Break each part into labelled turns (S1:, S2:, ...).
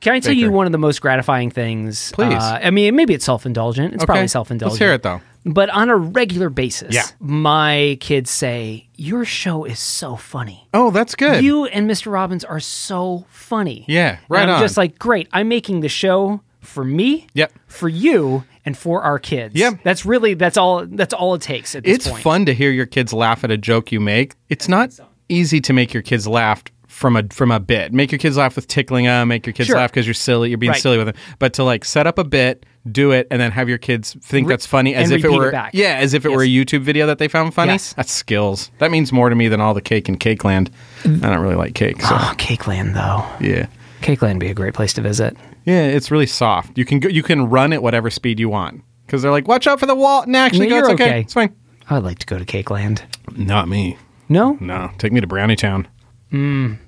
S1: Can I tell you
S2: Baker.
S1: one of the most gratifying things?
S2: Please.
S1: Uh, I mean, maybe it's self indulgent. It's
S2: Okay.
S1: probably self indulgent.
S2: Let's hear it, though.
S1: But on a regular basis,
S2: Yeah.
S1: my kids say, Your show is so funny.
S2: Oh, that's good.
S1: You and Mr. Robbins are so funny.
S2: Yeah,
S1: And
S2: right
S1: I'm
S2: on.
S1: just like, Great. I'm making the show for me,
S2: Yep.
S1: for you, and for our kids.
S2: Yep.
S1: That's really, that's all, that's all it takes at this
S2: it's
S1: point.
S2: fun to hear your kids laugh at a joke you make. It's not easy to make your kids laugh from a from a bit. Make your kids laugh with tickling them. Make your kids
S1: Sure.
S2: laugh because you're silly. You're being
S1: Right.
S2: silly with them. But to like set up a bit, do it, and then have your kids think that's funny as
S1: and
S2: if it
S1: repeat it
S2: were
S1: back.
S2: yeah, as if it were a YouTube video that they found funny.
S1: Yes.
S2: That's skills. That means more to me than all the cake in Cake Land. I don't really like cake. So
S1: Oh, Cakeland, though.
S2: yeah.
S1: Cakeland would be a great place to visit.
S2: Yeah, it's really soft. You can go, you can run at whatever speed you want because they're like, watch out for the wall. No, actually,
S1: No,
S2: no, it's
S1: you're
S2: okay.
S1: okay.
S2: It's fine.
S1: I'd like to go to Cakeland.
S2: Not me.
S1: No?
S2: No, take me to Brownie Town.
S1: Mm.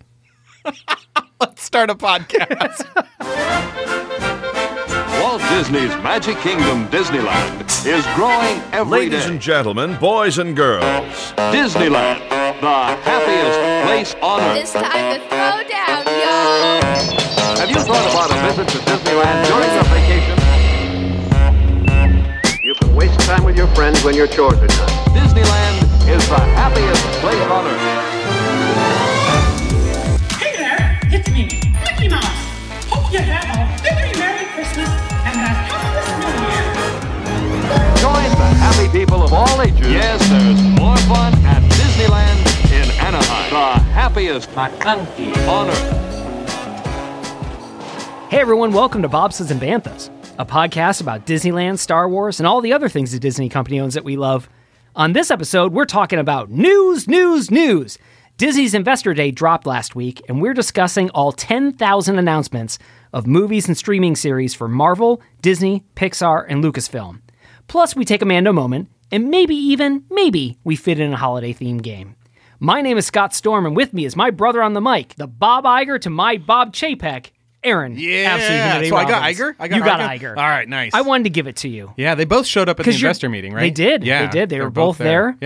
S2: Let's start a podcast.
S3: Walt Disney's Magic Kingdom Disneyland is growing every
S4: Ladies
S3: day.
S4: and gentlemen, boys and girls,
S3: Disneyland, the happiest place on earth.
S5: It's time to throw down, y'all.
S3: Have you thought about a visit to Disneyland during your vacation? You can waste time with your friends when your chores are done. Disneyland is the happiest place on earth.
S6: Hey there, it's me, Mickey Mouse. Hope you have a very Merry Christmas and a Happiest New Year.
S3: Join the happy people of all ages. Yes, there's more fun at Disneyland in Anaheim. The happiest country on earth.
S1: Hey everyone, welcome to Bobsleds and Banthas, a podcast about Disneyland, Star Wars, and all the other things the Disney company owns that we love. On this episode, we're talking about news, news, news. Disney's Investor Day dropped last week, and we're discussing all 10,000 announcements of movies and streaming series for Marvel, Disney, Pixar, and Lucasfilm. Plus, we take a Mando moment, and maybe even, maybe, we fit in a holiday themed game. My name is Scott Storm, and with me is my brother on the mic, the Bob Iger to my Bob Chapek, Aaron.
S2: Yeah.
S1: Absolute Humanity
S2: So I got
S1: Robbins.
S2: Iger? I got
S1: you got
S2: Iger?
S1: Iger.
S2: All right, nice.
S1: I wanted to give it to you.
S2: yeah, they both showed up at the
S1: you're-
S2: investor meeting, right?
S1: They did.
S2: Yeah,
S1: They did. They
S2: they're
S1: were both, there.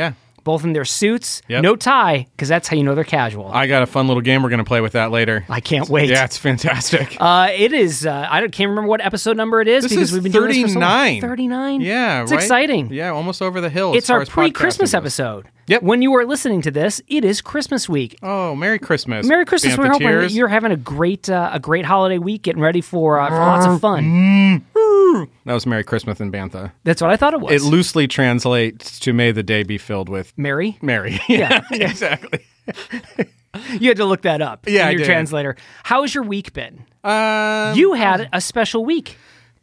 S1: Both in their suits.
S2: Yep. Uh,
S1: No tie, because that's how you know they're casual.
S2: Yeah, I got a fun little game we're gonna play with that later.
S1: I can't wait.
S2: Yeah, it's fantastic.
S1: Uh, it is. Uh, I don't- can't remember what episode number it is
S2: This
S1: because
S2: is
S1: we've been doing this for so long.
S2: 39.
S1: 39.
S2: yeah,
S1: it's
S2: right?
S1: exciting.
S2: Yeah, almost over the hill.
S1: it's
S2: as far
S1: our
S2: as podcasting
S1: pre-Christmas
S2: goes.
S1: episode.
S2: Yep.
S1: When you are listening to this, it is Christmas week.
S2: Oh, Merry Christmas.
S1: Merry Christmas. We're hoping that
S2: Bantheteers.
S1: you're having a great uh, a great holiday week, getting ready for, uh, for lots of fun.
S2: That was Merry Christmas in Bantha.
S1: That's what I thought it was.
S2: It loosely translates to May the day be filled with
S1: Merry.
S2: Mary.
S1: Yeah.
S2: exactly.
S1: You had to look that up.
S2: Yeah,
S1: in
S2: I
S1: your
S2: did.
S1: translator. How's your week been?
S2: Um,
S1: You had a special week.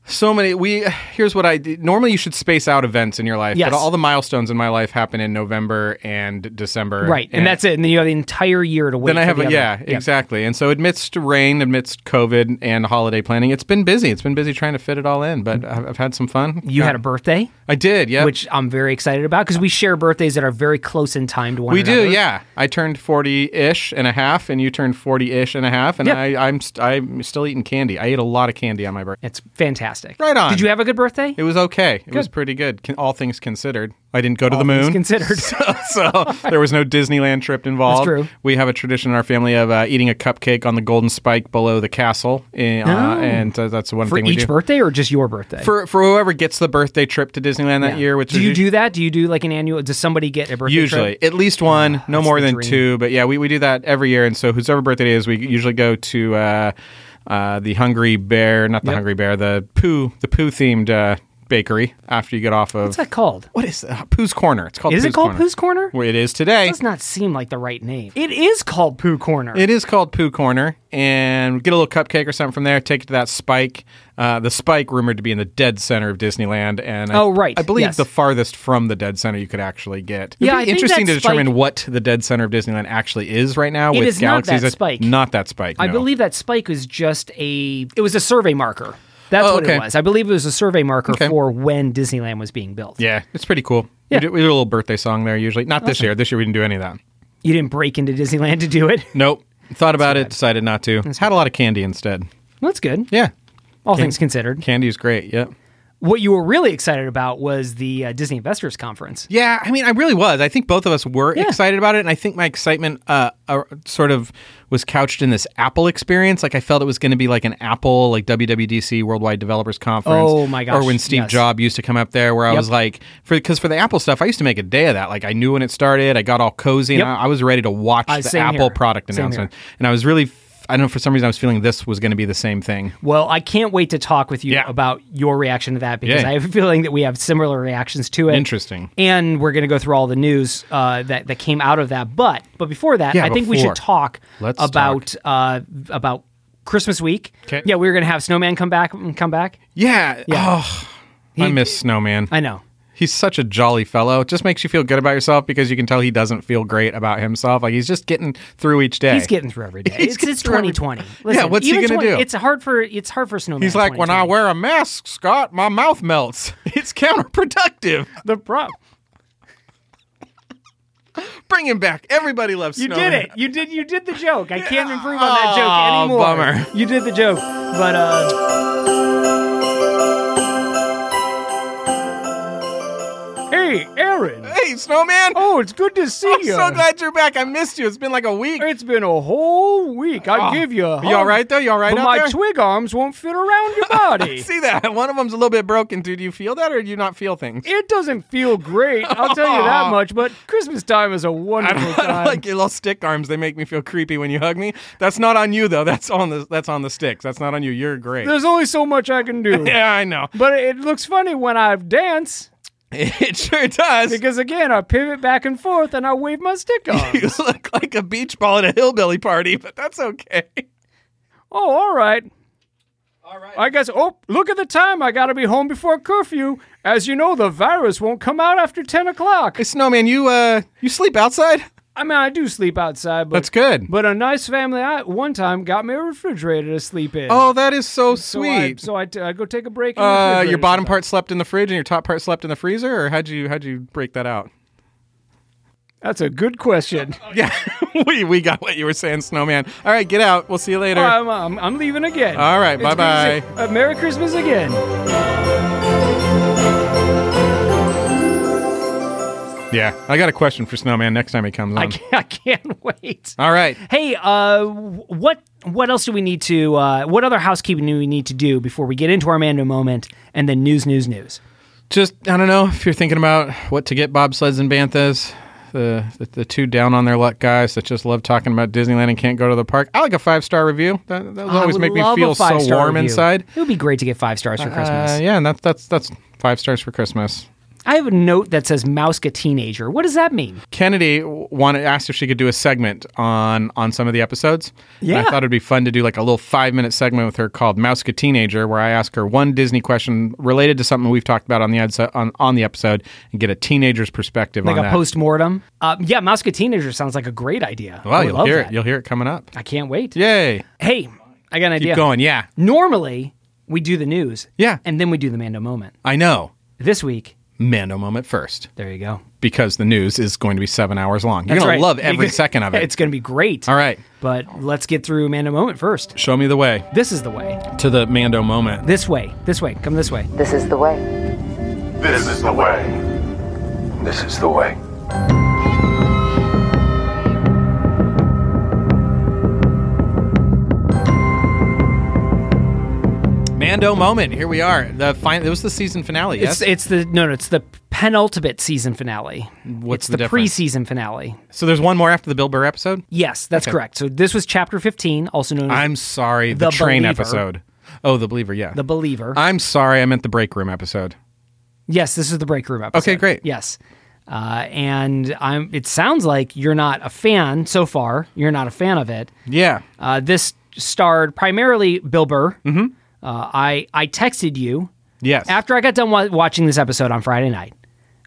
S2: So many. We here's what I did. normally you should space out events in your life,
S1: Yes.
S2: but all the milestones in my life happen in November and December,
S1: Right, and, that's it. And then you have the entire year to wait.
S2: Then I
S1: for
S2: have
S1: the
S2: a,
S1: other
S2: yeah,
S1: one.
S2: exactly. And so amidst rain, amidst COVID and holiday planning, it's been busy. It's been busy trying to fit it all in, but I've, I've Mm-hmm. had some fun.
S1: You had a birthday,
S2: I did, yeah.
S1: which I'm very excited about because we share birthdays that are very close in time to one
S2: we
S1: another.
S2: do, yeah. I turned forty ish and a half, and you turned forty ish and a half, and
S1: Yeah.
S2: I, I'm st- I'm still eating candy. I ate a lot of candy on my birthday.
S1: It's fantastic.
S2: Right on.
S1: Did you have a good birthday?
S2: It was okay. It was pretty good, con- all things considered. I didn't go to the
S1: things
S2: moon.
S1: considered.
S2: so, so there was no Disneyland trip involved.
S1: That's true.
S2: We have a tradition in our family of uh, eating a cupcake on the golden spike below the castle, eh, uh,
S1: Oh.
S2: and uh, that's the one
S1: for
S2: thing we
S1: each
S2: do
S1: birthday or just your birthday?
S2: for for whoever gets the birthday trip to Disneyland that year. Which
S1: do
S2: is
S1: you
S2: us-
S1: do that? Do you do like an annual? Does somebody get a birthday? trip? Ah,
S2: Usually, at least one, no
S1: that's
S2: more
S1: the
S2: than
S1: dream.
S2: two. But yeah, we, we do that every year. And so, whoever birthday it is, we usually go to uh, uh, the Hungry Bear, not the
S1: Yep.
S2: Hungry Bear, the poo, the poo themed uh, bakery after you get off of
S1: What's that called?
S2: what is that? Pooh's Corner? It's called.
S1: Is
S2: Pooh's
S1: it called
S2: Corner.
S1: Pooh's Corner?
S2: Well, it is today.
S1: does not seem like the right name. It is called Pooh Corner.
S2: It is called Pooh Corner, and we get a little cupcake or something from there. Take it to that spike. Uh, the spike rumored to be in the dead center of Disneyland, and I-
S1: Oh, right.
S2: I believe
S1: Yes.
S2: the farthest from the dead center you could actually get. It'd
S1: Yeah,
S2: be
S1: I think
S2: interesting
S1: that
S2: to determine
S1: spike-
S2: what the dead center of Disneyland actually is right now.
S1: It
S2: with
S1: is not that
S2: Galaxy's Edge.
S1: spike.
S2: Not that spike.
S1: I
S2: no.
S1: believe that spike was just a. It was a survey marker. That's
S2: Oh,
S1: what
S2: okay.
S1: it was. I believe it was a survey marker
S2: Okay.
S1: for when Disneyland was being built.
S2: Yeah, it's pretty cool.
S1: Yeah.
S2: We, do, we do a little birthday song there usually. Not this year. This year we didn't do any of that.
S1: You didn't break into Disneyland to do it.
S2: Nope. Thought about it. Decided not to. Had a lot of candy instead.
S1: That's good.
S2: Yeah.
S1: All things considered.
S2: Candy is great. Yep.
S1: What you were really excited about was the uh, Disney Investors Conference.
S2: Yeah, I mean, I really was. I think both of us were
S1: Yeah.
S2: excited about it, and I think my excitement uh, uh, sort of was couched in this Apple experience. Like I felt it was going to be like an Apple, like WWDC Worldwide Developers Conference.
S1: Oh, my gosh,
S2: Or when Steve
S1: yes.
S2: Jobs used to come up there, where I
S1: Yep.
S2: was like, for because for the Apple stuff, I used to make a day of that. Like I knew when it started, I got all cozy,
S1: Yep.
S2: and I, I was ready to watch
S1: Uh,
S2: the
S1: same
S2: Apple
S1: here.
S2: product
S1: Same
S2: announcement, and I was really. f- I don't know. For some reason, I was feeling this was going to be the same thing.
S1: Well, I can't wait to talk with you
S2: Yeah.
S1: about your reaction to that because
S2: Yay.
S1: I have a feeling that we have similar reactions to it.
S2: Interesting.
S1: And we're going to go through all the news uh, that that came out of that. But but before that,
S2: Yeah,
S1: I think we
S2: before.
S1: should talk
S2: Let's
S1: about uh, about Christmas week.
S2: 'Kay.
S1: Yeah, we were going to have Snowman come back come back.
S2: Yeah.
S1: Yeah.
S2: Oh, I miss Snowman.
S1: I know.
S2: he's such a jolly fellow. It just makes you feel good about yourself because you can tell he doesn't feel great about himself. Like he's just getting through each day.
S1: He's getting through every day. it's
S2: getting
S1: it's
S2: through every-
S1: 2020.
S2: Yeah, what's he
S1: even
S2: gonna
S1: 20
S2: do?
S1: It's hard for it's hard for Snowman.
S2: He's like, when I
S1: 2020.
S2: wear a mask, Scott, my mouth melts. It's counterproductive.
S1: the prop.
S2: Bring him back. Everybody loves
S1: You
S2: Snowman.
S1: did it. You did. You did the joke. I can't improve on that joke
S2: Aw,
S1: anymore.
S2: bummer.
S1: You did the joke, but uh. Hey, Aaron.
S2: Hey, Snowman.
S1: Oh, it's good to see
S2: I'm
S1: you.
S2: so glad you're back. I missed you. It's been like a week.
S1: It's been a whole week. I
S2: Oh,
S1: give you. A
S2: you all right, though? You all right
S1: But
S2: out
S1: my
S2: there?
S1: twig arms won't fit around your
S2: I
S1: body.
S2: See that? One of them's a little bit broken, too. Do you feel that or do you not feel things?
S1: It doesn't feel great. I'll tell you that much. But Christmas time is a
S2: I
S1: wonderful
S2: don't, I don't
S1: time.
S2: like your little stick arms. They make me feel creepy when you hug me. That's not on you though. That's on the that's on the sticks. That's not on you. You're great.
S1: There's only so much I can do.
S2: yeah, I know.
S1: But it looks funny when I dance.
S2: It sure does.
S1: Because again, I pivot back and forth and I wave my stick on.
S2: you look like a beach ball at a hillbilly party, but that's okay.
S1: oh, all right. All right. I guess. Oh, look at the time. I got to be home before curfew. As you know, the virus won't come out after ten o'clock.
S2: Hey, Snowman, you uh, you sleep outside?
S1: I mean, I do sleep outside, but
S2: That's good.
S1: But a nice family I, one time got me a refrigerator to sleep in.
S2: Oh, that is so
S1: so I,
S2: sweet.
S1: so I, t- I go take a break. In the
S2: uh,
S1: refrigerator
S2: your bottom
S1: sometimes.
S2: part slept in the fridge, and your top part slept in the freezer, or how'd you how'd you break that out?
S1: That's a good question.
S2: Yeah, we we got what you were saying, Snowman. All right, get out. We'll see you later.
S1: I'm, I'm, I'm leaving again.
S2: All right,
S1: It's good to
S2: bye-bye.
S1: see- uh, Merry Christmas again.
S2: yeah, I got a question for Snowman next time he comes
S1: I
S2: on.
S1: can't, I can't wait.
S2: All right.
S1: Hey, uh, what what else do we need to? Uh, what other housekeeping do we need to do before we get into our Mando moment and then news, news, news?
S2: just I don't know if you're thinking about what to get bobsleds and banthas, the the, the two down on their luck guys that just love talking about Disneyland and can't go to the park. I like a five star review. That that will
S1: I
S2: always
S1: would
S2: make me
S1: love a
S2: feel so
S1: five-star
S2: warm
S1: review.
S2: inside.
S1: It would be great to get five stars for Christmas.
S2: Uh, yeah, and that's that's that's five stars for Christmas.
S1: I have a note that says "Mouska teenager." What does that mean?
S2: Kennedy w- wanted asked if she could do a segment on on some of the episodes. And
S1: Yeah.
S2: I thought it'd be fun to do like a little five minute segment with her called Mouska Teenager, where I ask her one Disney question related to something we've talked about on the episode, on, on the episode and get a teenager's perspective
S1: Like
S2: on
S1: a
S2: that.
S1: post mortem? Uh, yeah, Mouska teenager sounds like a great idea. I
S2: Well,
S1: would
S2: you'll
S1: love
S2: hear
S1: that.
S2: it. You'll hear it coming up.
S1: I can't wait.
S2: Yay!
S1: Hey, I got an
S2: Keep
S1: idea.
S2: going. Yeah,
S1: Normally we do the news.
S2: Yeah.
S1: and then we do the Mando moment.
S2: I know.
S1: This week,
S2: Mando moment first
S1: there you go.
S2: because the news is going to be seven hours long. You're
S1: That's
S2: gonna
S1: right.
S2: love every
S1: Because-
S2: second of it.
S1: It's going to be great.
S2: All right,
S1: But let's get through Mando moment first.
S2: show me the way
S1: This is the way.
S2: to the Mando moment.
S1: This way. This way. Come this way.
S7: This is the way.
S8: This is the way. This is the way.
S2: Mando moment. Here we are. The final. It was the season finale. Yes.
S1: It's it's the no no it's the penultimate season finale.
S2: What's
S1: it's
S2: the
S1: the,
S2: difference?
S1: preseason finale?
S2: so there's one more after the Bill Burr episode.
S1: Yes, that's correct. So this was chapter fifteen, also known as
S2: I'm sorry. The,
S1: The
S2: train
S1: Believer.
S2: episode. Oh, the believer. Yeah.
S1: the Believer.
S2: I'm sorry. I meant the break room episode.
S1: yes, this is the break room episode.
S2: Okay, great.
S1: Yes, uh, and I'm. It sounds like you're not a fan so far. You're not a fan of it.
S2: Yeah.
S1: Uh, this starred primarily Bill Burr. Mm-hmm. Uh, I I texted you
S2: Yes.
S1: after I got done wa- watching this episode on Friday night,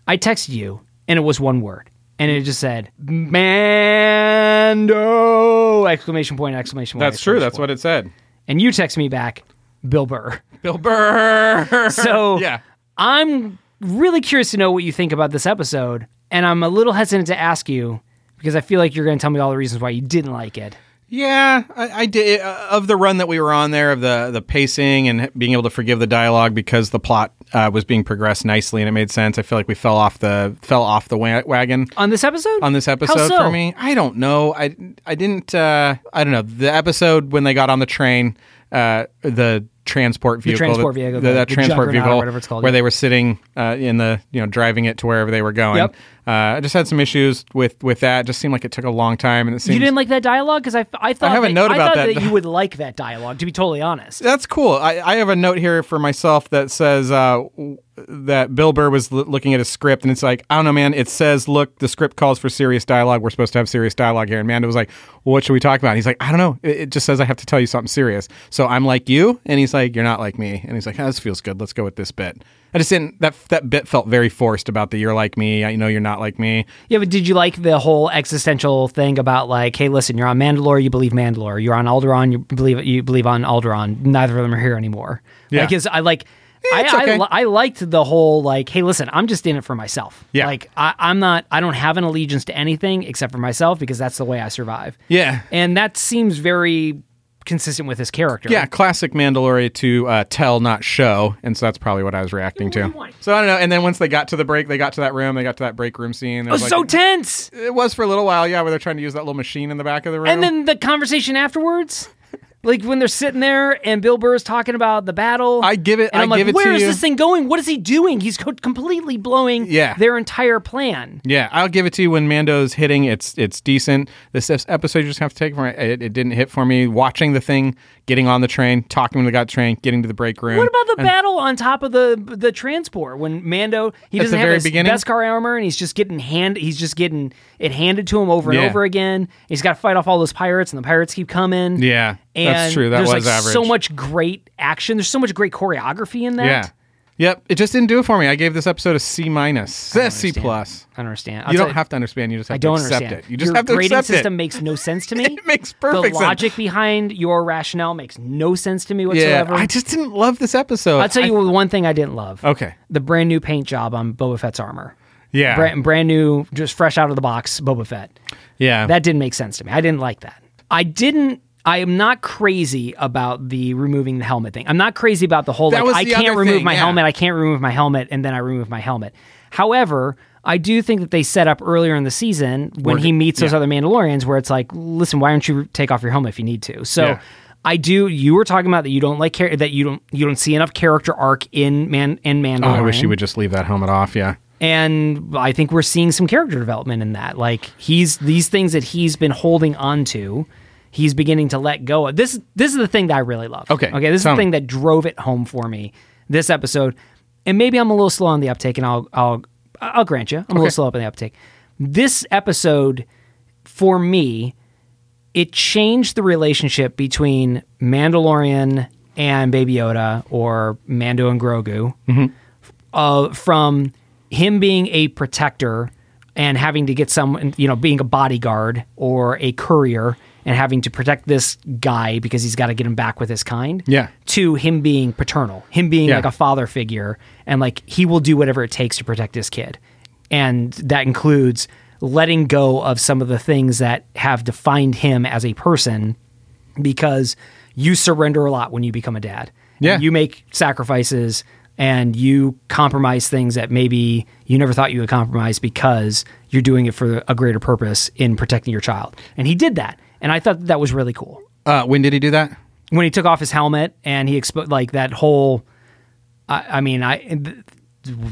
S1: I texted you, and it was one word, and it just said "Mando!" exclamation point! Exclamation point!
S2: That's true. That's what it said.
S1: And you text me back, Bill Burr.
S2: Bill Burr.
S1: So
S2: yeah.
S1: I'm really curious to know what you think about this episode, and I'm a little hesitant to ask you because I feel like you're going to tell me all the reasons why you didn't like it.
S2: Yeah, I, I did uh, of the run that we were on there of the the pacing and being able to forgive the dialogue because the plot uh, was being progressed nicely and it made sense. I feel like we fell off the fell off the wa- wagon
S1: on this episode?
S2: on this
S1: How
S2: episode
S1: so?
S2: for me. I don't know. I I didn't. Uh, I don't know. The episode when they got on the train, uh, the transport vehicle,
S1: transport vehicle,
S2: the, that
S1: the
S2: transport
S1: juggernaut or
S2: vehicle,
S1: whatever it's called,
S2: where
S1: yeah.
S2: they were sitting uh, in the you know driving it to wherever they were going.
S1: Yep.
S2: Uh, I just had some issues with with that. It just seemed like it took a long time, and it seemed
S1: You didn't like that dialogue because I, I thought
S2: have a
S1: that-
S2: note about
S1: thought
S2: that.
S1: you would like that dialogue. To be totally honest,
S2: that's cool. I, I have a note here for myself that says uh, w- that Bill Burr was l- looking at a script, and it's like, I don't know, man. It says, look, the script calls for serious dialogue. We're supposed to have serious dialogue here. And Mando was like, well, what should we talk about? And he's like, I don't know. It, it just says I have to tell you something serious. So I'm like you, and he's like, you're not like me. And he's like, oh, this feels good. Let's go with this bit. I just didn't. That that bit felt very forced about the you're like me. I know you're not like me.
S1: yeah. But did you like the whole existential thing about like, hey, listen, you're on Mandalore, you believe Mandalore. You're on Alderaan, you believe you believe on Alderaan. Neither of them are here anymore.
S2: Yeah.
S1: Like, is I like.
S2: it's
S1: I, I,
S2: okay.
S1: li- I liked the whole like, hey, listen, I'm just in it for myself.
S2: Yeah.
S1: Like I, I'm not, I don't have an allegiance to anything except for myself because that's the way I survive.
S2: Yeah.
S1: And that seems very consistent with his character.
S2: Yeah, classic Mandalorian to uh, tell, not show, and so that's probably what I was reacting to. So I don't know. And then once they got to the break, they got to that room, they got to that break room scene. It
S1: It was Oh, so tense.
S2: it was for a little while, yeah, where they're trying to use that little machine in the back of the room.
S1: And then the conversation afterwards, like when they're sitting there and Bill Burr's talking about the battle.
S2: I give it-
S1: And
S2: I
S1: am like,
S2: give it to
S1: where is
S2: you."
S1: this thing going? What is he doing? He's co- completely blowing
S2: Yeah.
S1: their entire plan.
S2: yeah, I'll give it to you when Mando's hitting. It's it's decent. This episode you just have to take it from it. It didn't hit for me. Watching the thing, getting on the train, talking when they got train, getting to the break room.
S1: What about the battle on top of the the transport when Mando he
S2: At
S1: doesn't
S2: the
S1: have
S2: very
S1: his
S2: beginning?
S1: best car armor and he's just getting hand he's just getting it handed to him over and
S2: Yeah.
S1: over again. He's got to fight off all those pirates and the pirates keep coming.
S2: Yeah,
S1: and
S2: that's true. That
S1: there's
S2: was
S1: like
S2: average.
S1: so much great action. There's so much great choreography in that.
S2: Yeah. Yep, it just didn't do it for me. I gave this episode a C minus, a C plus.
S1: I don't understand.
S2: You
S1: I'll tell
S2: don't have to understand. You just have
S1: I don't
S2: to accept
S1: understand.
S2: it. You just
S1: your
S2: have to
S1: grading
S2: accept
S1: system
S2: it.
S1: makes no sense to me.
S2: It makes perfect
S1: The
S2: sense.
S1: logic behind your rationale makes no sense to me whatsoever.
S2: I just didn't love this episode.
S1: will tell you one thing I didn't love.
S2: Okay.
S1: The brand new paint job on Boba Fett's armor.
S2: Yeah.
S1: Brand, brand new, just fresh out of the box Boba Fett.
S2: yeah.
S1: That didn't make sense to me. I didn't like that. I didn't. I am not crazy about the removing the helmet thing. I'm not crazy about the whole
S2: That
S1: like
S2: was
S1: I
S2: the
S1: can't
S2: other
S1: remove
S2: thing,
S1: my
S2: yeah.
S1: helmet. I can't remove my helmet, and then I remove my helmet. However, I do think that they set up earlier in the season when
S2: We're-
S1: he meets those
S2: yeah.
S1: other Mandalorians, where it's like, listen, why don't you take off your helmet if you need to? So.
S2: Yeah.
S1: I do. You were talking about that you don't like char- that you don't you don't see enough character arc in man in Mandalorian.
S2: oh, I wish you would just leave that helmet off. Yeah.
S1: And I think we're seeing some character development in that. Like he's these things that he's been holding on to, he's beginning to let go of. This this is the thing that I really love.
S2: Okay,
S1: Okay. This is the
S2: tell me.
S1: thing that drove it home for me this episode. And maybe I'm a little slow on the uptake and I'll I'll I'll grant you. I'm a little slow up on the uptake. This episode for me, it changed the relationship between Mandalorian and Baby Yoda or Mando and Grogu uh, from him being a protector and having to get someone, you know, being a bodyguard or a courier and having to protect this guy because he's got to get him back with his kind.
S2: Yeah.
S1: To him being paternal, him being
S2: Yeah.
S1: like a father figure, and like he will do whatever it takes to protect his kid. And that includes letting go of some of the things that have defined him as a person because you surrender a lot when you become a dad.
S2: Yeah.
S1: You make sacrifices and you compromise things that maybe you never thought you would compromise because you're doing it for a greater purpose in protecting your child. And he did that. And I thought that, that was really cool.
S2: Uh, when did he do that?
S1: When he took off his helmet and he exposed like that whole, I, I mean, I,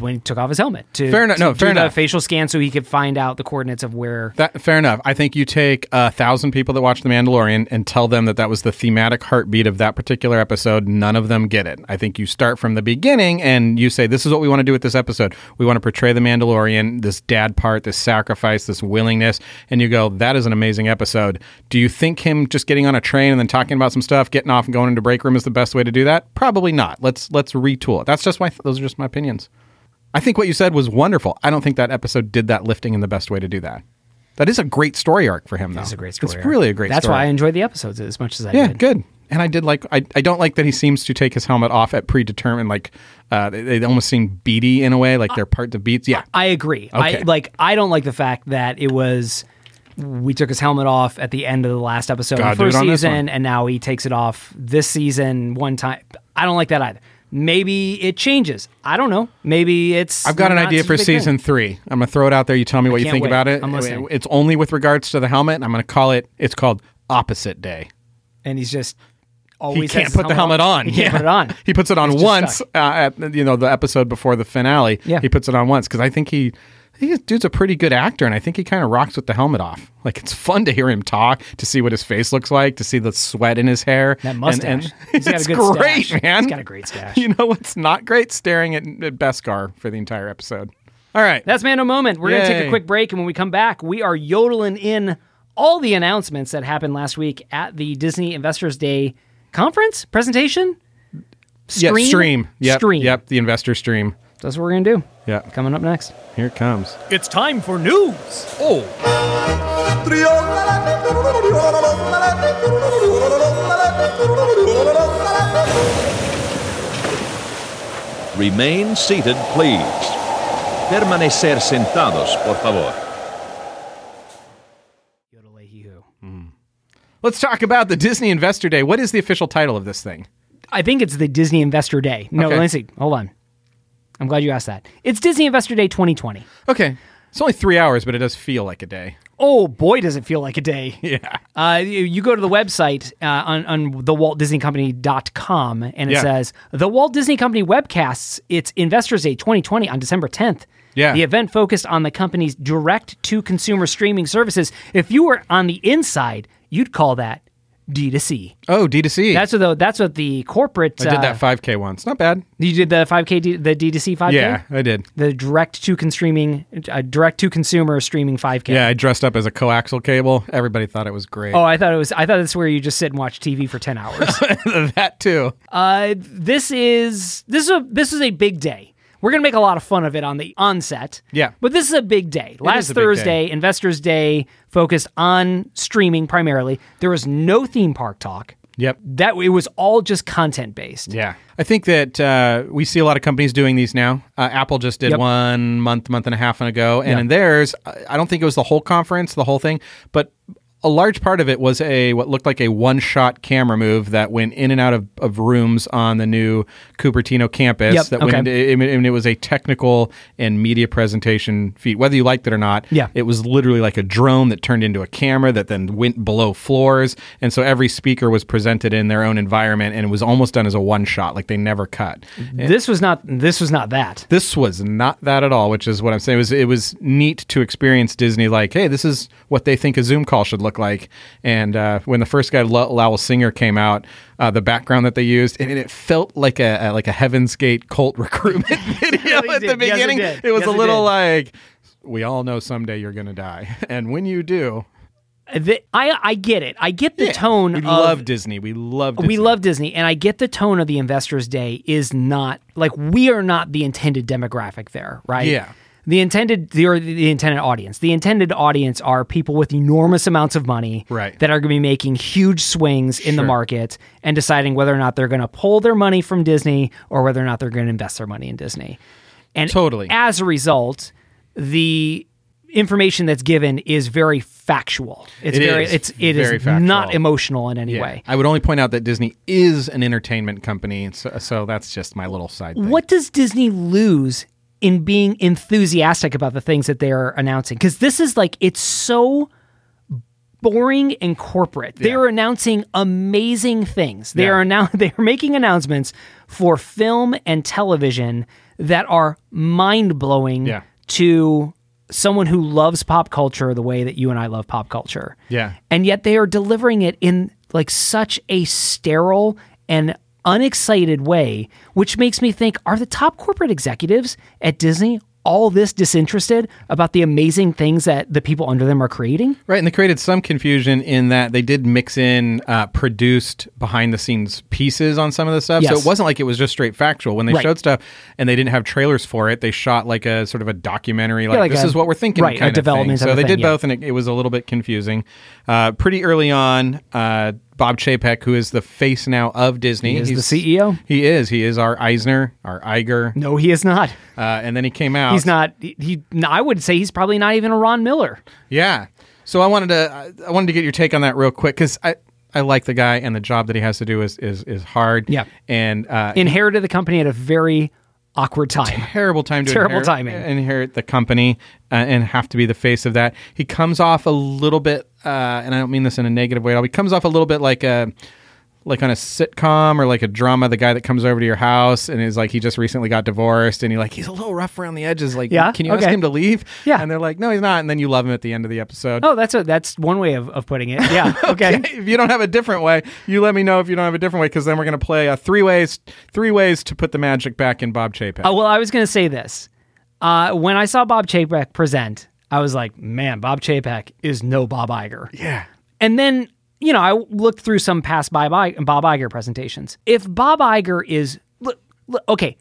S1: when he took off his helmet to,
S2: Fair enough.
S1: to
S2: No, fair
S1: do the
S2: enough.
S1: facial scan so he could find out the coordinates of where
S2: That fair enough. I think you take a thousand people that watch The Mandalorian and tell them that that was the thematic heartbeat of that particular episode. None of them get it. I think you start from the beginning and you say, "This is what we want to do with this episode. We want to portray the Mandalorian, this dad part, this sacrifice, this willingness." And you go, "That is an amazing episode." Do you think him just getting on a train and then talking about some stuff, getting off and going into break room is the best way to do that? Probably not. Let's let's retool it. That's just my those are just my opinions. I think what you said was wonderful. I don't think that episode did that lifting in the best way to do that. That is a great story arc for him, though.
S1: it's a great story.
S2: It's really a great
S1: That's
S2: story.
S1: why I enjoyed the episodes as much as I
S2: Yeah,
S1: did.
S2: good. And I did like, I, I don't like that he seems to take his helmet off at predetermined, like, uh, they, they almost seem beady in a way, like they're part to beats. Yeah.
S1: I agree. I
S2: Okay.
S1: like I don't like the fact that it was we took his helmet off at the end of the last episode
S2: Gotta
S1: of
S2: do
S1: the
S2: it
S1: first
S2: on this
S1: season,
S2: one.
S1: and now he takes it off this season one time. I don't like that either. Maybe it changes. I don't know. Maybe it's.
S2: I've got an
S1: not
S2: idea
S1: such a
S2: for
S1: big thing.
S2: season three. I'm gonna throw it out there. You tell me what you
S1: can't
S2: think
S1: wait.
S2: about it.
S1: I'm listening.
S2: It's only with regards to the helmet. and I'm gonna call it. It's called Opposite Day.
S1: And he's just
S2: He
S1: always has
S2: can't
S1: his
S2: put the helmet on.
S1: He can't
S2: Yeah.
S1: put it on.
S2: He puts it on
S1: just
S2: once. Uh,
S1: stuck.
S2: at, you know the episode before the finale.
S1: Yeah.
S2: He puts it on once because I think he. He dude's a pretty good actor, and I think he kind of rocks with the helmet off. Like it's fun to hear him talk, to see what his face looks like, to see the sweat in his hair.
S1: That
S2: and-
S1: mustache.
S2: and
S1: He's got a
S2: it's
S1: good
S2: great,
S1: stash.
S2: man.
S1: He's got a great stash.
S2: You know what's not great? Staring at, at Beskar for the entire episode. All right.
S1: That's Mando Moment. We're going to take a
S2: Yay.
S1: quick break. And when we come back, we are yodeling in all the announcements that happened last week at the Disney Investors Day conference presentation. Stream?
S2: Yeah, stream. Yep.
S1: Stream.
S2: Yep. The investor stream.
S1: That's what we're going to do.
S2: Yeah.
S1: Coming up next.
S2: Here it comes.
S1: It's time for news.
S4: Remain seated, please. Permanecer sentados, por favor.
S2: Let's talk about the Disney Investor Day. What is the official title of this thing?
S1: I think it's the Disney Investor Day. No,
S2: Okay.
S1: let me see. Hold on. I'm glad you asked that. It's Disney Investor Day 2020.
S2: Okay. It's only three hours, but it does feel like a day.
S1: Oh boy, does it feel like a day.
S2: Yeah.
S1: Uh, you you go to the website uh, on, on the Walt Disney Company.com and it
S2: Yeah.
S1: says the Walt Disney Company webcasts its Investors Day 2020 on December 10th.
S2: Yeah.
S1: The event focused on the company's direct to consumer streaming services. If you were on the inside, you'd call that D2C.
S2: Oh, D2C.
S1: That's what the, that's what the corporate
S2: I did
S1: uh,
S2: that 5K once. Not bad.
S1: you did the 5K D, the D2C 5K?
S2: Yeah, I did.
S1: The direct to consuming uh, direct to consumer streaming 5K.
S2: Yeah, I dressed up as a coaxial cable. Everybody thought it was great.
S1: Oh, I thought it was. I thought that's where you just sit and watch TV for ten hours.
S2: that too.
S1: uh, this is this is a this is a big day. We're gonna make a lot of fun of it on the onset.
S2: Yeah.
S1: but this is a big day.
S2: a
S1: Last
S2: big day.
S1: Thursday, Investors Day focused on streaming primarily. There was no theme park talk.
S2: Yep.
S1: That it was all just content based.
S2: Yeah. I think that uh, we see a lot of companies doing these now. Uh, Apple just did
S1: Yep.
S2: one month, month and a half ago. And
S1: Yeah.
S2: in theirs, I I don't think it was the whole conference, the whole thing, but a large part of it was a what looked like a one-shot camera move that went in and out of, of rooms on the new Cupertino campus.
S1: Yep.
S2: That
S1: Okay.
S2: went into, I mean, and it was a technical and media presentation feat. Whether you liked it or not,
S1: Yeah.
S2: it was literally like a drone that turned into a camera that then went below floors. And so every speaker was presented in their own environment and it was almost done as a one shot, like they never cut.
S1: This was not. This was not that.
S2: This was not that at all, which is what I'm saying. It was, it was neat to experience Disney like, hey, this is what they think a Zoom call should look like. And uh, when the first guy, L- Lowell Singer, came out, uh, the background that they used, I mean, it felt like a, a- like a Heaven's Gate cult recruitment video
S1: It
S2: at the
S1: did. Yes, it
S2: beginning.
S1: did.
S2: it was
S1: Yes,
S2: a
S1: it
S2: little
S1: did.
S2: like, we all know someday you're going to die. And when you do,
S1: The- I I get it. I get the
S2: Yeah.
S1: tone.
S2: We
S1: of,
S2: love Disney. We love. Disney.
S1: we love Disney, and I get the tone of the Investors Day is not like we are not the intended demographic there, right?
S2: Yeah.
S1: The intended the or the intended audience. The intended audience are people with enormous amounts of money
S2: Right.
S1: that are going to be making huge swings in the
S2: Sure.
S1: market and deciding whether or not they're going to pull their money from Disney or whether or not they're going to invest their money in Disney. And
S2: Totally.
S1: as a result, the information that's given is very factual. It's
S2: It
S1: very
S2: is
S1: it's it is
S2: very factual.
S1: not emotional in any
S2: Yeah.
S1: way.
S2: I would only point out that Disney is an entertainment company, and so, so that's just my little side. Thing.
S1: What does Disney lose in being enthusiastic about the things that they are announcing? Because this is like it's so boring and corporate. They
S2: Yeah.
S1: are announcing amazing things. They
S2: Yeah.
S1: are now they are making announcements for film and television that are mind blowing
S2: Yeah.
S1: to someone who loves pop culture the way that you and I love pop culture.
S2: Yeah.
S1: And yet they are delivering it in like such a sterile and unexcited way, which makes me think are the top corporate executives at Disney all this disinterested about the amazing things that the people under them are creating?
S2: Right, and they created some confusion in that they did mix in uh, produced behind the scenes pieces on some of the stuff. So
S1: Yes.
S2: it wasn't like it was just straight factual. When they
S1: Right.
S2: showed stuff and they didn't have trailers for it, they shot like a sort of a documentary, like,
S1: like
S2: this
S1: a-
S2: is what we're thinking,
S1: right, a
S2: kind of
S1: development type
S2: Thing. So
S1: of
S2: they
S1: thing,
S2: did
S1: yeah.
S2: both, and it, it was a little bit confusing. Uh, pretty early on, uh, Bob Chapek, who is the face now of Disney,
S1: is the E CEO.
S2: He is. He is our Eisner, our Iger.
S1: No, he is not.
S2: Uh, and then he came out.
S1: He's not. He, he- I would say he's probably not even a Ron Miller.
S2: Yeah. So I wanted to I wanted to get your take on that real quick because I. I like the guy, and the job that he has to do is is, is hard.
S1: Yeah.
S2: and uh,
S1: Inherited the company at a very awkward time.
S2: terrible time to
S1: Terrible
S2: inherit, uh,
S1: timing.
S2: inherit the company uh, and have to be the face of that. He comes off a little bit, uh, and I don't mean this in a negative way at all. He comes off a little bit like a like on a sitcom or like a drama. The guy that comes over to your house and is like he just recently got divorced, and you're like he's a little rough around the edges. Like,
S1: Yeah?
S2: can you ask
S1: Okay.
S2: him to leave?
S1: Yeah.
S2: and they're like, no, he's not. And then you love him at the end of the episode.
S1: Oh, that's a that's one way of, of putting it. Yeah. Okay.
S2: if you don't have a different way, you let me know if you don't have a different way, because then we're gonna play uh, three ways, three ways to put the magic back in Bob Chapek.
S1: Oh well, I was going to say this. Uh, when I saw Bob Chapek present, I was like, man, Bob Chapek is no Bob Iger.
S2: yeah,
S1: And then, you know, I looked through some past Bob I- Bob Iger presentations. If Bob Iger is, look, look, okay,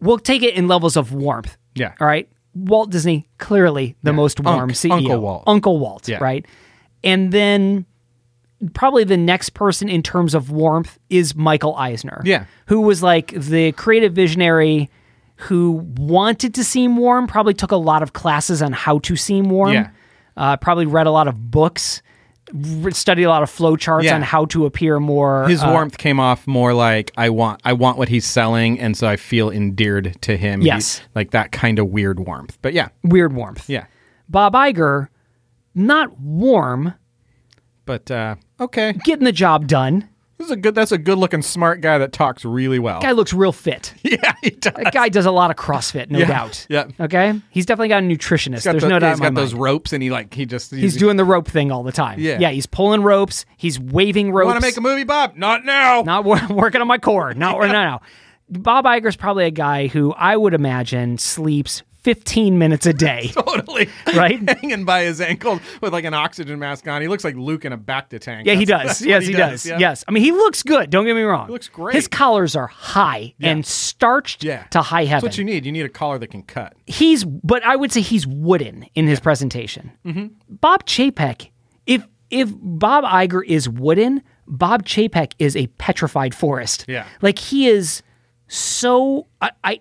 S1: we'll take it in levels of warmth.
S2: Yeah.
S1: All right. Walt Disney, clearly the most warm
S2: Unc-
S1: CEO.
S2: Uncle Walt.
S1: Uncle Walt,
S2: Yeah.
S1: right? And then probably the next person in terms of warmth is Michael Eisner.
S2: Yeah.
S1: Who was like the creative visionary who wanted to seem warm, probably took a lot of classes on how to seem warm.
S2: Yeah.
S1: Uh, probably read a lot of books, re- studied a lot of flow charts
S2: Yeah.
S1: on how to appear more.
S2: His
S1: uh,
S2: warmth came off more like I want I want what he's selling and so I feel endeared to him.
S1: Yes.
S2: He- like that kind of weird warmth. But yeah.
S1: weird warmth.
S2: Yeah.
S1: Bob Iger, not warm,
S2: But uh okay.
S1: getting the job done.
S2: This is a good that's a good looking smart guy that talks really well.
S1: Guy looks real fit.
S2: yeah, he does.
S1: That guy does a lot of CrossFit, no
S2: Yeah,
S1: doubt.
S2: yeah.
S1: Okay. He's definitely got a nutritionist.
S2: He's got
S1: There's
S2: the-
S1: no doubt.
S2: yeah, He's
S1: in my
S2: got those
S1: mind.
S2: ropes and he like he just
S1: He's doing the rope thing all the time.
S2: Yeah.
S1: Yeah. He's pulling ropes. He's waving ropes.
S2: want to make a movie, Bob? Not now.
S1: not wor- working on my core. Not yeah. now. Bob Iger's probably a guy who I would imagine sleeps 15 minutes a day.
S2: Totally.
S1: Right?
S2: Hanging by his ankles with like an oxygen mask on. He looks like Luke in a Bacta tank.
S1: Yeah, he does.
S2: That's- that's what
S1: Yes, he, does.
S2: yeah.
S1: Yes. I mean, he looks good. Don't get me wrong. He
S2: looks great.
S1: His collars are high and starched
S2: Yeah.
S1: to high
S2: That's
S1: heaven.
S2: what you need. You need a collar that can cut.
S1: he's but I would say he's wooden in his presentation.
S2: Mm-hmm.
S1: Bob Chapek, if if Bob Iger is wooden, Bob Chapek is a petrified forest.
S2: Yeah.
S1: like he is so I, I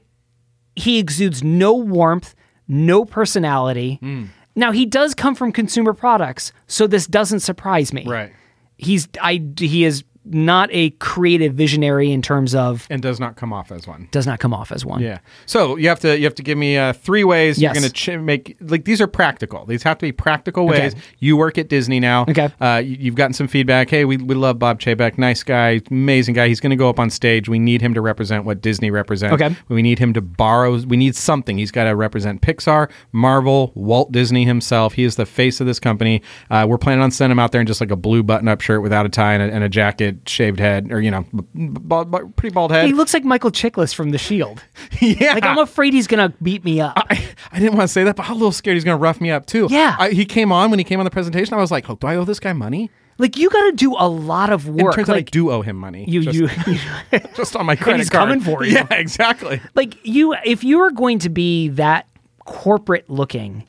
S1: he exudes no warmth, no personality.
S2: Mm.
S1: Now he does come from consumer products, so this doesn't surprise me.
S2: Right.
S1: he's I he is not a creative visionary in terms of
S2: And does not come off as one.
S1: does not come off as one.
S2: Yeah. So you have to you have to give me uh, three ways
S1: Yes.
S2: you're going to ch- make like these are practical. These have to be practical ways. You work at Disney now.
S1: Okay.
S2: Uh, you, you've gotten some feedback. Hey, we, we love Bob Chapek. Nice guy, amazing guy. He's going to go up on stage. We need him to represent what Disney represents.
S1: Okay.
S2: We need him to borrow. We need something. He's got to represent Pixar, Marvel, Walt Disney himself. He is the face of this company. Uh, we're planning on sending him out there in just like a blue button-up shirt without a tie and a, and a jacket, shaved head, or you know, b- b- bald, b- pretty bald head.
S1: He looks like Michael Chiklis from The Shield.
S2: yeah.
S1: Like I'm afraid he's gonna beat me up.
S2: I, I didn't want to say that, but I'm a little scared he's going to rough me up too.
S1: Yeah.
S2: I, he came on when he came on the presentation. I was like, oh, do I owe this guy money?
S1: like you got to do a lot of
S2: And
S1: work.
S2: turns out I
S1: like
S2: do owe him money.
S1: you,
S2: just,
S1: you, you-
S2: just on my credit
S1: he's
S2: card.
S1: coming for you.
S2: Yeah, exactly.
S1: like you. If you are going to be that corporate looking,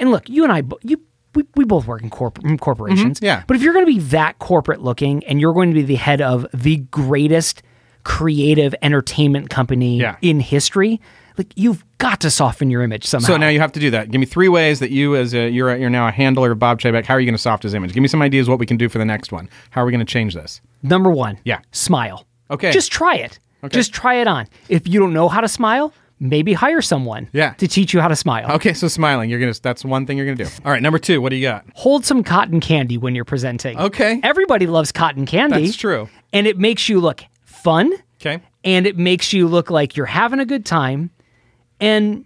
S1: and look, you and I, bo- you. We, we both work in corp- in corporations.
S2: Mm-hmm. yeah.
S1: But if you're going to be that corporate looking and you're going to be the head of the greatest creative entertainment company
S2: Yeah.
S1: in history, like you've got to soften your image somehow.
S2: So now you have to do that. Give me three ways that you, as a, you're a, you're now a handler of Bob Chapek, how are you going to soft his image? Give me some ideas what we can do for the next one. How are we going to change this?
S1: Number one.
S2: Yeah.
S1: Smile.
S2: Okay.
S1: Just try it. Just try it on. If you don't know how to smile, maybe hire someone
S2: Yeah.
S1: to teach you how to smile.
S2: Okay, so smiling, you're gonna. That's one thing you're gonna do. All right, number two, what do you got?
S1: Hold some cotton candy when you're presenting.
S2: Okay.
S1: Everybody loves cotton candy.
S2: That's true.
S1: And it makes you look fun
S2: Okay,
S1: and it makes you look like you're having a good time. And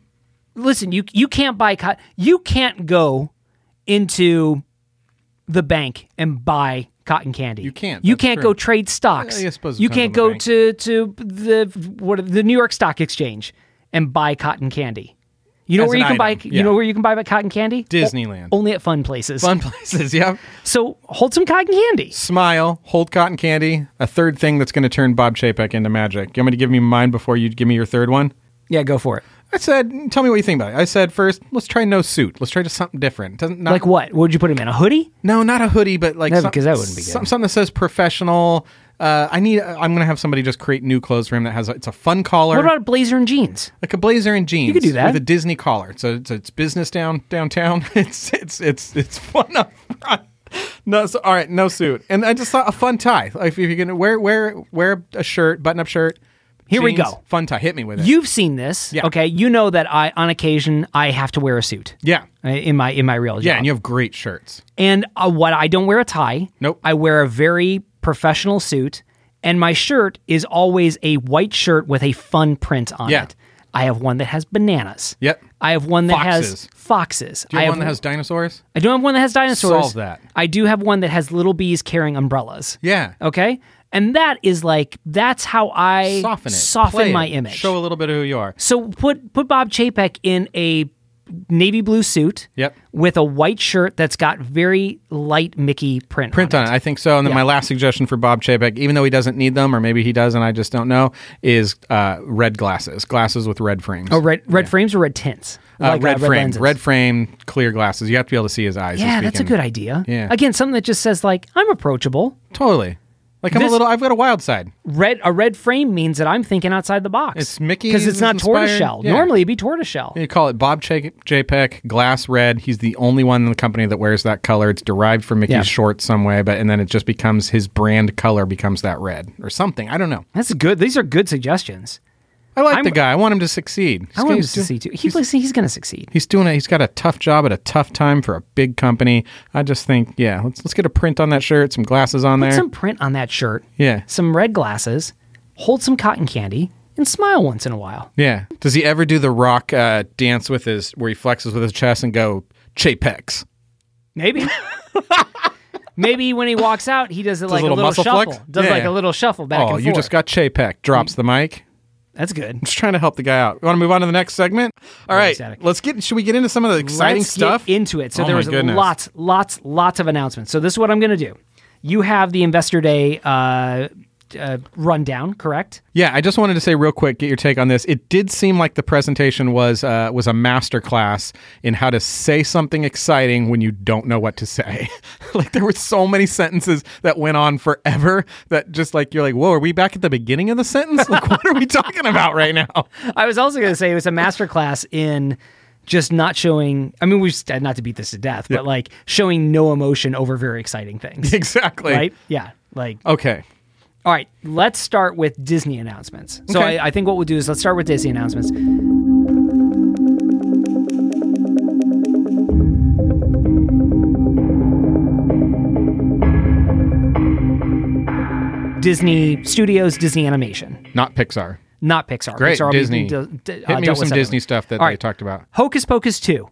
S1: listen, you you can't buy cotton. You can't go into the bank and buy cotton candy. You
S2: can't,
S1: You
S2: that's
S1: can't
S2: true.
S1: go trade stocks.
S2: Yeah, I suppose it
S1: you
S2: depends
S1: can't
S2: on the
S1: go
S2: bank.
S1: to to the what the New York Stock Exchange and buy cotton candy. You know
S2: As
S1: where
S2: an
S1: you can buy.
S2: item,
S1: You know
S2: yeah.
S1: where you can buy cotton candy?
S2: Disneyland.
S1: O- only at fun places.
S2: fun places. Yep.
S1: So hold some cotton candy.
S2: smile, hold cotton candy. A third thing that's going to turn Bob Chapek into magic. You want me to give me mine before you give me your third one?
S1: Yeah, go for it.
S2: I said, tell me what you think about it. I said first, let's try no suit. Let's try just something different. Doesn't not,
S1: Like what? Would you put him in a hoodie?
S2: no, not a hoodie, but like
S1: No,
S2: some-
S1: because that wouldn't be good.
S2: some- something that says professional. Uh, I need. I'm gonna have somebody just create new clothes for him that has. A, it's a fun collar,
S1: What about a blazer and jeans?
S2: like a blazer and jeans. You
S1: could do that.
S2: with a Disney collar. So, so it's business down downtown. It's it's it's it's fun up front. No, so, all right, no suit, and I just thought a fun tie. Like if you're gonna wear wear wear a shirt, button up shirt.
S1: Here we
S2: jeans,
S1: go.
S2: Fun tie. Hit me with it.
S1: You've seen this,
S2: Yeah.
S1: okay? You know that I, on occasion, I have to wear a suit.
S2: Yeah.
S1: uh, In my in my real job.
S2: Yeah, and you have great shirts.
S1: And, uh, what I don't wear a tie.
S2: Nope.
S1: I wear a very professional suit, and my shirt is always a white shirt with a fun print on
S2: Yeah.
S1: it. I have one that has bananas.
S2: Yep.
S1: I have one that has
S2: Foxes.
S1: foxes.
S2: Do you
S1: I
S2: have
S1: have
S2: one that has dinosaurs?
S1: I do have one that has dinosaurs.
S2: Solve that.
S1: I do have one that has little bees carrying umbrellas.
S2: Yeah.
S1: Okay. And that is like that's how I
S2: Soften it.
S1: soften
S2: Play it.
S1: my image.
S2: Show a little bit of who you are.
S1: So put put Bob Chapek in a navy blue suit.
S2: Yep.
S1: With a white shirt that's got very light Mickey print.
S2: Print on it. I think so. And then my last suggestion for Bob Chapek, even though he doesn't need them, or maybe he does, and I just don't know, is uh, red glasses. Glasses with red frames.
S1: Oh, red red frames or red tints?
S2: Uh,
S1: Like, uh,
S2: red frame,
S1: lenses.
S2: red frame, clear glasses. You have to be able to see his eyes.
S1: Yeah, that's a good idea.
S2: Yeah.
S1: Again, something that just says like I'm approachable.
S2: Totally. Like I'm
S1: This-
S2: a little. I've got a wild side.
S1: Red a red frame means that I'm thinking outside the box.
S2: It's Mickey's
S1: because it's not
S2: inspired-
S1: tortoiseshell.
S2: yeah.
S1: Normally, it'd be tortoiseshell.
S2: You call it Bob J- JPEG Glass Red. He's the only one in the company that wears that color. It's derived from Mickey's
S1: Yeah.
S2: shorts some way, but and then it just becomes his brand color becomes that red or something. I don't know.
S1: That's good. These are good suggestions.
S2: I like
S1: I'm-
S2: the guy. I want him to succeed.
S1: I want him to
S2: He's do-
S1: succeed too. He plays, he's going to succeed.
S2: He's doing it. He's got a tough job at a tough time for a big company. I just think, yeah, let's let's get a print on that shirt, some glasses on
S1: Put
S2: there.
S1: some print on that shirt.
S2: Yeah.
S1: Some red glasses. Hold some cotton candy and smile once in a while.
S2: Yeah. Does he ever do the rock uh, dance with his where he flexes with his chest and go chapex?
S1: Maybe. Maybe when he walks out, he does it like a
S2: little
S1: little,
S2: muscle
S1: shuffle.
S2: flex?
S1: Does
S2: Yeah.
S1: like a little shuffle back and
S2: Oh,
S1: forth. Mm.
S2: you just got chapec. Drops the mic.
S1: That's good.
S2: Just trying to help the guy out. Want to move on to the next segment? All right.
S1: static.
S2: Let's get. Should we get into some of the exciting
S1: Let's
S2: stuff?
S1: Get into it. So
S2: Oh
S1: there
S2: my
S1: was
S2: goodness.
S1: lots, lots, lots of announcements. So this is what I'm going to do. You have the Investor Day uh, uh, rundown, correct?
S2: Yeah, I just wanted to say real quick, get your take on this. It did seem like the presentation was uh, was a master class in how to say something exciting when you don't know what to say. like there were so many sentences that went on forever that just like you're like, whoa, are we back at the beginning of the sentence? Like what are we talking about right now?
S1: I was also going to say it was a masterclass in just not showing. I mean, we just, not to beat this to death, but like showing no emotion over very exciting things,
S2: Exactly.
S1: right? Yeah, like
S2: Okay.
S1: all right. Let's start with Disney announcements. So
S2: Okay.
S1: I, I think what we'll do is let's start with Disney announcements. Disney Studios, Disney Animation,
S2: Not Pixar.
S1: not Pixar.
S2: Great.
S1: Pixar will be
S2: Disney.
S1: de- de- uh, dealt
S2: Hit me with some
S1: separately.
S2: Disney stuff that
S1: All
S2: they
S1: right.
S2: talked about.
S1: Hocus Pocus 2.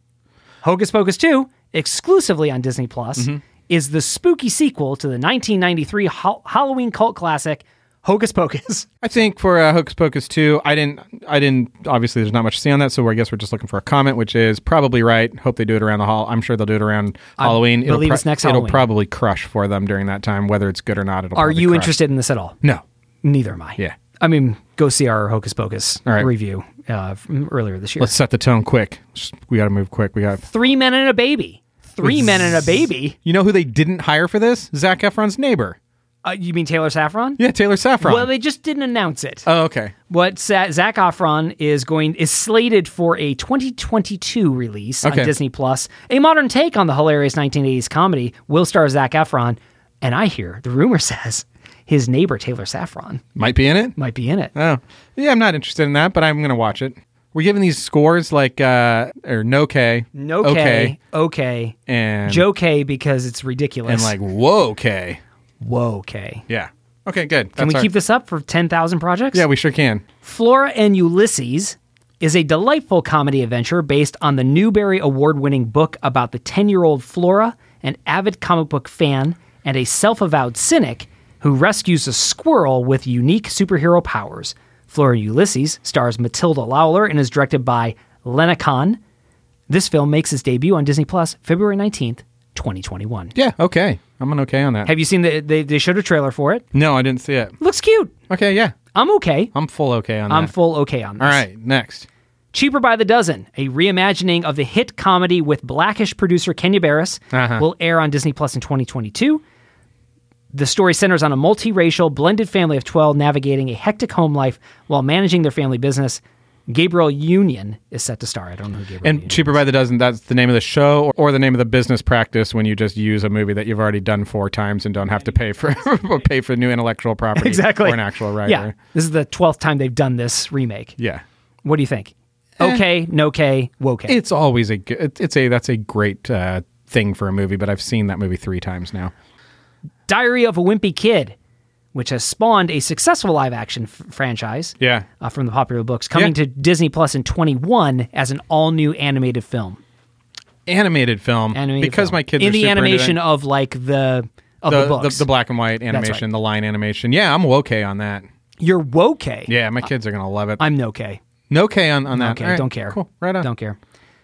S1: Hocus Pocus 2, exclusively on Disney Plus,
S2: Mm-hmm.
S1: is the spooky sequel to the 1993 Hal- Halloween cult classic Hocus Pocus.
S2: I think for uh, Hocus Pocus two, I didn't. I didn't. Obviously, there's not much to see on that, so I guess we're just looking for a comment, which is probably right. Hope they do it around the hall. I'm sure they'll do it around Halloween.
S1: believe it's next
S2: It'll
S1: Halloween.
S2: probably crush for them during that time, whether it's good or not. It'll
S1: Are
S2: probably
S1: you
S2: crush.
S1: interested in this at all?
S2: No.
S1: Neither am I.
S2: Yeah.
S1: I mean, go see our Hocus Pocus
S2: All right.
S1: review uh, from earlier this year.
S2: Let's set the tone quick. Just- We got to move quick. We got.
S1: Three men and a baby. Three men and a baby.
S2: You know who they didn't hire for this? Zach Efron's neighbor.
S1: Uh, you mean Taylor Saffron?
S2: Yeah, Taylor Saffron.
S1: Well, they just didn't announce it.
S2: oh, okay.
S1: what Sa- Zach Efron is going is slated for a 2022 release
S2: Okay.
S1: on Disney Plus, a modern take on the hilarious 1980s comedy. Will star Zach Efron, and I hear the rumor says his neighbor Taylor Saffron
S2: Might be in it.
S1: might be in it.
S2: Oh, yeah. I'm not interested in that, but I'm gonna watch it. We're giving these scores like uh or no K,
S1: No K, okay, okay,
S2: and
S1: Joe K because it's ridiculous.
S2: and like whoa K.
S1: whoa K.
S2: Yeah. Okay, good.
S1: Can we keep this up for 10,000 projects?
S2: Yeah, we sure can.
S1: Flora and Ulysses is a delightful comedy adventure based on the Newbery Award winning book about the 10 year old Flora, an avid comic book fan and a self avowed cynic who rescues a squirrel with unique superhero powers. Flora and Ulysses stars Matilda Lawler and is directed by Lena Khan. This film makes its debut on Disney Plus February 19th, 2021.
S2: Yeah, okay. I'm an okay on that.
S1: Have you seen the? They, they showed a trailer for it.
S2: no, I didn't see it.
S1: Looks cute.
S2: Okay, yeah.
S1: I'm okay.
S2: I'm full okay on that.
S1: I'm full okay on this.
S2: All right, next.
S1: Cheaper by the Dozen, a reimagining of the hit comedy with blackish producer Kenya Barris, will air on Disney Plus in 2022. The story centers on a multiracial, blended family of 12 navigating a hectic home life while managing their family business. Gabriel Union is set to star. I don't know who Gabriel
S2: And
S1: Union
S2: cheaper by the dozen. That's the name of the show, or, or the name of the business practice when you just use a movie that you've already done four times and don't have to pay for pay for new intellectual property
S1: Exactly.
S2: or an actual writer.
S1: Yeah. This is the 12th time they've done this remake.
S2: Yeah.
S1: What do you think? Okay, no K, woke.
S2: It's always a good. it- It's a that's a great uh, thing for a movie, but I've seen that movie three times now.
S1: Diary of a Wimpy Kid, which has spawned a successful live action f- franchise.
S2: Yeah.
S1: uh, from the popular books, coming
S2: Yeah.
S1: to Disney Plus in 21 as an all new animated film.
S2: Animated film.
S1: Animated
S2: because
S1: film.
S2: my kids
S1: in
S2: are
S1: the
S2: super into
S1: animation
S2: it.
S1: of like the of the,
S2: the, the,
S1: books.
S2: the black and white animation, the line animation. Yeah, I'm okay on that.
S1: You're woke. eh?
S2: Yeah, my kids are gonna love it.
S1: I'm no K.
S2: no K on, on that.
S1: Okay,
S2: All right,
S1: don't care.
S2: Cool. Right on.
S1: Don't care.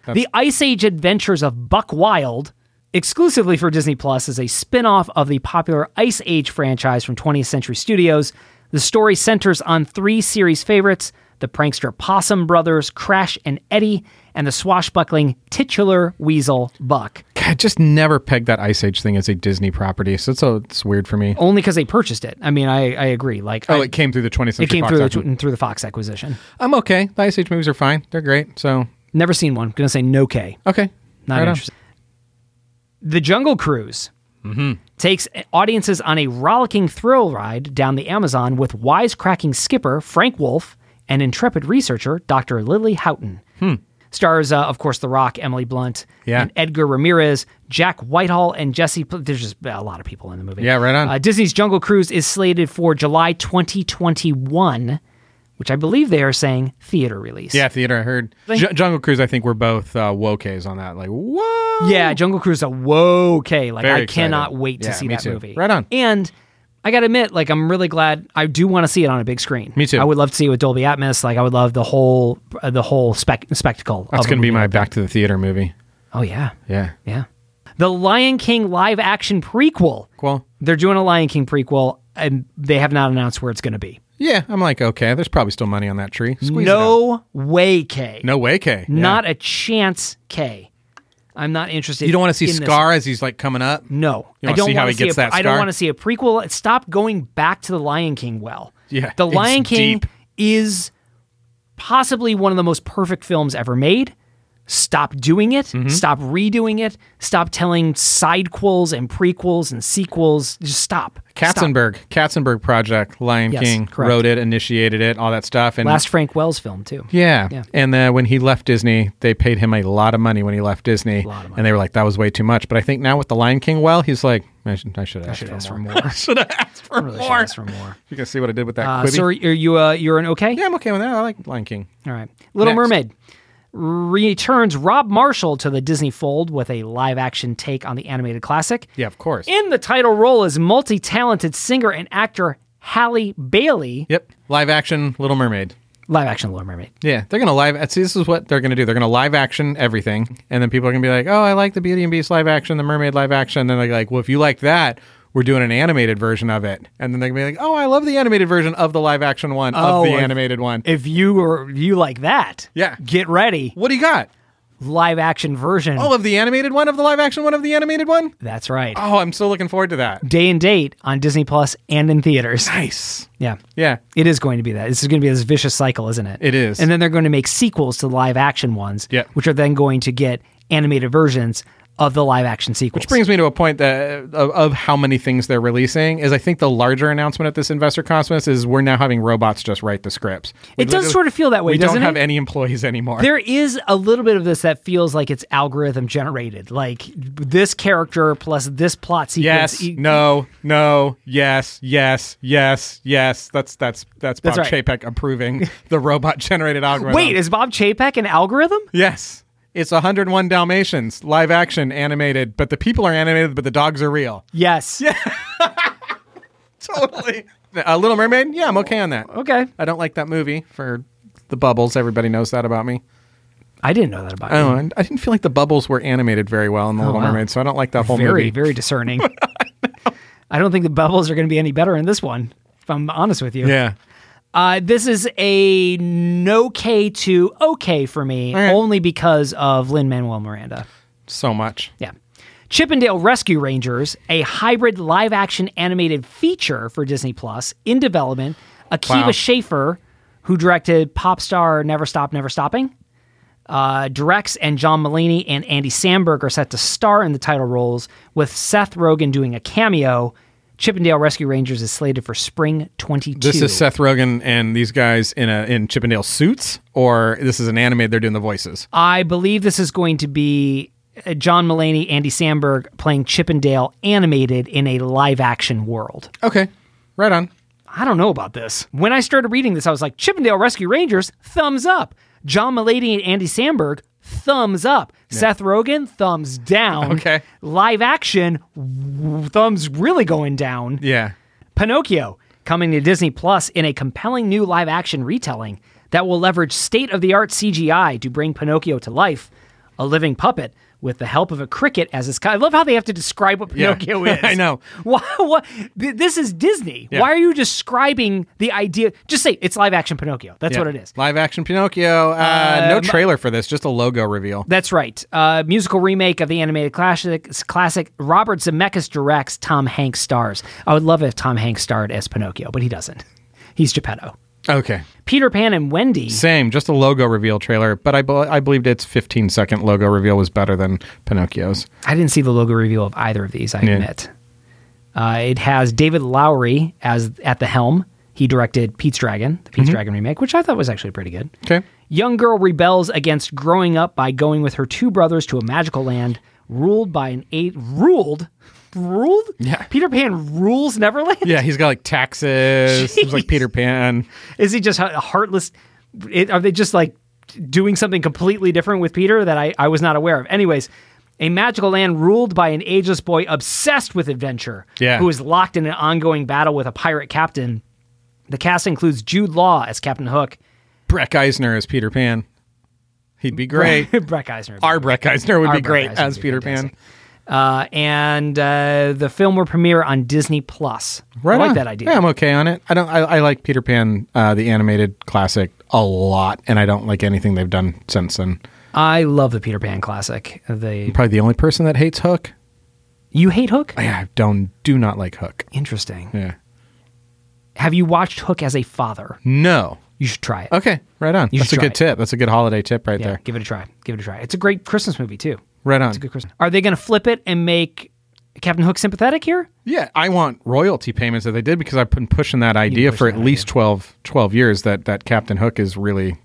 S1: the Ice Age Adventures of Buck Wild, exclusively for Disney Plus, is a spin off of the popular Ice Age franchise from 20th Century Studios. The story centers on three series favorites the prankster Possum Brothers, Crash and Eddie, and the swashbuckling titular Weasel Buck.
S2: I just never pegged that Ice Age thing as a Disney property, so it's, a, it's weird for me.
S1: Only because they purchased it. I mean, I, I agree. Like,
S2: Oh,
S1: I-
S2: it came through the 20th century.
S1: it came
S2: Fox
S1: through the,
S2: action.
S1: tw- through the Fox acquisition.
S2: I'm okay. The Ice Age movies are fine. They're great. So
S1: Never seen one. Gonna say no K.
S2: okay,
S1: Not
S2: Right on.
S1: interested. The Jungle Cruise
S2: Mm-hmm.
S1: takes audiences on a rollicking thrill ride down the Amazon with wisecracking skipper Frank Wolf and intrepid researcher Dr. Lily Houghton. Stars, uh, of course, The Rock, Emily Blunt,
S2: Hmm. Yeah.
S1: and Edgar Ramirez, Jack Whitehall, and Jesse. Pl- There's just a lot of people in the movie.
S2: Yeah, right on.
S1: Uh, Disney's Jungle Cruise is slated for July 2021, which I believe they are saying theater release.
S2: Yeah, theater. I heard Ju- Jungle Cruise. I think we're both uh, woke's on that. Like whoa.
S1: Yeah, Jungle Cruise is a whoa okay. Like
S2: Very
S1: I cannot
S2: excited.
S1: wait to
S2: Yeah,
S1: see
S2: me
S1: that
S2: too.
S1: movie.
S2: Right on.
S1: And I gotta admit, like I'm really glad. I do want to see it on a big screen.
S2: Me too.
S1: I would love to see it with Dolby Atmos. Like I would love the whole uh, the whole spec- spectacle.
S2: That's
S1: of a
S2: gonna be
S1: movie.
S2: my back to the theater movie.
S1: Oh yeah,
S2: Yeah.
S1: yeah. The Lion King live action prequel.
S2: Well,
S1: They're doing a Lion King prequel, and they have not announced where it's gonna be.
S2: yeah. I'm like okay. There's probably still money on that tree. Squeeze it out.
S1: no way, K.
S2: No way, K. Yeah.
S1: not a chance, K. I'm not interested.
S2: You don't want to see
S1: in this.
S2: Scar as he's like coming up.
S1: No,
S2: You
S1: I
S2: wanna
S1: don't
S2: see how
S1: wanna
S2: he gets
S1: a,
S2: that
S1: I don't
S2: scar?
S1: want to see a prequel. Stop going back to the Lion King. Well,
S2: Yeah,
S1: the
S2: it's
S1: Lion King
S2: deep.
S1: is possibly one of the most perfect films ever made. Stop doing it.
S2: Mm-hmm.
S1: Stop redoing it. Stop telling sidequels and prequels and sequels. Just stop. Stop.
S2: Katzenberg, Katzenberg Project, Lion
S1: Yes,
S2: King
S1: correct.
S2: wrote it, initiated it, all that stuff. And
S1: Last Frank Wells film too.
S2: Yeah.
S1: Yeah.
S2: And uh, when he left Disney, they paid him a lot of money when he left Disney.
S1: lot of money.
S2: And they were like, that was way too much. But I think now with The Lion King, well, he's like, I should, I should ask,
S1: Should
S2: for
S1: ask
S2: more.
S1: for more.
S2: should have asked for
S1: Really should
S2: more.
S1: ask for more.
S2: You can see what I did with that
S1: Uh,
S2: Quibi?
S1: so are you uh, you're an okay?
S2: Yeah, I'm okay with that. I like Lion King.
S1: All right. Little
S2: Next.
S1: Mermaid returns Rob Marshall to the Disney fold with a live action take on the animated classic.
S2: Yeah, of course.
S1: In the title role is multi talented singer and actor Halle Bailey.
S2: yep. Live action Little Mermaid.
S1: Live action Little Mermaid.
S2: Yeah, they're gonna live. See, this is what they're gonna do. They're gonna live action everything, and then people are gonna be like, "Oh, I like the Beauty and Beast live action, the Mermaid live action." And then they're like, "Well, if you like that, we're doing an animated version of it." And then they're gonna be like, "Oh, I love the animated version of the live action one
S1: Oh,
S2: of the
S1: if-
S2: animated one."
S1: If you were you like that,
S2: Yeah.
S1: get ready.
S2: what do you got?
S1: Live action version.
S2: Oh, of the animated one of the live action one of the animated one.
S1: That's right.
S2: Oh, I'm so looking forward to that.
S1: Day and date on Disney Plus and in theaters.
S2: Nice.
S1: Yeah.
S2: Yeah.
S1: It is going to be that. This is going to be this vicious cycle, isn't it?
S2: It is.
S1: And then they're going to make sequels to the live action ones,
S2: Yeah.
S1: which are then going to get animated versions of the live action sequels.
S2: Which brings me to a point that of, of how many things they're releasing is I think the larger announcement at this investor conference is we're now having robots just write the scripts. We
S1: It does
S2: literally-
S1: sort of feel that way,
S2: We
S1: doesn't
S2: don't have
S1: it?
S2: any employees anymore.
S1: there is a little bit of this that feels like it's algorithm generated, like this character plus this plot sequence.
S2: yes,
S1: e-
S2: no, no, yes, yes, yes, yes. That's that's that's Bob
S1: That's right.
S2: Chapek approving the robot generated algorithm.
S1: Wait, is Bob Chapek an algorithm?
S2: yes. It's 101 Dalmatians, live action, animated, but the people are animated, but the dogs are real.
S1: Yes.
S2: Totally. A Little Mermaid? Yeah, I'm okay on that.
S1: Okay.
S2: I don't like that movie for the bubbles. Everybody knows that about me.
S1: I didn't know that about
S2: Oh,
S1: you.
S2: and I didn't feel like the bubbles were animated very well in The Little
S1: Oh, wow.
S2: Mermaid, so I don't like that whole
S1: Very,
S2: movie.
S1: very discerning. I don't think the bubbles are going to be any better in this one, if I'm honest with you.
S2: yeah.
S1: Uh, this is a no K to okay for me,
S2: right.
S1: only because of Lin Manuel Miranda.
S2: So much.
S1: Yeah. Chippendale Rescue Rangers, a hybrid live action animated feature for Disney Plus in development. Akiva
S2: Wow.
S1: Schaffer, who directed pop star Never Stop, Never Stopping, uh, directs, and John Mulaney and Andy Samberg are set to star in the title roles, with Seth Rogen doing a cameo. Chippendale Rescue Rangers is slated for spring 22.
S2: This is Seth Rogen and these guys in a in Chippendale suits, or this is an anime. They're doing the voices.
S1: I believe this is going to be uh, John Mulaney, Andy Samberg playing Chippendale animated in a live action world.
S2: Okay, right on.
S1: I don't know about this. When I started reading this, I was like, Chippendale Rescue Rangers, thumbs up. John Mulaney and Andy Samberg, thumbs up. Seth Rogen, thumbs down.
S2: Okay.
S1: Live action, w- thumbs really going down.
S2: Yeah,
S1: Pinocchio, coming to Disney Plus in a compelling new live action retelling that will leverage state of the art CGI to bring Pinocchio to life, a living puppet with the help of a cricket as his. co- I love how they have to describe what
S2: Yeah.
S1: Pinocchio is.
S2: I know.
S1: Why, what, th- this is Disney.
S2: Yeah.
S1: Why are you describing the idea? Just say it's live action Pinocchio. That's
S2: Yeah.
S1: what it is.
S2: Live action Pinocchio. Uh, no trailer for this, just a logo reveal.
S1: That's right. Uh, musical remake of the animated classic. Classic. Robert Zemeckis directs. Tom Hanks stars. I would love if Tom Hanks starred as Pinocchio, but he doesn't. He's Geppetto.
S2: Okay,
S1: Peter Pan and Wendy.
S2: same, just a logo reveal trailer. But I bel I believed its 15 second logo reveal was better than Pinocchio's.
S1: I didn't see the logo reveal of either of these. I admit. Uh, it has David Lowery as at the helm. He directed Pete's Dragon, the
S2: Mm-hmm.
S1: Pete's Dragon remake, which I thought was actually pretty good.
S2: Okay,
S1: Young girl rebels against growing up by going with her two brothers to a magical land ruled by an eight ruled ruled.
S2: Yeah.
S1: Peter Pan rules Neverland.
S2: yeah, he's got like taxes. He's like Peter Pan.
S1: Is he just a heartless? It, are they just like doing something completely different with Peter that I, I was not aware of? Anyways, a magical land ruled by an ageless boy obsessed with adventure
S2: Yeah.
S1: who is locked in an ongoing battle with a pirate captain. The cast includes Jude Law as Captain Hook,
S2: Breck Eisner is Peter Pan. He'd be great.
S1: Breck Eisner.
S2: Our Breck Eisner would
S1: Our
S2: be
S1: Brett
S2: great
S1: Eisner
S2: as
S1: would be
S2: Peter
S1: fantastic.
S2: Pan.
S1: Uh, and uh, the film will premiere on Disney Plus. I like
S2: on.
S1: that idea.
S2: Yeah, I'm okay on it. I don't. I, I like Peter Pan, uh, the animated classic, a lot, and I don't like anything they've done since then.
S1: I love the Peter Pan classic. The
S2: Probably the only person that hates Hook.
S1: you hate Hook?
S2: I I don't do not like Hook.
S1: Interesting.
S2: Yeah.
S1: Have you watched Hook as a father?
S2: No.
S1: You should try it.
S2: Okay. Right on.
S1: You
S2: That's a
S1: should try
S2: good tip. That's a good holiday tip right
S1: Yeah,
S2: there.
S1: give it a try. Give it a try. It's a great Christmas movie too.
S2: Right on.
S1: It's a good Christmas. Are they going to flip it and make Captain Hook sympathetic here?
S2: Yeah, I want royalty payments that they did because I've been pushing that idea
S1: push
S2: for
S1: that
S2: at least 12, 12 years that that Captain Hook is really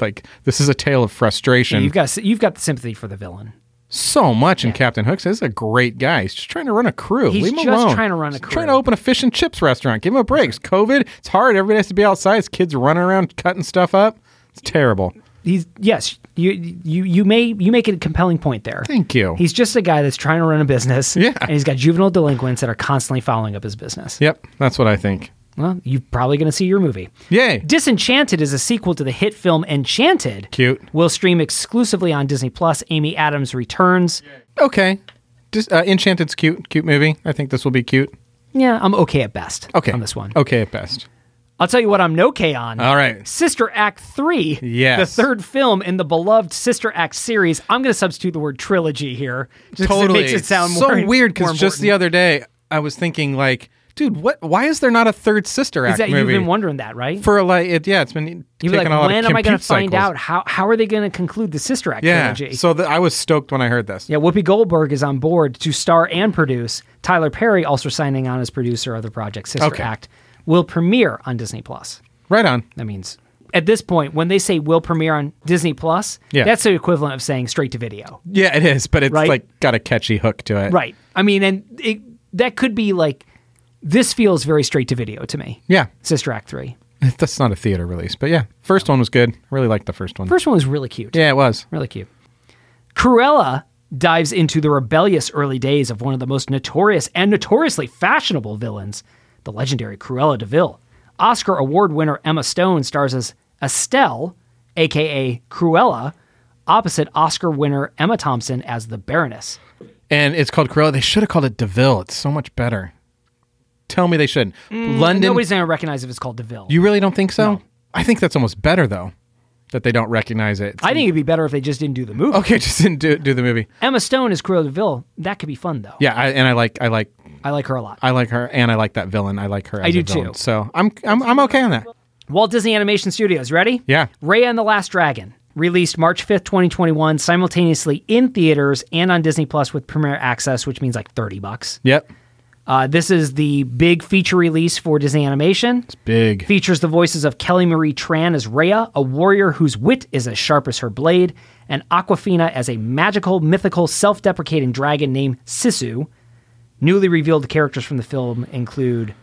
S2: like this is a tale of frustration.
S1: You've got you've got the sympathy for the villain.
S2: so much in Captain Hook. This is a great guy. He's just trying to run a crew.
S1: He's
S2: Leave him
S1: just
S2: alone.
S1: trying to run a
S2: He's trying to
S1: crew.
S2: open a fish and chips restaurant. Give him a break. It's COVID. It's hard. Everybody has to be outside. His kids running around cutting stuff up. It's terrible.
S1: He's yes, you you you may you make a compelling point there.
S2: Thank you.
S1: He's just a guy that's trying to run a business.
S2: Yeah.
S1: And he's got juvenile delinquents that are constantly following up his business.
S2: yep, that's what I think.
S1: Well, you're probably going to see your movie.
S2: Yay.
S1: Disenchanted is a sequel to the hit film Enchanted.
S2: Cute.
S1: Will stream exclusively on Disney Plus. Amy Adams returns.
S2: okay. Just, uh, Enchanted's cute, cute movie. I think this will be cute.
S1: Yeah, I'm okay at best
S2: Okay.
S1: on this one.
S2: Okay at best.
S1: I'll tell you what I'm no K on.
S2: All right.
S1: Sister Act 3,
S2: Yes.
S1: the third film in the beloved Sister Act series. I'm going to substitute the word trilogy here. Just 'cause
S2: totally
S1: It makes it sound
S2: so
S1: more,
S2: weird
S1: more
S2: because just the
S1: important.
S2: other day I was thinking like, dude, what? Why is there not a third sister act
S1: Is that
S2: movie?
S1: you've been wondering that, right?
S2: for like it, yeah, it's been
S1: You're
S2: taking
S1: like,
S2: a lot
S1: when
S2: of
S1: am I
S2: going
S1: going
S2: to
S1: to find out? How, how are they going to conclude the Sister Act
S2: Yeah,
S1: trilogy?
S2: so th- I was stoked when I heard this.
S1: yeah, Whoopi Goldberg is on board to star and produce. Tyler Perry also signing on as producer of the project. Sister
S2: Okay.
S1: Act will premiere on Disney Plus.
S2: Right on.
S1: That means at this point, when they say will premiere on Disney Plus,
S2: Yeah.
S1: that's the equivalent of saying straight to video.
S2: Yeah, it is, but it's
S1: Right?
S2: like got a catchy hook to it.
S1: Right. I mean, and it, that could be like this feels very straight to video to me.
S2: Yeah,
S1: Sister Act three.
S2: that's not a theater release, but yeah, first one was good. I really liked the first one.
S1: First one was really cute.
S2: yeah, it was.
S1: Really cute. Cruella dives into the rebellious early days of one of the most notorious and notoriously fashionable villains, the legendary Cruella DeVille. Oscar award winner Emma Stone stars as Estelle, aka Cruella, opposite Oscar winner Emma Thompson as the Baroness.
S2: And it's called Cruella. They should have called it Deville. It's so much better. Tell me they shouldn't. London.
S1: Mm, Nobody's going to recognize if it's called DeVille.
S2: You really don't think so? I think that's almost better though. that they don't recognize it.
S1: I think it'd be better if they just didn't do the movie.
S2: okay, just didn't do, do the movie.
S1: Emma Stone is Cruella de Vil. That could be fun though.
S2: Yeah, I, and I like I like
S1: I like her a lot.
S2: I like her, and I like that villain. I like her. As
S1: I do
S2: a villain.
S1: too.
S2: So I'm I'm I'm okay on that.
S1: Walt Disney Animation Studios, ready?
S2: Yeah.
S1: Raya and the Last Dragon, released March 5th, 2021, simultaneously in theaters and on Disney Plus with premiere access, which means like 30 bucks.
S2: Yep.
S1: Uh, this is the big feature release for Disney Animation.
S2: Big.
S1: Features the voices of Kelly Marie Tran as Rhea, a warrior whose wit is as sharp as her blade, and Aquafina as a magical, mythical, self deprecating dragon named Sisu. Newly revealed characters from the film include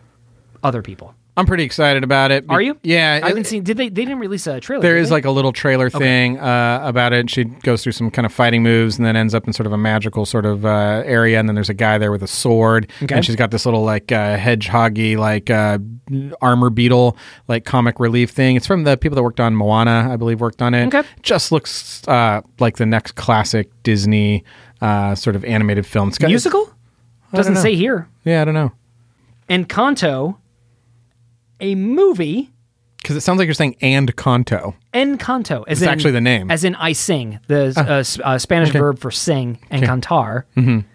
S1: other people.
S2: I'm pretty excited about it.
S1: Are you?
S2: Yeah.
S1: I haven't
S2: it-
S1: seen. Did they? They didn't release a trailer.
S2: There
S1: did
S2: is
S1: they?
S2: like a little trailer thing uh, about it. She goes through some kind of fighting moves and then ends up in sort of a magical sort of uh, area. And then there's a guy there with a sword.
S1: Okay.
S2: And she's got this little like uh, hedgehoggy like uh, armor beetle like comic relief thing. It's from the people that worked on Moana, I believe, worked on it.
S1: Okay.
S2: Just looks uh, like the next classic Disney uh, sort of animated film. It's got-
S1: musical. Doesn't
S2: know.
S1: say here.
S2: Yeah, I don't know.
S1: And Encanto, a movie.
S2: Because it sounds like you're saying and Kanto.
S1: Encanto, as in,
S2: actually the name. Ah,
S1: as in I sing, the uh, s- uh, Spanish verb for sing, and cantar.
S2: In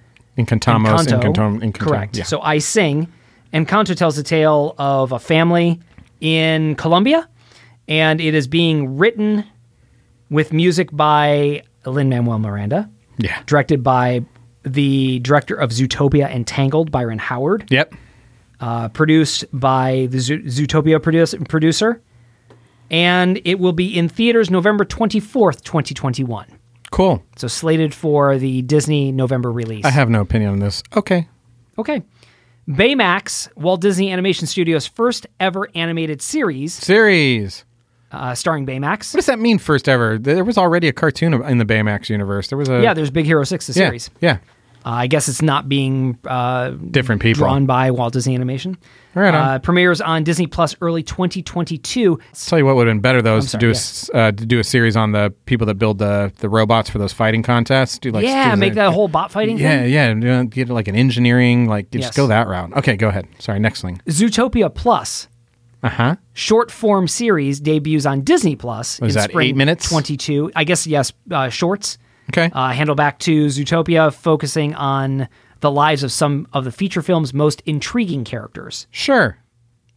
S2: Cantamos.
S1: Encanto,
S2: in
S1: correct.
S2: Yeah.
S1: So I sing. Encanto tells the tale of a family in Colombia, and it is being written with music by Lin Manuel Miranda,
S2: yeah.
S1: directed by the director of Zootopia and Tangled, Byron Howard,
S2: Yep.
S1: uh, produced by the Zo- Zootopia produ- producer, and it will be in theaters November twenty fourth, twenty twenty one.
S2: Cool.
S1: So slated for the Disney November release.
S2: I have no opinion on this. Okay.
S1: Okay. Baymax, Walt Disney Animation Studios' first ever animated series,
S2: Series.
S1: uh, starring Baymax.
S2: What does that mean, first ever? There was already a cartoon in the Baymax universe. There was a.
S1: Yeah, there's Big Hero 6, the
S2: yeah,
S1: series.
S2: Yeah.
S1: Uh, I guess it's not being uh,
S2: Different people.
S1: drawn by Walt Disney Animation.
S2: Right on.
S1: Uh, premieres on Disney Plus early 2022.
S2: Tell you what would have been better, though, is to
S1: sorry,
S2: do, a
S1: yeah.
S2: s uh, to do a series on the people that build the, the robots for those fighting contests. Do like
S1: yeah,
S2: do
S1: make
S2: the-
S1: that whole bot fighting
S2: Yeah,
S1: thing.
S2: yeah. and, uh, Get like an engineering, like just
S1: Yes.
S2: go that route. Okay, go ahead. Sorry, next thing.
S1: Zootopia Plus,
S2: Uh huh.
S1: short form series, debuts on Disney Plus.
S2: What is
S1: in
S2: that,
S1: spring
S2: eight minutes?
S1: 22. I guess, yes, uh, shorts.
S2: Okay.
S1: uh, handle back to Zootopia, focusing on the lives of some of the feature film's most intriguing characters.
S2: sure.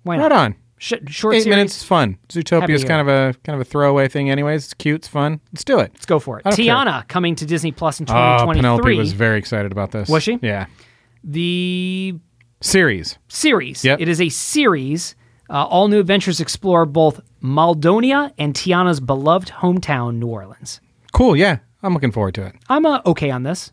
S1: Why
S2: Right
S1: not?
S2: on.
S1: Sh- short
S2: Eight
S1: series.
S2: minutes, fun. Zootopia is
S1: Happy
S2: kind of a kind of a throwaway thing, anyways. It's cute, it's fun. Let's do it.
S1: Let's go for it.
S2: I don't care.
S1: Tiana coming to Disney Plus in
S2: Oh,
S1: 2023.
S2: Penelope was very excited about this.
S1: Was she?
S2: Yeah.
S1: the
S2: Series.
S1: series.
S2: Yep.
S1: It is a series. Uh, all new adventures explore both Maldonia and Tiana's beloved hometown, New Orleans.
S2: Cool. Yeah, I'm looking forward to it.
S1: I'm uh, okay on this.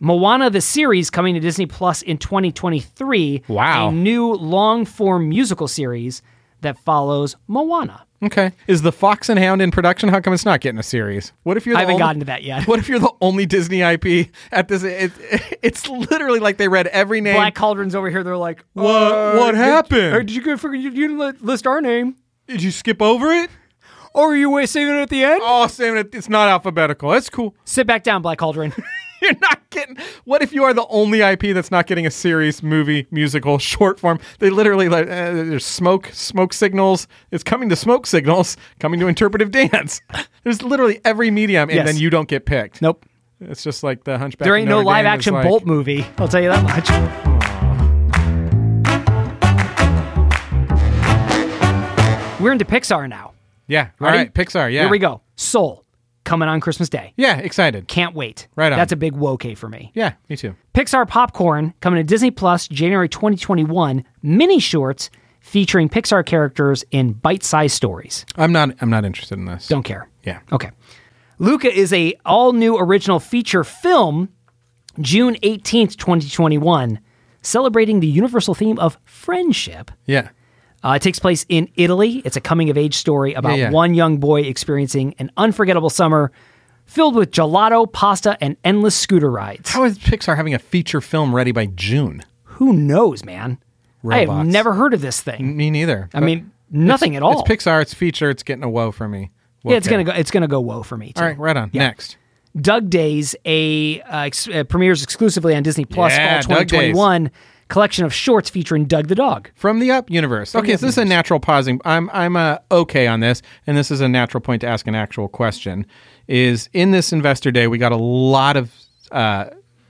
S1: Moana the series coming to Disney Plus in 2023.
S2: Wow.
S1: A new long form musical series that follows Moana.
S2: Okay. Is the Fox and Hound in production? How come it's not getting a series? What if you're? The
S1: I haven't
S2: only-
S1: gotten to that yet.
S2: What if you're the only Disney IP at this? It, it's literally like they read every name.
S1: Black Cauldron's over here. They're like,
S2: What? what happened?
S1: Hey, did you go figure you, you didn't li- list our name?
S2: Did you skip over it?
S1: Or are you saving it at the end?
S2: Oh, Sam, it- it's not alphabetical. That's cool.
S1: Sit back down, Black Cauldron.
S2: You're not getting. What if you are the only IP that's not getting a series, movie, musical, short form? They literally like uh, there's smoke, smoke signals. It's coming to smoke signals, coming to interpretive dance. There's literally every medium, and
S1: Yes.
S2: then you don't get picked.
S1: nope.
S2: It's just like the Hunchback.
S1: There
S2: of
S1: ain't no
S2: Notre
S1: live
S2: Dame is
S1: action
S2: like-
S1: Bolt movie. I'll tell you that much. We're into Pixar now.
S2: Yeah.
S1: Ready?
S2: All right. Pixar. Yeah.
S1: Here we go. Soul coming on Christmas Day.
S2: Yeah. Excited.
S1: Can't wait.
S2: Right on.
S1: That's a big wokey for me.
S2: Yeah. Me too.
S1: Pixar Popcorn coming to Disney Plus January 2021 mini shorts featuring Pixar characters in bite-sized stories.
S2: I'm not. I'm not interested in this.
S1: Don't care.
S2: Yeah.
S1: Okay. Luca is a all-new original feature film June 18th, 2021, celebrating the universal theme of friendship.
S2: Yeah.
S1: Uh, it takes place in Italy. It's a coming of age story about
S2: Yeah, yeah.
S1: one young boy experiencing an unforgettable summer filled with gelato, pasta, and endless scooter rides.
S2: How is Pixar having a feature film ready by June?
S1: Who knows, man? I have
S2: Robots.
S1: never heard of this thing.
S2: Me neither.
S1: I mean, nothing at all.
S2: It's Pixar. It's feature. It's getting a woe for me.
S1: yeah, it's
S2: Okay.
S1: gonna go. It's gonna go woe for me too.
S2: All right. Right on. Next.
S1: Doug Days, a uh, ex- uh, premieres exclusively on Disney Plus fall
S2: Yeah, Doug Days.
S1: 2021, collection of shorts featuring Doug the dog.
S2: From the Up universe. Okay, so this is a natural pausing. I'm I'm uh, okay on this, and this is a natural point to ask an actual question. Is in this investor day we got a lot of uh,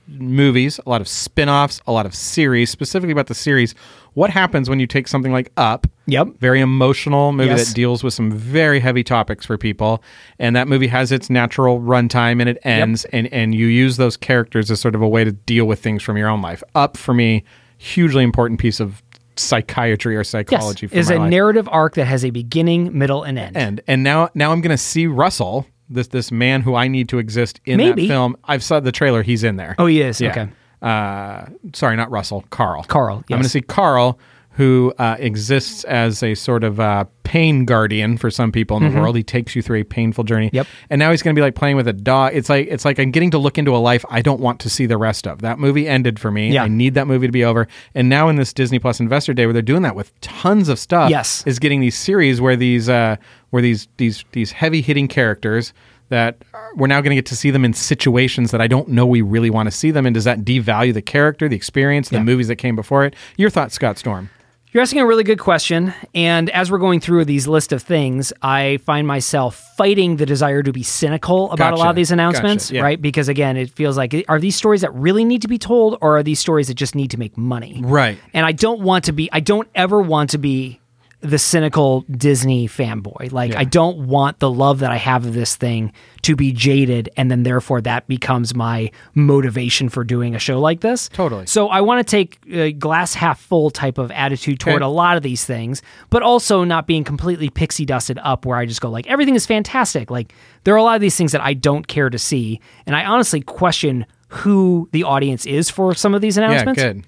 S2: movies, a lot of spin-offs, a lot of series, specifically about the series. What happens when you take something like Up?
S1: Yep.
S2: Very emotional movie
S1: Yes.
S2: that deals with some very heavy topics for people, and that movie has its natural runtime and it ends, and and you use those characters as sort of a way to deal with things from your own life. Up for me, hugely important piece of psychiatry or
S1: Yes,
S2: psychology for
S1: is
S2: my
S1: a
S2: life.
S1: narrative arc that has a beginning, middle, and end.
S2: end. And now now I'm going to see Russell, this this man who I need to exist in
S1: Maybe.
S2: that film. I've saw the trailer; he's in there.
S1: Oh, he is?
S2: Yeah.
S1: Okay.
S2: Uh, sorry, not Russell. Carl.
S1: Carl,
S2: I'm going to
S1: yes.
S2: see Carl, who uh, exists as a sort of uh, pain guardian for some people in the world. He takes you through a painful journey.
S1: Mm-hmm. Yep.
S2: And now he's going to be like playing with a dog. It's like it's like I'm getting to look into a life I don't want to see the rest of. That movie ended for me.
S1: Yeah.
S2: I need that movie to be over. And now in this Disney Plus Investor Day, where they're doing that with tons of stuff
S1: Yes.
S2: is getting these series where these uh, where these these these heavy hitting characters that are- we're now going to get to see them in situations that I don't know we really want to see them in. Does that devalue the character, the experience, the
S1: Yeah.
S2: movies that came before it? Your thoughts, Scott Storm?
S1: You're asking a really good question. And as we're going through these list of things, I find myself fighting the desire to be cynical about a lot
S2: Gotcha.
S1: of these announcements,
S2: Gotcha. Yeah.
S1: right? Because again, it feels like are these stories that really need to be told or are these stories that just need to make money?
S2: Right.
S1: And I don't want to be, I don't ever want to be the cynical Disney fanboy. Like, I don't want the love that I have of this thing to be jaded. And then therefore that becomes my motivation for doing a show like this.
S2: Totally.
S1: So I want to take a glass half full type of attitude toward
S2: Okay.
S1: a lot of these things, but also not being completely pixie dusted up where I just go like everything is fantastic. Like there are a lot of these things that I don't care to see, and I honestly question who the audience is for some of these
S2: Yeah,
S1: announcements.
S2: good.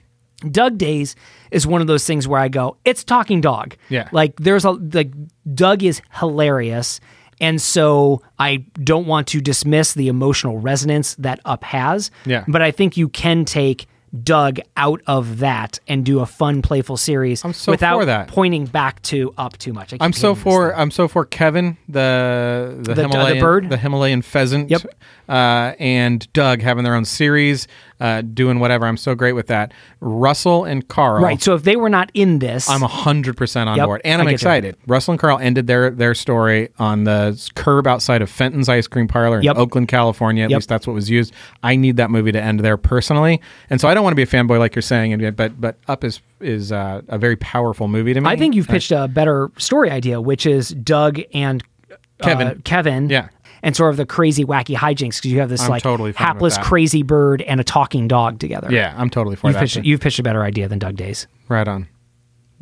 S1: Doug Days is one of those things where I go, it's talking dog.
S2: Yeah.
S1: Like there's a like Doug is hilarious. And so I don't want to dismiss the emotional resonance that Up has.
S2: Yeah.
S1: But I think you can take Doug out of that and do a fun, playful series I'm
S2: so
S1: without
S2: for that.
S1: pointing back to Up too much. I keep
S2: I'm so
S1: hating this
S2: for
S1: thing.
S2: I'm so for Kevin the
S1: The-
S2: the,
S1: uh, the
S2: Himalayan
S1: bird?
S2: the Himalayan pheasant
S1: Yep.
S2: uh, and Doug having their own series uh, doing whatever I'm so great with that Russell and Carl
S1: Right. So if they were not in this,
S2: I'm hundred percent on
S1: Yep,
S2: board, and
S1: I
S2: I'm
S1: get you.
S2: excited. Russell and Carl ended their their story on the s- curb outside of Fenton's Ice Cream Parlor in
S1: Yep.
S2: Oakland, California. At
S1: Yep.
S2: least that's what was used. I need that movie to end there personally, and so I don't want to be a fanboy like you're saying. And yet- but but Up is is uh, a very powerful movie to me.
S1: I think you've pitched a better story idea, which is Doug and uh,
S2: Kevin.
S1: Kevin,
S2: Yeah.
S1: and sort of the crazy, wacky hijinks because you have this
S2: I'm
S1: like
S2: totally fine with
S1: hapless,
S2: that.
S1: crazy bird and a talking dog together.
S2: yeah, I'm totally for
S1: you've
S2: that.
S1: pitched you've pitched a better idea than Doug Days.
S2: right on.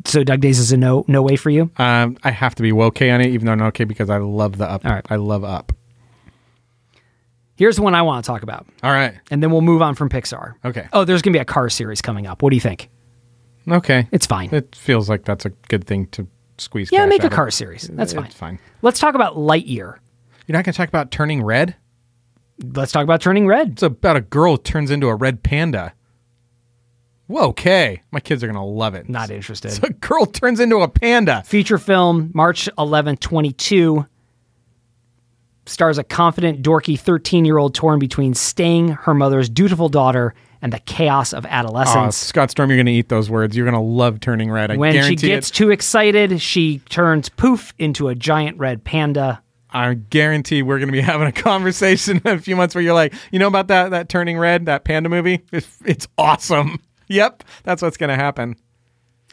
S1: So Doug Days is a no no way for you.
S2: Um, I have to be okay on it, even though I'm not okay because I love the Up.
S1: All right.
S2: I love Up.
S1: Here's one I want to talk about,
S2: All right.
S1: and then we'll move on from Pixar.
S2: Okay.
S1: Oh, there's gonna be a car series coming up. What do you think?
S2: Okay.
S1: It's fine.
S2: It feels like that's a good thing to squeeze.
S1: yeah,
S2: cash
S1: make
S2: out
S1: a
S2: of.
S1: car series. That's
S2: It's
S1: fine.
S2: fine.
S1: Let's talk about Lightyear.
S2: You're not going to talk about turning red.
S1: Let's talk about Turning Red.
S2: It's about a girl who turns into a red panda. Whoa, okay. My kids are going to love it.
S1: Not interested.
S2: It's a girl turns into a panda.
S1: feature film march 11 22 stars a confident dorky 13 year old torn between staying her mother's dutiful daughter and the chaos of
S2: Aw,
S1: adolescence
S2: Uh, Scott Storm, you're going to eat those words. You're going to love turning red. I
S1: when she
S2: guarantee
S1: gets
S2: it.
S1: too excited she turns poof into a giant red panda
S2: I guarantee we're going to be having a conversation in a few months where you're like, you know about that that turning red, that panda movie? It's, it's awesome. Yep, that's what's going to happen.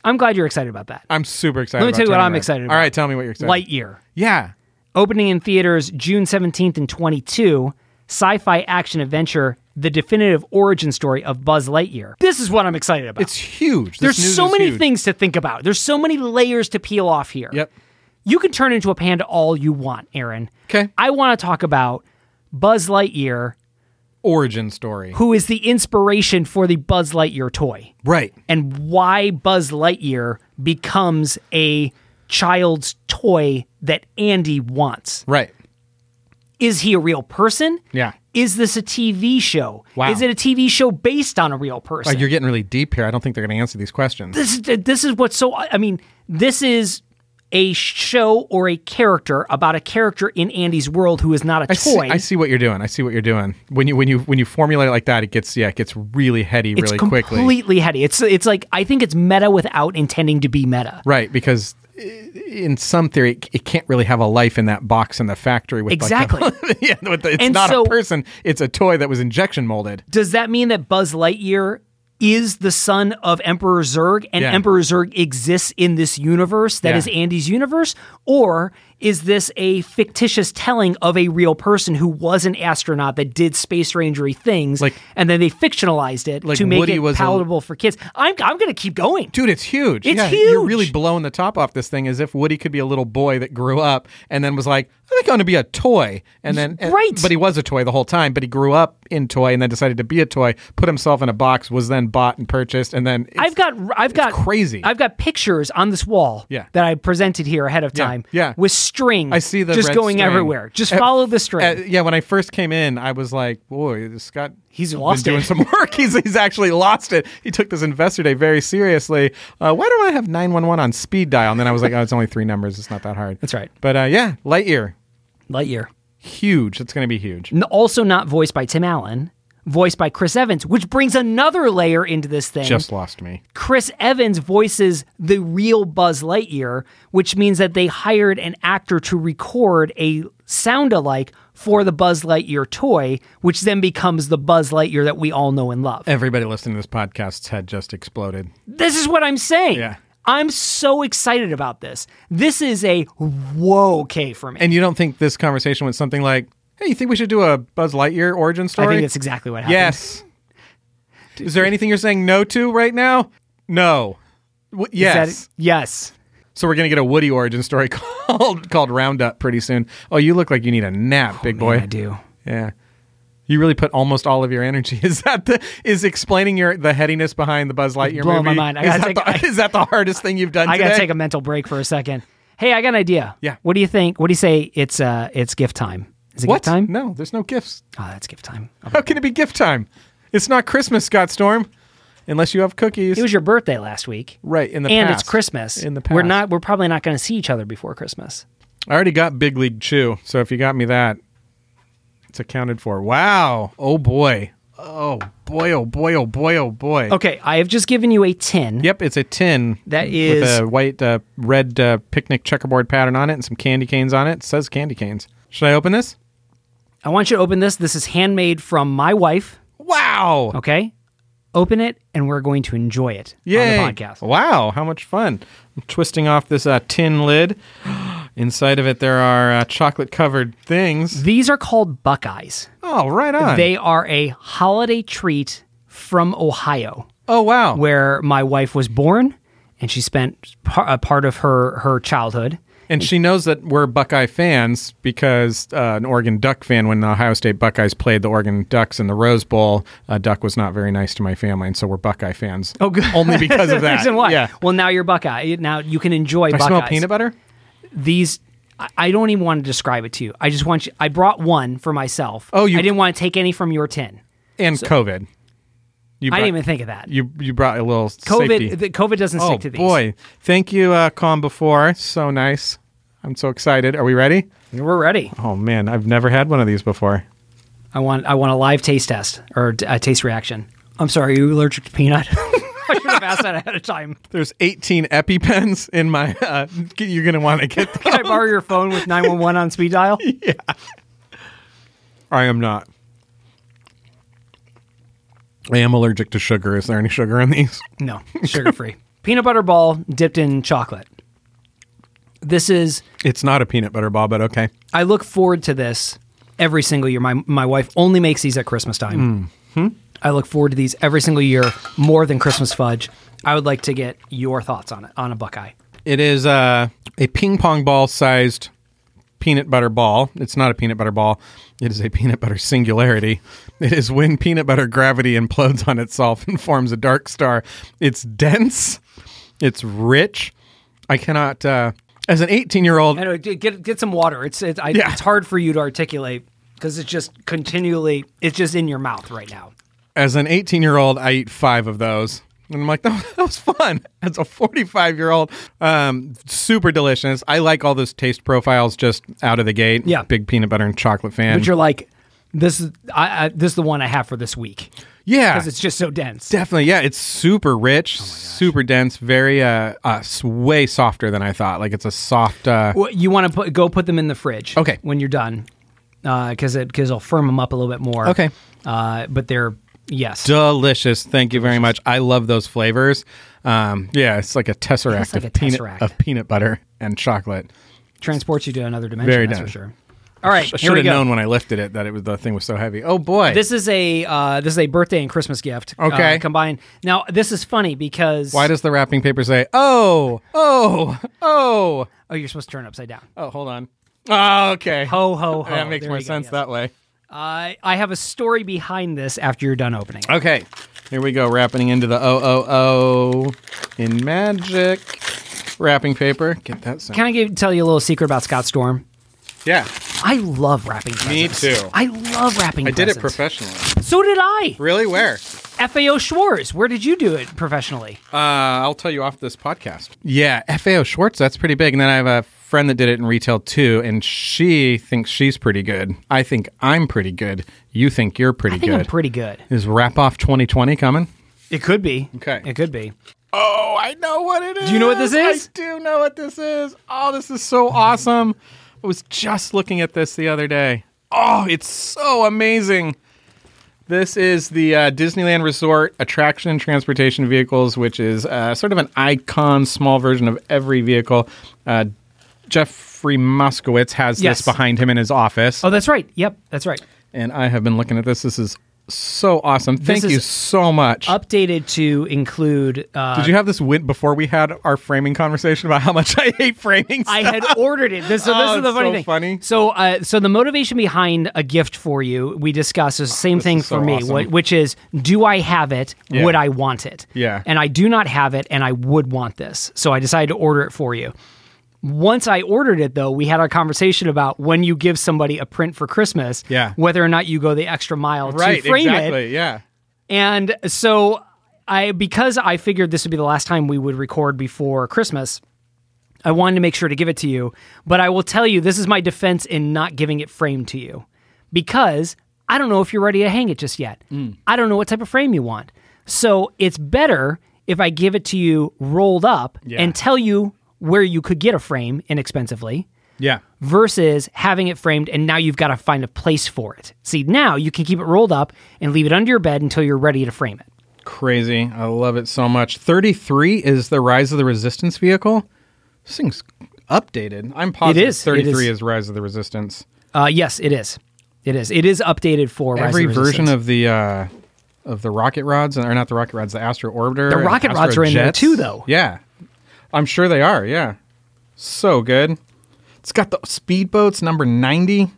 S1: i'm glad you're excited about that
S2: I'm super excited.
S1: Let me
S2: about
S1: tell you what
S2: Turning
S1: I'm
S2: Red.
S1: excited
S2: All
S1: about.
S2: right, tell me what you're excited.
S1: lightyear
S2: Yeah.
S1: opening in theaters June 17th and 22, sci-fi action adventure, the definitive origin story of Buzz Lightyear. This is what I'm excited about.
S2: It's huge. This
S1: There's
S2: news
S1: so
S2: is
S1: many
S2: huge.
S1: things to think about. There's so many layers to peel off here.
S2: Yep.
S1: You can turn into a panda all you want, Aaron.
S2: 'Kay.
S1: I want to talk about Buzz Lightyear,
S2: Origin story.
S1: who is the inspiration for the Buzz Lightyear toy
S2: Right.
S1: and why Buzz Lightyear becomes a child's toy that Andy wants.
S2: Right.
S1: Is he a real person?
S2: Yeah.
S1: Is this a TV show?
S2: Wow.
S1: Is it a TV show based on a real person?
S2: Like, Oh, you're getting really deep here. I don't think they're going to answer these questions.
S1: this is this is what's so I mean, this is a show or a character about a character in Andy's world who is not a
S2: I see,
S1: toy.
S2: I see what you're doing. I see what you're doing. When you when you when you formulate it like that, it gets yeah, it gets really heady
S1: it's
S2: really
S1: completely
S2: quickly.
S1: heady. It's it's like I think it's meta without intending to be meta.
S2: Right, because i- in some theory, it- it can't really have a life in that box in the factory with
S1: Exactly.
S2: Like the, yeah, with the- it's
S1: And
S2: not
S1: so-
S2: a person. It's a toy that was injection molded.
S1: Does that mean that Buzz Lightyear is the son of Emperor Zurg and
S2: Yeah.
S1: Emperor Zurg exists in this universe that
S2: Yeah.
S1: is Andy's universe? Or is this a fictitious telling of a real person who was an astronaut that did space rangery things
S2: Like-
S1: and then they fictionalized it
S2: Like
S1: to make
S2: Woody
S1: it
S2: was a-
S1: palatable for kids? I'm, I'm going to keep going.
S2: Dude, it's huge.
S1: It's
S2: yeah, You're
S1: huge.
S2: really blowing the top off this thing as if Woody could be a little boy that grew up and then was like, I think I'm going to be a toy. And then, and-
S1: Right.
S2: but he was a toy the whole time, but he grew up in toy and then decided to be a toy, put himself in a box, was then bought and purchased. And then, it's-
S1: I've got I've got
S2: crazy.
S1: I've got pictures on this wall
S2: Yeah.
S1: that I presented here ahead of
S2: Yeah,
S1: time.
S2: yeah.
S1: with string.
S2: I see the
S1: just
S2: red
S1: going
S2: string. e
S1: everywhere. Just
S2: At-
S1: follow the string.
S2: at- Uh, yeah, when I first came in, I was like, "Boy, this Scott,
S1: He's lost
S2: been doing
S1: it."
S2: some work. He's he's actually lost it. He took this investor day very seriously. Uh, why don't I have nine one one on speed dial?" And then I was like, "Oh, it's only three numbers. It's not that hard."
S1: That's right.
S2: But uh, yeah, Lightyear,
S1: Lightyear.
S2: huge. It's going to be huge.
S1: N- also not voiced by Tim Allen, voiced by Chris Evans, which brings another layer into this thing.
S2: Just lost me.
S1: Chris Evans voices the real Buzz Lightyear, which means that they hired an actor to record a sound alike for the Buzz Lightyear toy, which then becomes the Buzz Lightyear that we all know and love.
S2: Everybody listening to this podcast's head just exploded.
S1: This is what I'm saying.
S2: Yeah.
S1: I'm so excited about this. This is a whoa K for me.
S2: And you don't think this conversation was something like, "Hey, you think we should do a Buzz Lightyear origin
S1: I
S2: story?"
S1: think that's exactly what happened.
S2: Yes. Is there anything you're saying no to right now? No. W-
S1: Is that-
S2: yes.
S1: yes.
S2: So we're gonna get a Woody origin story called called Roundup pretty soon. Oh, you look like you need a nap, big boy.
S1: Oh, I do.
S2: Yeah. You really put almost all of your energy. Is that the is explaining your the headiness behind the Buzz Lightyear
S1: blowing
S2: movie?
S1: my mind. I
S2: Is
S1: gotta
S2: that,
S1: take-
S2: the, is that the hardest thing you've done
S1: I
S2: today?
S1: gotta take a mental break for a second. Hey, I got an idea.
S2: Yeah.
S1: What do you think? What do you say? It's uh, it's gift time. Is it
S2: what
S1: gift time?
S2: No, there's no gifts.
S1: Oh, that's gift time.
S2: How can it be gift time? It's not Christmas, Scott Storm, unless you have cookies.
S1: It was your birthday last week,
S2: right in the
S1: and
S2: past.
S1: it's Christmas.
S2: in the
S1: we're
S2: past.
S1: not. We're probably not going to see each other before Christmas.
S2: I already got Big League Chew, so if you got me that, it's accounted for. Wow. Oh boy. Oh boy. Oh boy. Oh boy. Oh boy.
S1: Okay, I have just given you a tin.
S2: Yep, it's a tin.
S1: That is-
S2: with a white, uh, red uh, picnic checkerboard pattern on it, and some candy canes on it. It says candy canes. Should I open this?
S1: I want you to open this. This is handmade from my wife.
S2: Wow.
S1: Okay, open it, and we're going to enjoy it
S2: Yay.
S1: on the podcast.
S2: Wow. How much fun! I'm twisting off this uh, tin lid. Inside of it, there are uh, chocolate-covered things.
S1: These are called Buckeyes.
S2: Oh, right on.
S1: They are a holiday treat from Ohio.
S2: oh, wow.
S1: where my wife was born, and she spent par- a part of her her childhood.
S2: And she knows that we're Buckeye fans because uh, an Oregon Duck fan, when the Ohio State Buckeyes played the Oregon Ducks in the Rose Bowl, uh, Duck was not very nice to my family, and so we're Buckeye fans. Oh, good. Only because of that.
S1: Reason why?
S2: Yeah.
S1: Well, now you're Buckeye. Now you can enjoy
S2: I
S1: Buckeyes.
S2: smell peanut butter.
S1: These. I- I don't even want to describe it to you. I just want you. I brought one for myself.
S2: Oh, you-
S1: I didn't want to take any from your tin.
S2: And COVID. You
S1: I
S2: brought-
S1: didn't even think of that.
S2: You you brought a little safety.
S1: COVID. The, COVID doesn't
S2: oh
S1: stick to these.
S2: boy! Thank you, uh, Calm Before. So nice. I'm so excited. Are we ready?
S1: we're ready.
S2: Oh man, I've never had one of these before.
S1: I want. I want a live taste test or a taste reaction. I'm sorry. Are you allergic to peanut? I should have asked that ahead of time.
S2: There's 18 EpiPens in my. Uh, you're gonna want to get.
S1: Can I borrow your phone with 911 on speed dial?
S2: I am not. I am allergic to sugar. Is there any sugar in these?
S1: No, sugar free. Peanut butter ball dipped in chocolate. This is,
S2: It's not a peanut butter ball, but okay.
S1: I look forward to this every single year. My, my wife only makes these at Christmas time. I look forward to these every single year more than Christmas fudge. I would like to get your thoughts on it, on a Buckeye.
S2: It is uh, a ping pong ball sized peanut butter ball. It's not a peanut butter ball. It is a peanut butter singularity. It is when peanut butter gravity implodes on itself and forms a dark star. It's dense. It's rich. I cannot. Uh, as an 18 year old,
S1: Anyway, g- get, get some water. It's, it's, I,
S2: Yeah.
S1: it's hard for you to articulate because it's just continually, it's just in your mouth right now.
S2: as an 18 year old, I eat five of those. And I'm like, that, that was fun. As a 45 year old, um, super delicious. I like all those taste profiles just out of the gate.
S1: Yeah.
S2: Big peanut butter and chocolate fan.
S1: But you're like, this is I, I this is the one I have for this week
S2: yeah.
S1: because it's just so dense.
S2: Definitely, yeah. It's super rich,
S1: Oh
S2: super dense, very uh, uh, s- way softer than I thought. Like it's a soft. Uh,
S1: Well, you want to put go put them in the fridge.
S2: Okay.
S1: When you're done, because it because it'll firm them up a little bit more.
S2: Okay.
S1: Uh, but they're yes,
S2: delicious. Thank you very much. I love those flavors. Um, yeah, it's like a tesseract,
S1: It's like
S2: of,
S1: a
S2: peanut,
S1: tesseract.
S2: of peanut butter and chocolate.
S1: transports you to another dimension.
S2: Very
S1: that's for
S2: dense.
S1: sure. All right,
S2: I
S1: here
S2: should
S1: we
S2: have
S1: go.
S2: known when I lifted it that it was the thing was so heavy. Oh boy,
S1: This is a uh, this is a birthday and Christmas gift. uh,
S2: Okay.
S1: combined. Now this is funny because
S2: why does the wrapping paper say oh oh oh?
S1: oh you're supposed to turn it upside down.
S2: Oh, hold on. Oh, okay.
S1: Ho ho ho.
S2: that makes
S1: There
S2: more
S1: you go,
S2: sense
S1: yes.
S2: that way.
S1: I I have a story behind this after you're done opening. it.
S2: Okay, here we go. Wrapping into the oh oh oh in magic wrapping paper. Get that sound.
S1: Can I give, tell you a little secret about Scott Storm?
S2: yeah,
S1: I love wrapping
S2: Me
S1: presents.
S2: too.
S1: I love wrapping.
S2: I did it
S1: presents.
S2: professionally.
S1: So did I.
S2: Really? Where?
S1: FAO Schwartz. Where did you do it professionally?
S2: Uh, I'll tell you off this podcast. Yeah, FAO Schwartz, that's pretty big. And then I have a friend that did it in retail too, and she thinks she's pretty good. I think I'm pretty good. You think you're pretty
S1: I think
S2: good.
S1: I'm pretty good.
S2: Is Wrap Off 2020 coming?
S1: It could be.
S2: Okay.
S1: It could be.
S2: Oh, I know what it is.
S1: Do you know what this is?
S2: I do know what this is. Oh, this is so awesome. I was just looking at this the other day. Oh, it's so amazing. This is the uh, Disneyland Resort Attraction and Transportation Vehicles, which is uh, sort of an icon, small version of every vehicle. Uh, Jeffrey Moskowitz has
S1: Yes.
S2: this behind him in his office.
S1: Oh, that's right. Yep, that's right.
S2: And I have been looking at this. This is so awesome. Thank
S1: is
S2: you so much.
S1: Updated to include. Uh,
S2: Did you have this win before we had our framing conversation about how much I hate framing?
S1: I had ordered it. This, so this
S2: Oh,
S1: is the
S2: it's
S1: funny
S2: so
S1: thing.
S2: funny.
S1: So, uh, so the motivation behind a gift for you, we discussed is the same thing
S2: is
S1: for
S2: so
S1: me,
S2: awesome.
S1: wh- which is, do I have it?
S2: Yeah.
S1: Would I want it?
S2: Yeah.
S1: And I do not have it, and I would want this. So I decided to order it for you. Once I ordered it, though, we had our conversation about when you give somebody a print for Christmas,
S2: Yeah.
S1: whether or not you go the extra mile
S2: right,
S1: to frame it.
S2: exactly. Yeah.
S1: And so I because I figured this would be the last time we would record before Christmas, I wanted to make sure to give it to you, but I will tell you this is my defense in not giving it framed to you because I don't know if you're ready to hang it just yet. I don't know what type of frame you want. So it's better if I give it to you rolled up and tell you where you could get a frame inexpensively
S2: Yeah.
S1: versus having it framed and now you've got to find a place for it. See, now you can keep it rolled up and leave it under your bed until you're ready to frame it.
S2: Crazy. I love it so much. 33 is the Rise of the Resistance vehicle. This thing's updated. I'm positive
S1: It is. It
S2: 33
S1: is.
S2: is. Rise of the Resistance.
S1: Uh, yes, it is. It is. It is updated for Rise
S2: Every
S1: of the
S2: version
S1: Resistance.
S2: of the uh of the rocket rods and or not the rocket rods, the Astro Orbiter.
S1: The
S2: and
S1: rocket
S2: Astro
S1: rods are in there
S2: Jets.
S1: too, though.
S2: Yeah. I'm sure they are. Yeah. So good. It's got the speedboats number 90.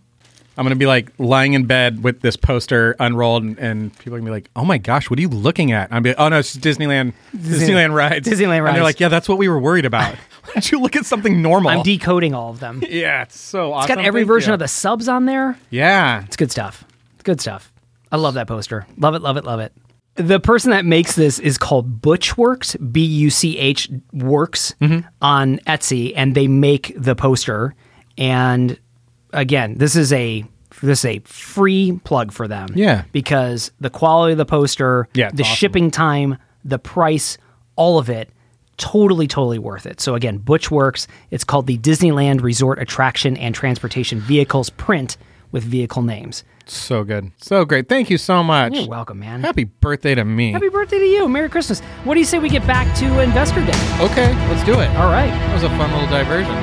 S2: I'm going to be like lying in bed with this poster unrolled, and, and people are going to be like, oh my gosh, what are you looking at? And I'll be like, oh no, it's Disneyland, Disneyland, rides.
S1: Disneyland
S2: And
S1: rides.
S2: they're like, yeah, that's what we were worried about. Why don't you look at something normal?
S1: I'm decoding all of them. It's
S2: yeah, it's so awesome.
S1: got every
S2: Thank
S1: version
S2: you.
S1: of the subs on there.
S2: Yeah.
S1: It's good stuff. It's good stuff. I love that poster. Love it, love it, love it. The person that makes this is called Butch Works, B U C H Works on Etsy, and they make the poster. And again, this is a this is a free plug for them.
S2: Yeah.
S1: Because the quality of the poster,
S2: Yeah, it's
S1: the
S2: awesome.
S1: shipping time, the price, all of it, totally, totally worth it. So again, Butch Works, it's called the Disneyland Resort Attraction and Transportation Vehicles print with vehicle names.
S2: So good. So great. Thank you so much.
S1: You're welcome, man.
S2: Happy birthday to me.
S1: Happy birthday to you. Merry Christmas. What do you say we get back to Investor Day?
S2: okay, let's do it.
S1: All right.
S2: That was a fun little diversion.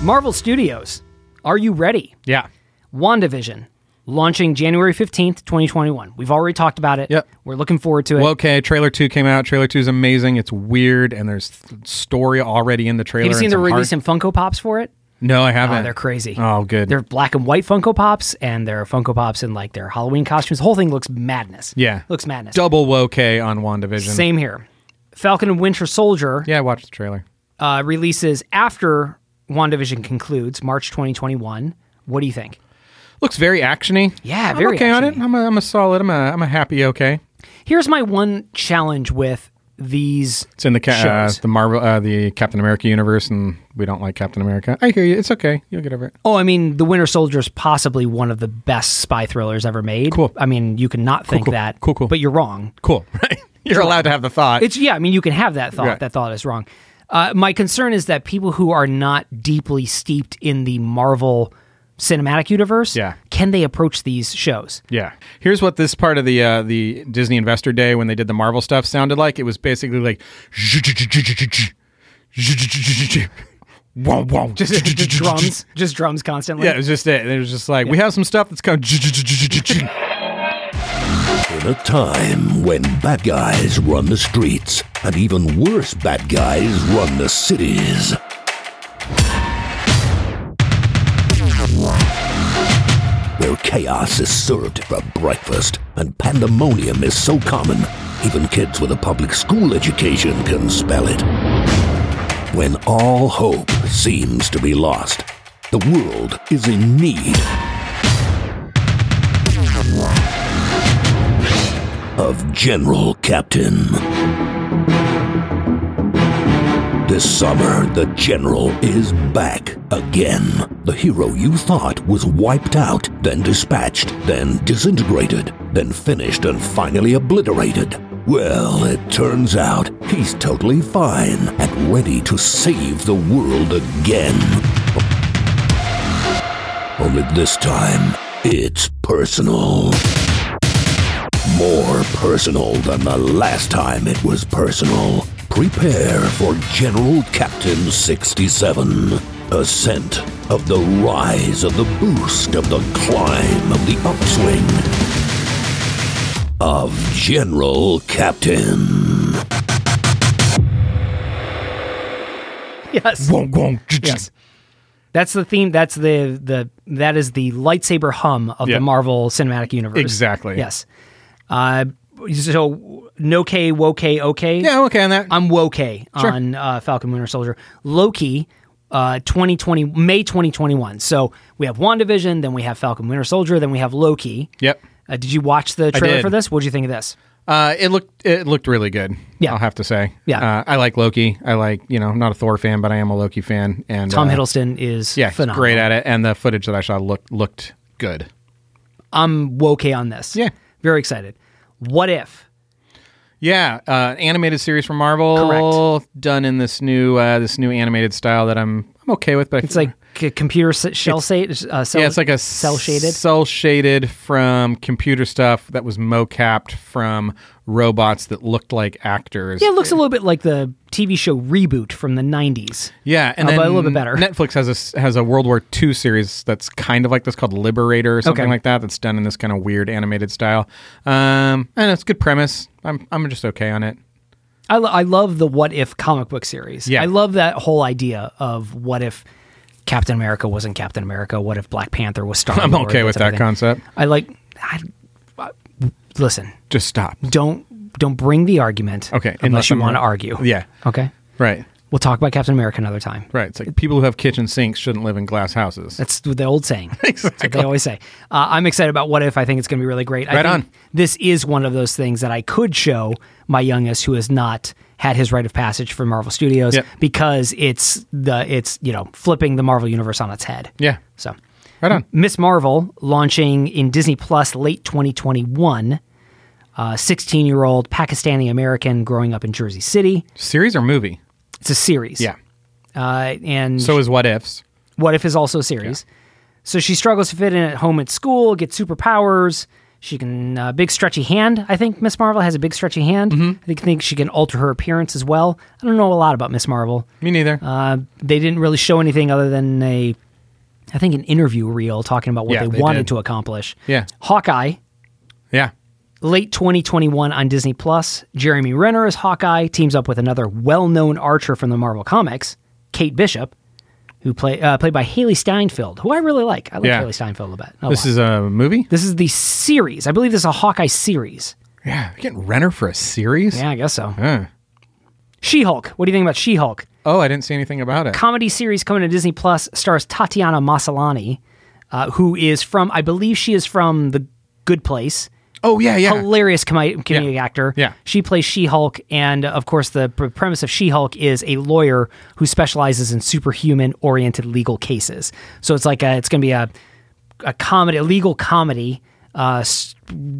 S1: Marvel Studios, are you ready?
S2: Yeah.
S1: WandaVision, launching January 15th, 2021. We've already talked about it.
S2: Yep.
S1: We're looking forward to it.
S2: Well, okay, trailer two came out. Trailer two is amazing. It's weird, and there's th- story already in the trailer.
S1: Have you
S2: and
S1: seen the
S2: some heart-
S1: release in Funko Pops for it?
S2: No, I haven't.
S1: Oh, they're crazy.
S2: Oh, good.
S1: They're black and white Funko Pops, and they're Funko Pops in like their Halloween costumes. The whole thing looks madness.
S2: yeah,
S1: Looks madness.
S2: Double wokay on Wandavision.
S1: Same here. Falcon and Winter Soldier
S2: Yeah, I watched the trailer.
S1: uh, releases after WandaVision concludes, March 2021. What do you think?
S2: Looks very actiony.
S1: Yeah,
S2: I'm
S1: very
S2: okay on it.
S1: action-y.
S2: I'm a, I'm a solid. I'm a I'm a happy okay.
S1: Here's my one challenge with these.
S2: It's in the ca- uh,
S1: shows.
S2: the Marvel uh, the Captain America universe, and we don't like Captain America. I hear you. It's okay. You'll get over it.
S1: Oh, I mean, The Winter Soldier is possibly one of the best spy thrillers ever made.
S2: Cool.
S1: I mean, you cannot think
S2: cool.
S1: that.
S2: Cool, cool.
S1: But you're wrong.
S2: Cool. Right. You're allowed to have the thought.
S1: It's yeah. I mean, you can have that thought.
S2: Right.
S1: That thought is wrong. Uh, my concern is that people who are not deeply steeped in the Marvel cinematic universe,
S2: Yeah.
S1: can they approach these shows?
S2: Yeah. Here's what this part of the uh, the Disney Investor Day when they did the Marvel stuff sounded like. It was basically like wow, wow,
S1: Just, just drums, just drums constantly.
S2: Yeah, it was just it. It was just like we have some stuff that's kind of
S7: In a time when bad guys run the streets, and even worse bad guys run the cities. Where chaos is served for breakfast, and pandemonium is so common, even kids with a public school education can spell it. When all hope seems to be lost, the world is in need of General Captain. This summer, the General is back again. The hero you thought was wiped out, then dispatched, then disintegrated, then finished and finally obliterated. Well, it turns out he's totally fine and ready to save the world again. Only this time, it's personal. More personal than the last time it was personal. Prepare for General Captain 67. Ascent of the rise, of the boost, of the climb, of the upswing of General Captain.
S1: Yes. Yes. That's the theme. That's the the that is the lightsaber hum of
S2: Yeah.
S1: the Marvel Cinematic Universe.
S2: Exactly.
S1: Yes. Uh, so no K, woke, okay.
S2: Yeah, okay on that.
S1: I'm woke on uh, Falcon Winter Soldier. Loki, uh, 2020 May 2021. So we have WandaVision, then we have Falcon Winter Soldier, then we have Loki.
S2: Yep.
S1: Uh, did you watch the trailer
S2: did.
S1: for this? What would you think of this?
S2: Uh, it looked it looked really good.
S1: Yeah.
S2: I'll have to say.
S1: Yeah.
S2: Uh, I like Loki. I like you know I'm not a Thor fan, but I am a Loki fan. And
S1: Tom
S2: uh,
S1: Hiddleston is
S2: yeah, he's
S1: phenomenal.
S2: great at it. And the footage that I saw looked looked good.
S1: woke on this.
S2: Yeah.
S1: Very excited. What if?
S2: Yeah, uh, animated series from Marvel, done in this new uh, this new animated style that I'm I'm okay with, but
S1: It's like c- computer s- shell shaded. Uh, cell,
S2: yeah, it's like a
S1: cell shaded.
S2: cell shaded from computer stuff that was mocapped from robots that looked like actors.
S1: Yeah, it looks a little bit like the TV show reboot from the '90s.
S2: Yeah, and
S1: Uh,
S2: then
S1: but a little bit better.
S2: Netflix has a s- has a World War II series that's kind of like this called Liberator or something
S1: Okay.
S2: like that. That's done in this kind of weird animated style. Um, and it's a good premise. I'm I'm just okay on it.
S1: I, lo- I love the what if comic book series.
S2: Yeah.
S1: I love that whole idea of what if Captain America wasn't Captain America? What if Black Panther was Star?
S2: I'm
S1: Lord,
S2: okay with
S1: type
S2: that
S1: of thing.
S2: concept.
S1: I like. I, I- listen,
S2: Just stop.
S1: don't don't bring the argument.
S2: Okay,
S1: unless you
S2: I'm-
S1: want to argue.
S2: Yeah.
S1: Okay,
S2: Right.
S1: we'll talk about Captain America another time.
S2: Right. It's like people who have kitchen sinks shouldn't live in glass houses.
S1: That's the old saying. That's what they always say. Uh, I'm excited about What If. I think it's going to be really great. I
S2: Right
S1: think
S2: on.
S1: This is one of those things that I could show my youngest who has not had his rite of passage from Marvel Studios
S2: Yep.
S1: because it's the it's you know flipping the Marvel universe on its head.
S2: Yeah.
S1: So
S2: Right on.
S1: Miss Marvel launching in Disney Plus late 2021. Uh, 16-year-old Pakistani American growing up in Jersey City.
S2: Series or movie?
S1: It's a series.
S2: Yeah.
S1: Uh, and
S2: So is What Ifs.
S1: what If is also a series. So she struggles to fit in at home at school, gets superpowers. She can uh, big stretchy hand. I think Miss Marvel has a big stretchy hand.
S2: Mm-hmm.
S1: I think, think she can alter her appearance as well. I don't know a lot about Miss Marvel.
S2: Me neither.
S1: Uh, they didn't really show anything other than a, I think an interview reel talking about what
S2: Yeah,
S1: they,
S2: they
S1: wanted
S2: did.
S1: to accomplish.
S2: Yeah.
S1: Hawkeye,
S2: yeah.
S1: late 2021 on Disney Plus. Jeremy Renner as Hawkeye teams up with another well-known archer from the Marvel comics, Kate Bishop, who play uh, played by Haley Steinfeld, who I really like. I like
S2: Yeah.
S1: Haley Steinfeld a bit.
S2: This is a movie?
S1: this is the series. I believe this is a Hawkeye series.
S2: Yeah. You're getting Renner for a series?
S1: Yeah, I guess so.
S2: Huh.
S1: She-Hulk. What do you think about She-Hulk?
S2: Oh, I didn't see anything about it.
S1: Comedy series coming to Disney Plus stars Tatiana Maslany. uh, who is from, I believe she is from The Good Place.
S2: Oh yeah, yeah.
S1: Hilarious comi- comedic actor.
S2: Yeah.
S1: She plays She Hulk. And of course, the pr- premise of She Hulk is a lawyer who specializes in superhuman oriented legal cases. So it's like a, it's going to be a, a comedy, a legal comedy uh, s-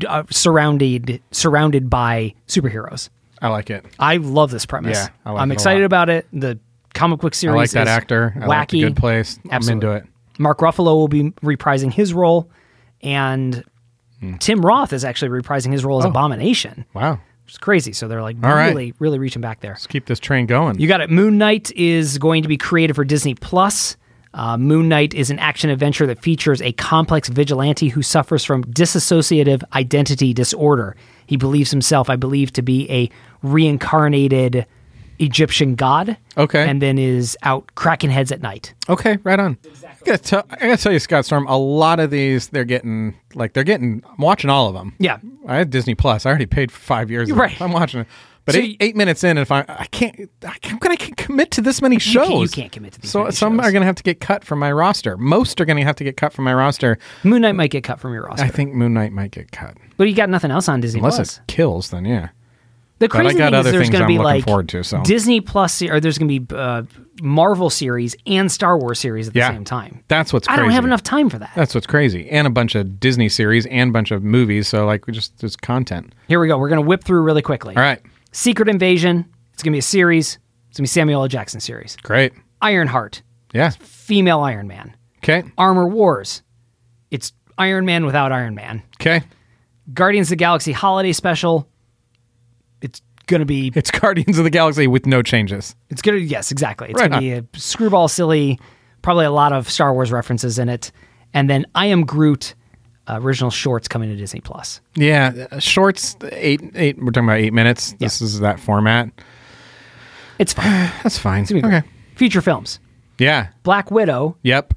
S1: uh, surrounded, surrounded by superheroes.
S2: I like it.
S1: I love this premise.
S2: Yeah, I like
S1: I'm
S2: it a
S1: excited
S2: lot.
S1: about it. The comic book series.
S2: I like that
S1: is
S2: actor.
S1: Wacky.
S2: I like the good place. I'm into it.
S1: Mark Ruffalo will be reprising his role, and
S2: Hmm.
S1: Tim Roth is actually reprising his role
S2: Oh.
S1: as Abomination.
S2: Wow.
S1: It's crazy. So they're like
S2: right.
S1: really, really reaching back there.
S2: Let's keep this train going.
S1: You got it. Moon Knight is going to be created for Disney Plus. Uh, Moon Knight is an action adventure that features a complex vigilante who suffers from dissociative identity disorder. He believes himself, I believe, to be a reincarnated Egyptian god.
S2: Okay.
S1: And then is out cracking heads at night.
S2: Okay, right on. Exactly. I gotta, tell, I gotta tell you, Scott Storm, a lot of these they're getting like they're getting. I'm watching all of them.
S1: Yeah.
S2: I had Disney Plus. I already paid for five years. of it.
S1: Right.
S2: I'm watching it. But
S1: So
S2: eight,
S1: you-
S2: eight minutes in, if I I can't, I can't, I can't commit to this many shows.
S1: you can't commit to these
S2: So
S1: many
S2: some
S1: shows.
S2: are going to have to get cut from my roster. Most are going to have to get cut from my roster.
S1: Moon Knight might get cut from your roster.
S2: I think Moon Knight might get cut
S1: But you got nothing else on Disney
S2: unless
S1: Plus.
S2: it kills. Then yeah.
S1: The
S2: I
S1: crazy
S2: got
S1: thing
S2: other
S1: is there's
S2: things
S1: going to
S2: I'm
S1: be
S2: looking
S1: like
S2: forward to, so.
S1: Disney Plus, se- or there's going to be uh, Marvel series and Star Wars series at the
S2: Yeah.
S1: same time.
S2: That's what's
S1: I don't have
S2: crazy.
S1: enough time for that.
S2: That's what's crazy, and a bunch of Disney series and a bunch of movies. So like, we just there's content.
S1: Here we go. We're going to whip through really quickly.
S2: All right,
S1: Secret Invasion. It's going to be a series. It's going to be Samuel L. Jackson series.
S2: great.
S1: Ironheart,
S2: Yeah.
S1: female Iron Man.
S2: Okay.
S1: Armor Wars. It's Iron Man without Iron Man.
S2: Okay.
S1: Guardians of the Galaxy Holiday Special. It's going to be
S2: It's Guardians of the Galaxy with no changes.
S1: It's gonna yes, exactly. It's
S2: Right
S1: gonna be a screwball silly, probably a lot of Star Wars references in it, and then I am Groot uh, original shorts coming to Disney Plus.
S2: Yeah, uh, shorts eight eight. We're talking about eight minutes. This is that format.
S1: It's fine.
S2: That's fine.
S1: It's gonna be great.
S2: Okay.
S1: Feature films:
S2: Yeah.
S1: Black Widow
S2: Yep.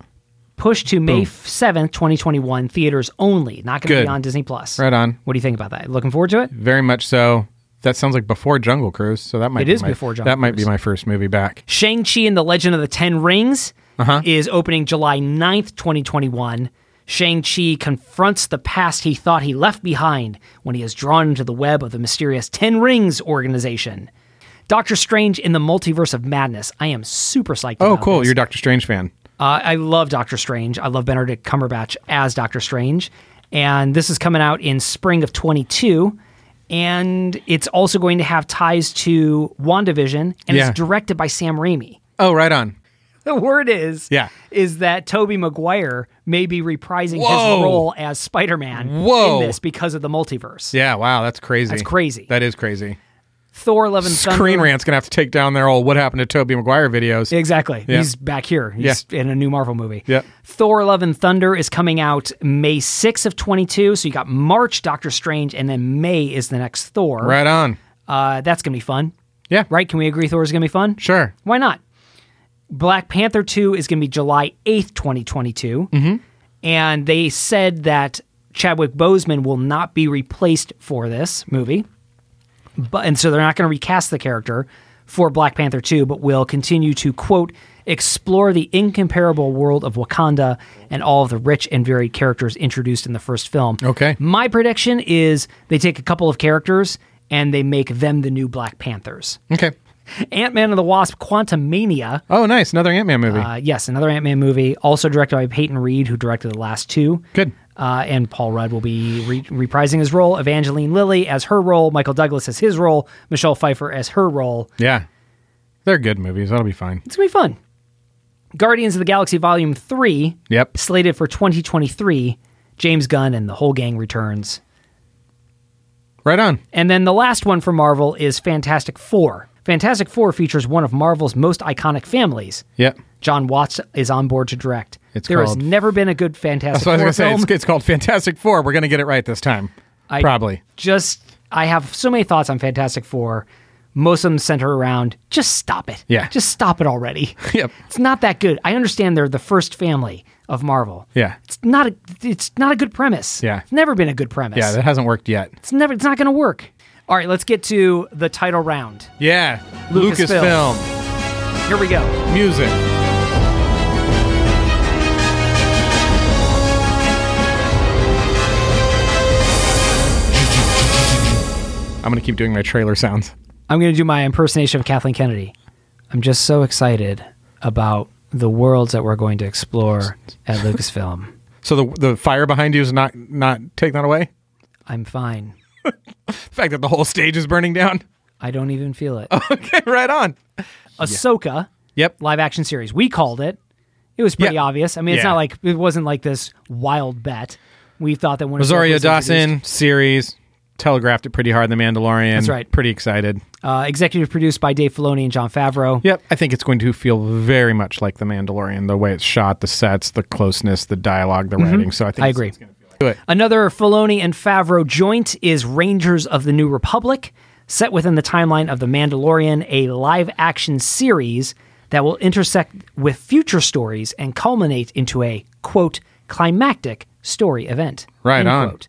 S1: pushed to May seventh, twenty twenty one, theaters only. Not gonna
S2: Good.
S1: be on Disney Plus.
S2: Right on.
S1: What do you think about that? Looking forward to it.
S2: Very much so. That sounds like before Jungle Cruise. So that might
S1: It
S2: be
S1: is
S2: my-
S1: before Jungle
S2: That might be
S1: Cruise.
S2: my first movie back.
S1: Shang Chi and the Legend of the Ten Rings
S2: Uh-huh.
S1: is opening July 9th, twenty twenty one. Shang Chi confronts the past he thought he left behind when he is drawn into the web of the mysterious Ten Rings organization. Doctor Strange in the Multiverse of Madness. I am super psyched.
S2: Oh,
S1: about
S2: cool.
S1: this.
S2: You're a Doctor Strange fan.
S1: Uh, I love Doctor Strange. I love Benedict Cumberbatch as Doctor Strange. And this is coming out in spring of 22. And it's also going to have ties to WandaVision. And
S2: Yeah.
S1: it's directed by Sam Raimi.
S2: Oh, right on.
S1: The word is,
S2: Yeah.
S1: is that Toby Maguire may be reprising
S2: Whoa.
S1: his role as Spider-Man
S2: Whoa.
S1: in this because of the multiverse.
S2: Yeah. Wow. That's crazy.
S1: That's crazy.
S2: That is crazy.
S1: Thor, Love, and Thunder.
S2: Screen Rant's gonna have to take down their old "What Happened to Toby Maguire" videos.
S1: Exactly.
S2: Yeah.
S1: He's back here. He's in a new Marvel movie.
S2: Yeah.
S1: Thor Love and Thunder is coming out May 6th of 22. So you got March Doctor Strange and then May is the next Thor.
S2: Right on.
S1: Uh, that's going to be fun.
S2: Yeah.
S1: Right? Can we agree Thor is going to be fun?
S2: Sure.
S1: Why not? Black Panther 2 is going to be July 8th, 2022. And they said that Chadwick Boseman will not be replaced for this movie. But and so they're not going to recast the character for Black Panther 2, but will continue to quote explore the incomparable world of Wakanda and all of the rich and varied characters introduced in the first film.
S2: Okay.
S1: My prediction is they take a couple of characters and they make them the new Black Panthers.
S2: Okay.
S1: Ant Man and the Wasp: Quantum Mania.
S2: Oh, nice. Another Ant Man movie.
S1: Uh, yes, another Ant Man movie, also directed by Peyton Reed, who directed the last two.
S2: Good.
S1: Uh, and Paul Rudd will be re- reprising his role, Evangeline Lilly as her role, Michael Douglas as his role, Michelle Pfeiffer as her role.
S2: Yeah. They're good movies. That'll be fine.
S1: It's gonna be fun. Guardians of the Galaxy Volume Three,
S2: Yep.
S1: slated for 2023. James Gunn and the whole gang returns.
S2: Right on.
S1: And then the last one for Marvel is Fantastic Four. Fantastic Four features one of Marvel's most iconic families,
S2: Yep.
S1: John Watts is on board to direct.
S2: It's
S1: there has
S2: called-
S1: never been a good Fantastic
S2: That's what I
S1: Four
S2: was going to say.
S1: film.
S2: It's, it's called Fantastic Four. We're going to get it right this time.
S1: I
S2: Probably.
S1: Just I have so many thoughts on Fantastic Four. Most of them center around just stop it.
S2: Yeah.
S1: Just stop it already.
S2: Yep.
S1: It's not that good. I understand they're the first family of Marvel.
S2: Yeah.
S1: It's not a it's not a good premise.
S2: Yeah.
S1: It's never been a good premise.
S2: Yeah, that hasn't worked yet.
S1: It's never it's not gonna work. All right, let's get to the title round.
S2: Yeah.
S1: Lucasfilm.
S2: Lucasfilm.
S1: Here we go.
S2: Music. I'm going to keep doing my trailer sounds.
S1: I'm going to do my impersonation of Kathleen Kennedy. I'm just so excited about the worlds that we're going to explore at Lucasfilm.
S2: So the the fire behind you is not not take that away.
S1: I'm fine.
S2: The fact that the whole stage is burning down.
S1: I don't even feel it.
S2: Okay, right on.
S1: Ahsoka
S2: Yep.
S1: live action series. We called it. It was pretty
S2: Yeah.
S1: obvious. I mean, it's
S2: Yeah.
S1: not like it wasn't like this wild bet. We thought that when Ahsoka
S2: Rosario
S1: was introduced-
S2: Dawson series telegraphed it pretty hard. The Mandalorian.
S1: That's right.
S2: Pretty excited.
S1: uh, executive produced by Dave Filoni and John Favreau.
S2: Yep, I think it's going to feel very much like The Mandalorian, the way it's shot, the sets, the closeness, the dialogue, the writing. So Mm-hmm. I think
S1: I
S2: it's-
S1: agree.
S2: it's gonna feel like- Do it.
S1: Another Filoni and Favreau joint is Rangers of the New Republic, set within the timeline of The Mandalorian, a live action series that will intersect with future stories and culminate into a, quote, climactic story event.
S2: Right
S1: end
S2: on.
S1: quote.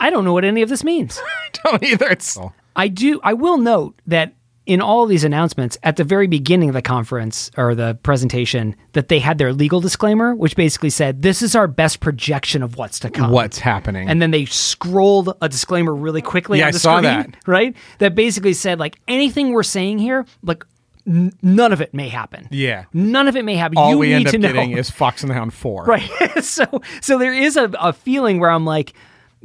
S1: I don't know what any of this means.
S2: Don't either. It's
S1: I do. I will note that in all these announcements, at the very beginning of the conference or the presentation, that they had their legal disclaimer, which basically said, "This is our best projection of what's to come."
S2: what's happening.
S1: And then they scrolled a disclaimer really quickly.
S2: Mm. Yeah,
S1: on
S2: I
S1: the
S2: saw
S1: screen,
S2: that.
S1: Right, that basically said like anything we're saying here, like n- none of it may happen.
S2: Yeah.
S1: none of it may happen.
S2: all
S1: you
S2: we
S1: need
S2: end up
S1: to know.
S2: getting is Fox and the Hound Four.
S1: Right. so so there is a, a feeling where I'm like,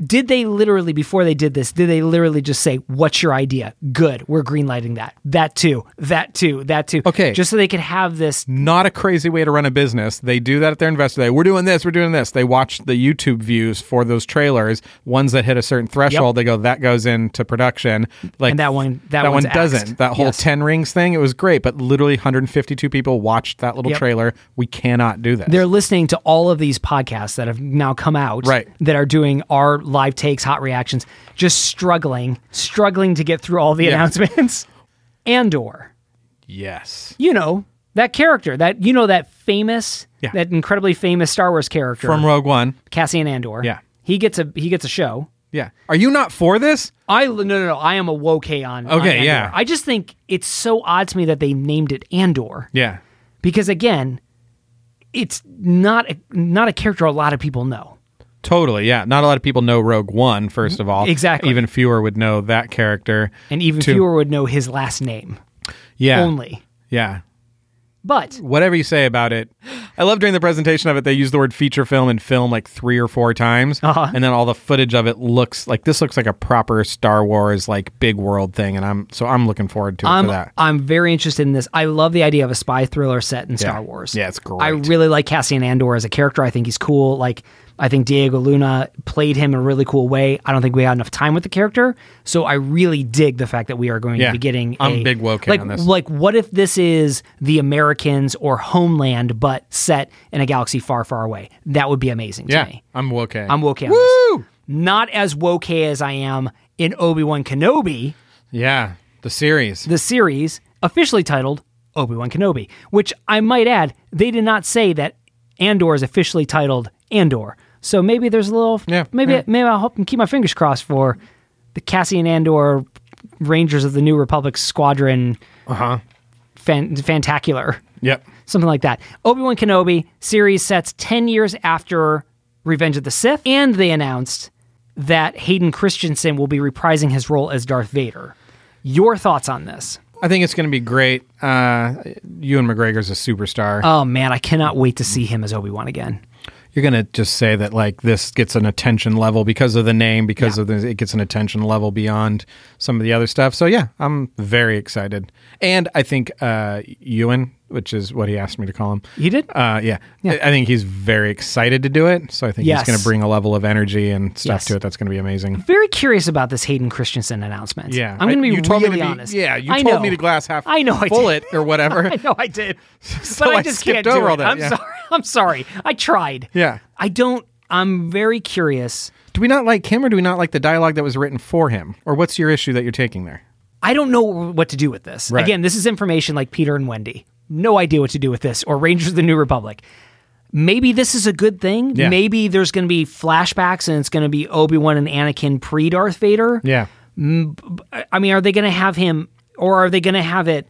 S1: did they literally before they did this, did they literally just say, What's your idea? Good. We're greenlighting that. That too. That too. That too.
S2: Okay.
S1: Just so they could have this
S2: Not a crazy way to run a business. They do that at their investor day. We're doing this. We're doing this. They watch the YouTube views for those trailers. Ones that hit a certain threshold, they go that goes into production. Like
S1: And that one- that
S2: one
S1: one's
S2: doesn't.
S1: axed.
S2: That whole
S1: Yes.
S2: ten rings thing. It was great, but literally 152 people watched that little
S1: Yep.
S2: trailer. We cannot do this.
S1: they're listening to all of these podcasts that have now come out
S2: Right.
S1: that are doing our live takes, hot reactions, just struggling, struggling to get through all the
S2: Yeah.
S1: announcements. Andor.
S2: yes.
S1: You know, that character, that you know that famous
S2: Yeah.
S1: that incredibly famous Star Wars character
S2: From Rogue One.
S1: Cassian Andor.
S2: Yeah.
S1: He gets a he gets a show.
S2: Yeah. Are you not for this?
S1: I no no no. I am a woke on. on
S2: Okay,
S1: Andor.
S2: yeah.
S1: I just think it's so odd to me that they named it Andor
S2: Yeah.
S1: because again, it's not a, not a character a lot of people know.
S2: Totally. Yeah. Not a lot of people know Rogue One, first of all.
S1: Exactly.
S2: Even fewer would know that character.
S1: And even
S2: Two.
S1: fewer would know his last name
S2: Yeah.
S1: only.
S2: Yeah.
S1: But
S2: Whatever you say about it. I love during the presentation of it, they use the word feature film and film like three or four times.
S1: Uh-huh.
S2: And then all the footage of it looks like this looks like a proper Star Wars, like big world thing. And I'm so I'm looking forward to it
S1: I'm
S2: for that.
S1: I'm very interested in this. I love the idea of a spy thriller set in
S2: Yeah.
S1: Star Wars.
S2: Yeah, it's great.
S1: I really like Cassian Andor as a character. I think he's cool. Like I think Diego Luna played him in a really cool way. I don't think we had enough time with the character, so I really dig the fact that we are going
S2: Yeah.
S1: to be getting.
S2: I'm
S1: a-
S2: big woke
S1: like
S2: on this.
S1: like what if this is the Americans or Homeland, but set in a galaxy far, far away? That would be amazing
S2: yeah.
S1: to me.
S2: I'm okay.
S1: I'm woke on this. Not as woke as I am in Obi Wan Kenobi
S2: Yeah. The series.
S1: the series, officially titled Obi Wan Kenobi, which I might add, they did not say that Andor is officially titled Andor. So maybe there's a little,
S2: Yeah,
S1: maybe
S2: yeah.
S1: maybe I'll hope and keep my fingers crossed for the Cassian Andor Rangers of the New Republic Squadron, uh
S2: Uh-huh.
S1: fan, Fantacular,
S2: yep.
S1: something like that. Obi Wan Kenobi series sets ten years after Revenge of the Sith, and they announced that Hayden Christensen will be reprising his role as Darth Vader. Your thoughts on this?
S2: I think it's going to be great. Uh, Ewan McGregor's a superstar.
S1: Oh man, I cannot wait to see him as Obi Wan again.
S2: You're going to just say that like this gets an attention level because of the name, because of the, it gets an attention level beyond some of the other stuff. So yeah, I'm very excited, and I think uh, Ewan, which is what he asked me to call him,
S1: He did?
S2: Uh, yeah,
S1: Yeah.
S2: I, I think he's very excited to do it. So I think
S1: Yes.
S2: he's going to bring a level of energy and stuff
S1: Yes.
S2: to it that's going to be amazing.
S1: Very curious about this Hayden Christensen announcement.
S2: Yeah,
S1: I'm going to
S2: I-
S1: be
S2: you told me
S1: really
S2: to be-
S1: honest.
S2: Yeah, you
S1: I
S2: told
S1: know.
S2: me to glass half.
S1: I know I
S2: full
S1: did.
S2: it or whatever.
S1: I know I did,
S2: So
S1: but I
S2: I
S1: just
S2: skipped
S1: can't do
S2: over all
S1: it.
S2: that,
S1: I'm
S2: yeah.
S1: sorry. I'm sorry. I tried.
S2: Yeah.
S1: I don't. I'm very curious.
S2: Do we not like him, or do we not like the dialogue that was written for him, or what's your issue that you're taking there?
S1: I don't know what to do with this.
S2: Right.
S1: Again, this is information like Peter and Wendy. No idea what to do with this or Rangers of the New Republic. Maybe this is a good thing.
S2: Yeah.
S1: Maybe there's going to be flashbacks and it's going to be Obi Wan and Anakin pre Darth Vader.
S2: Yeah.
S1: I mean, are they going to have him, or are they going to have it,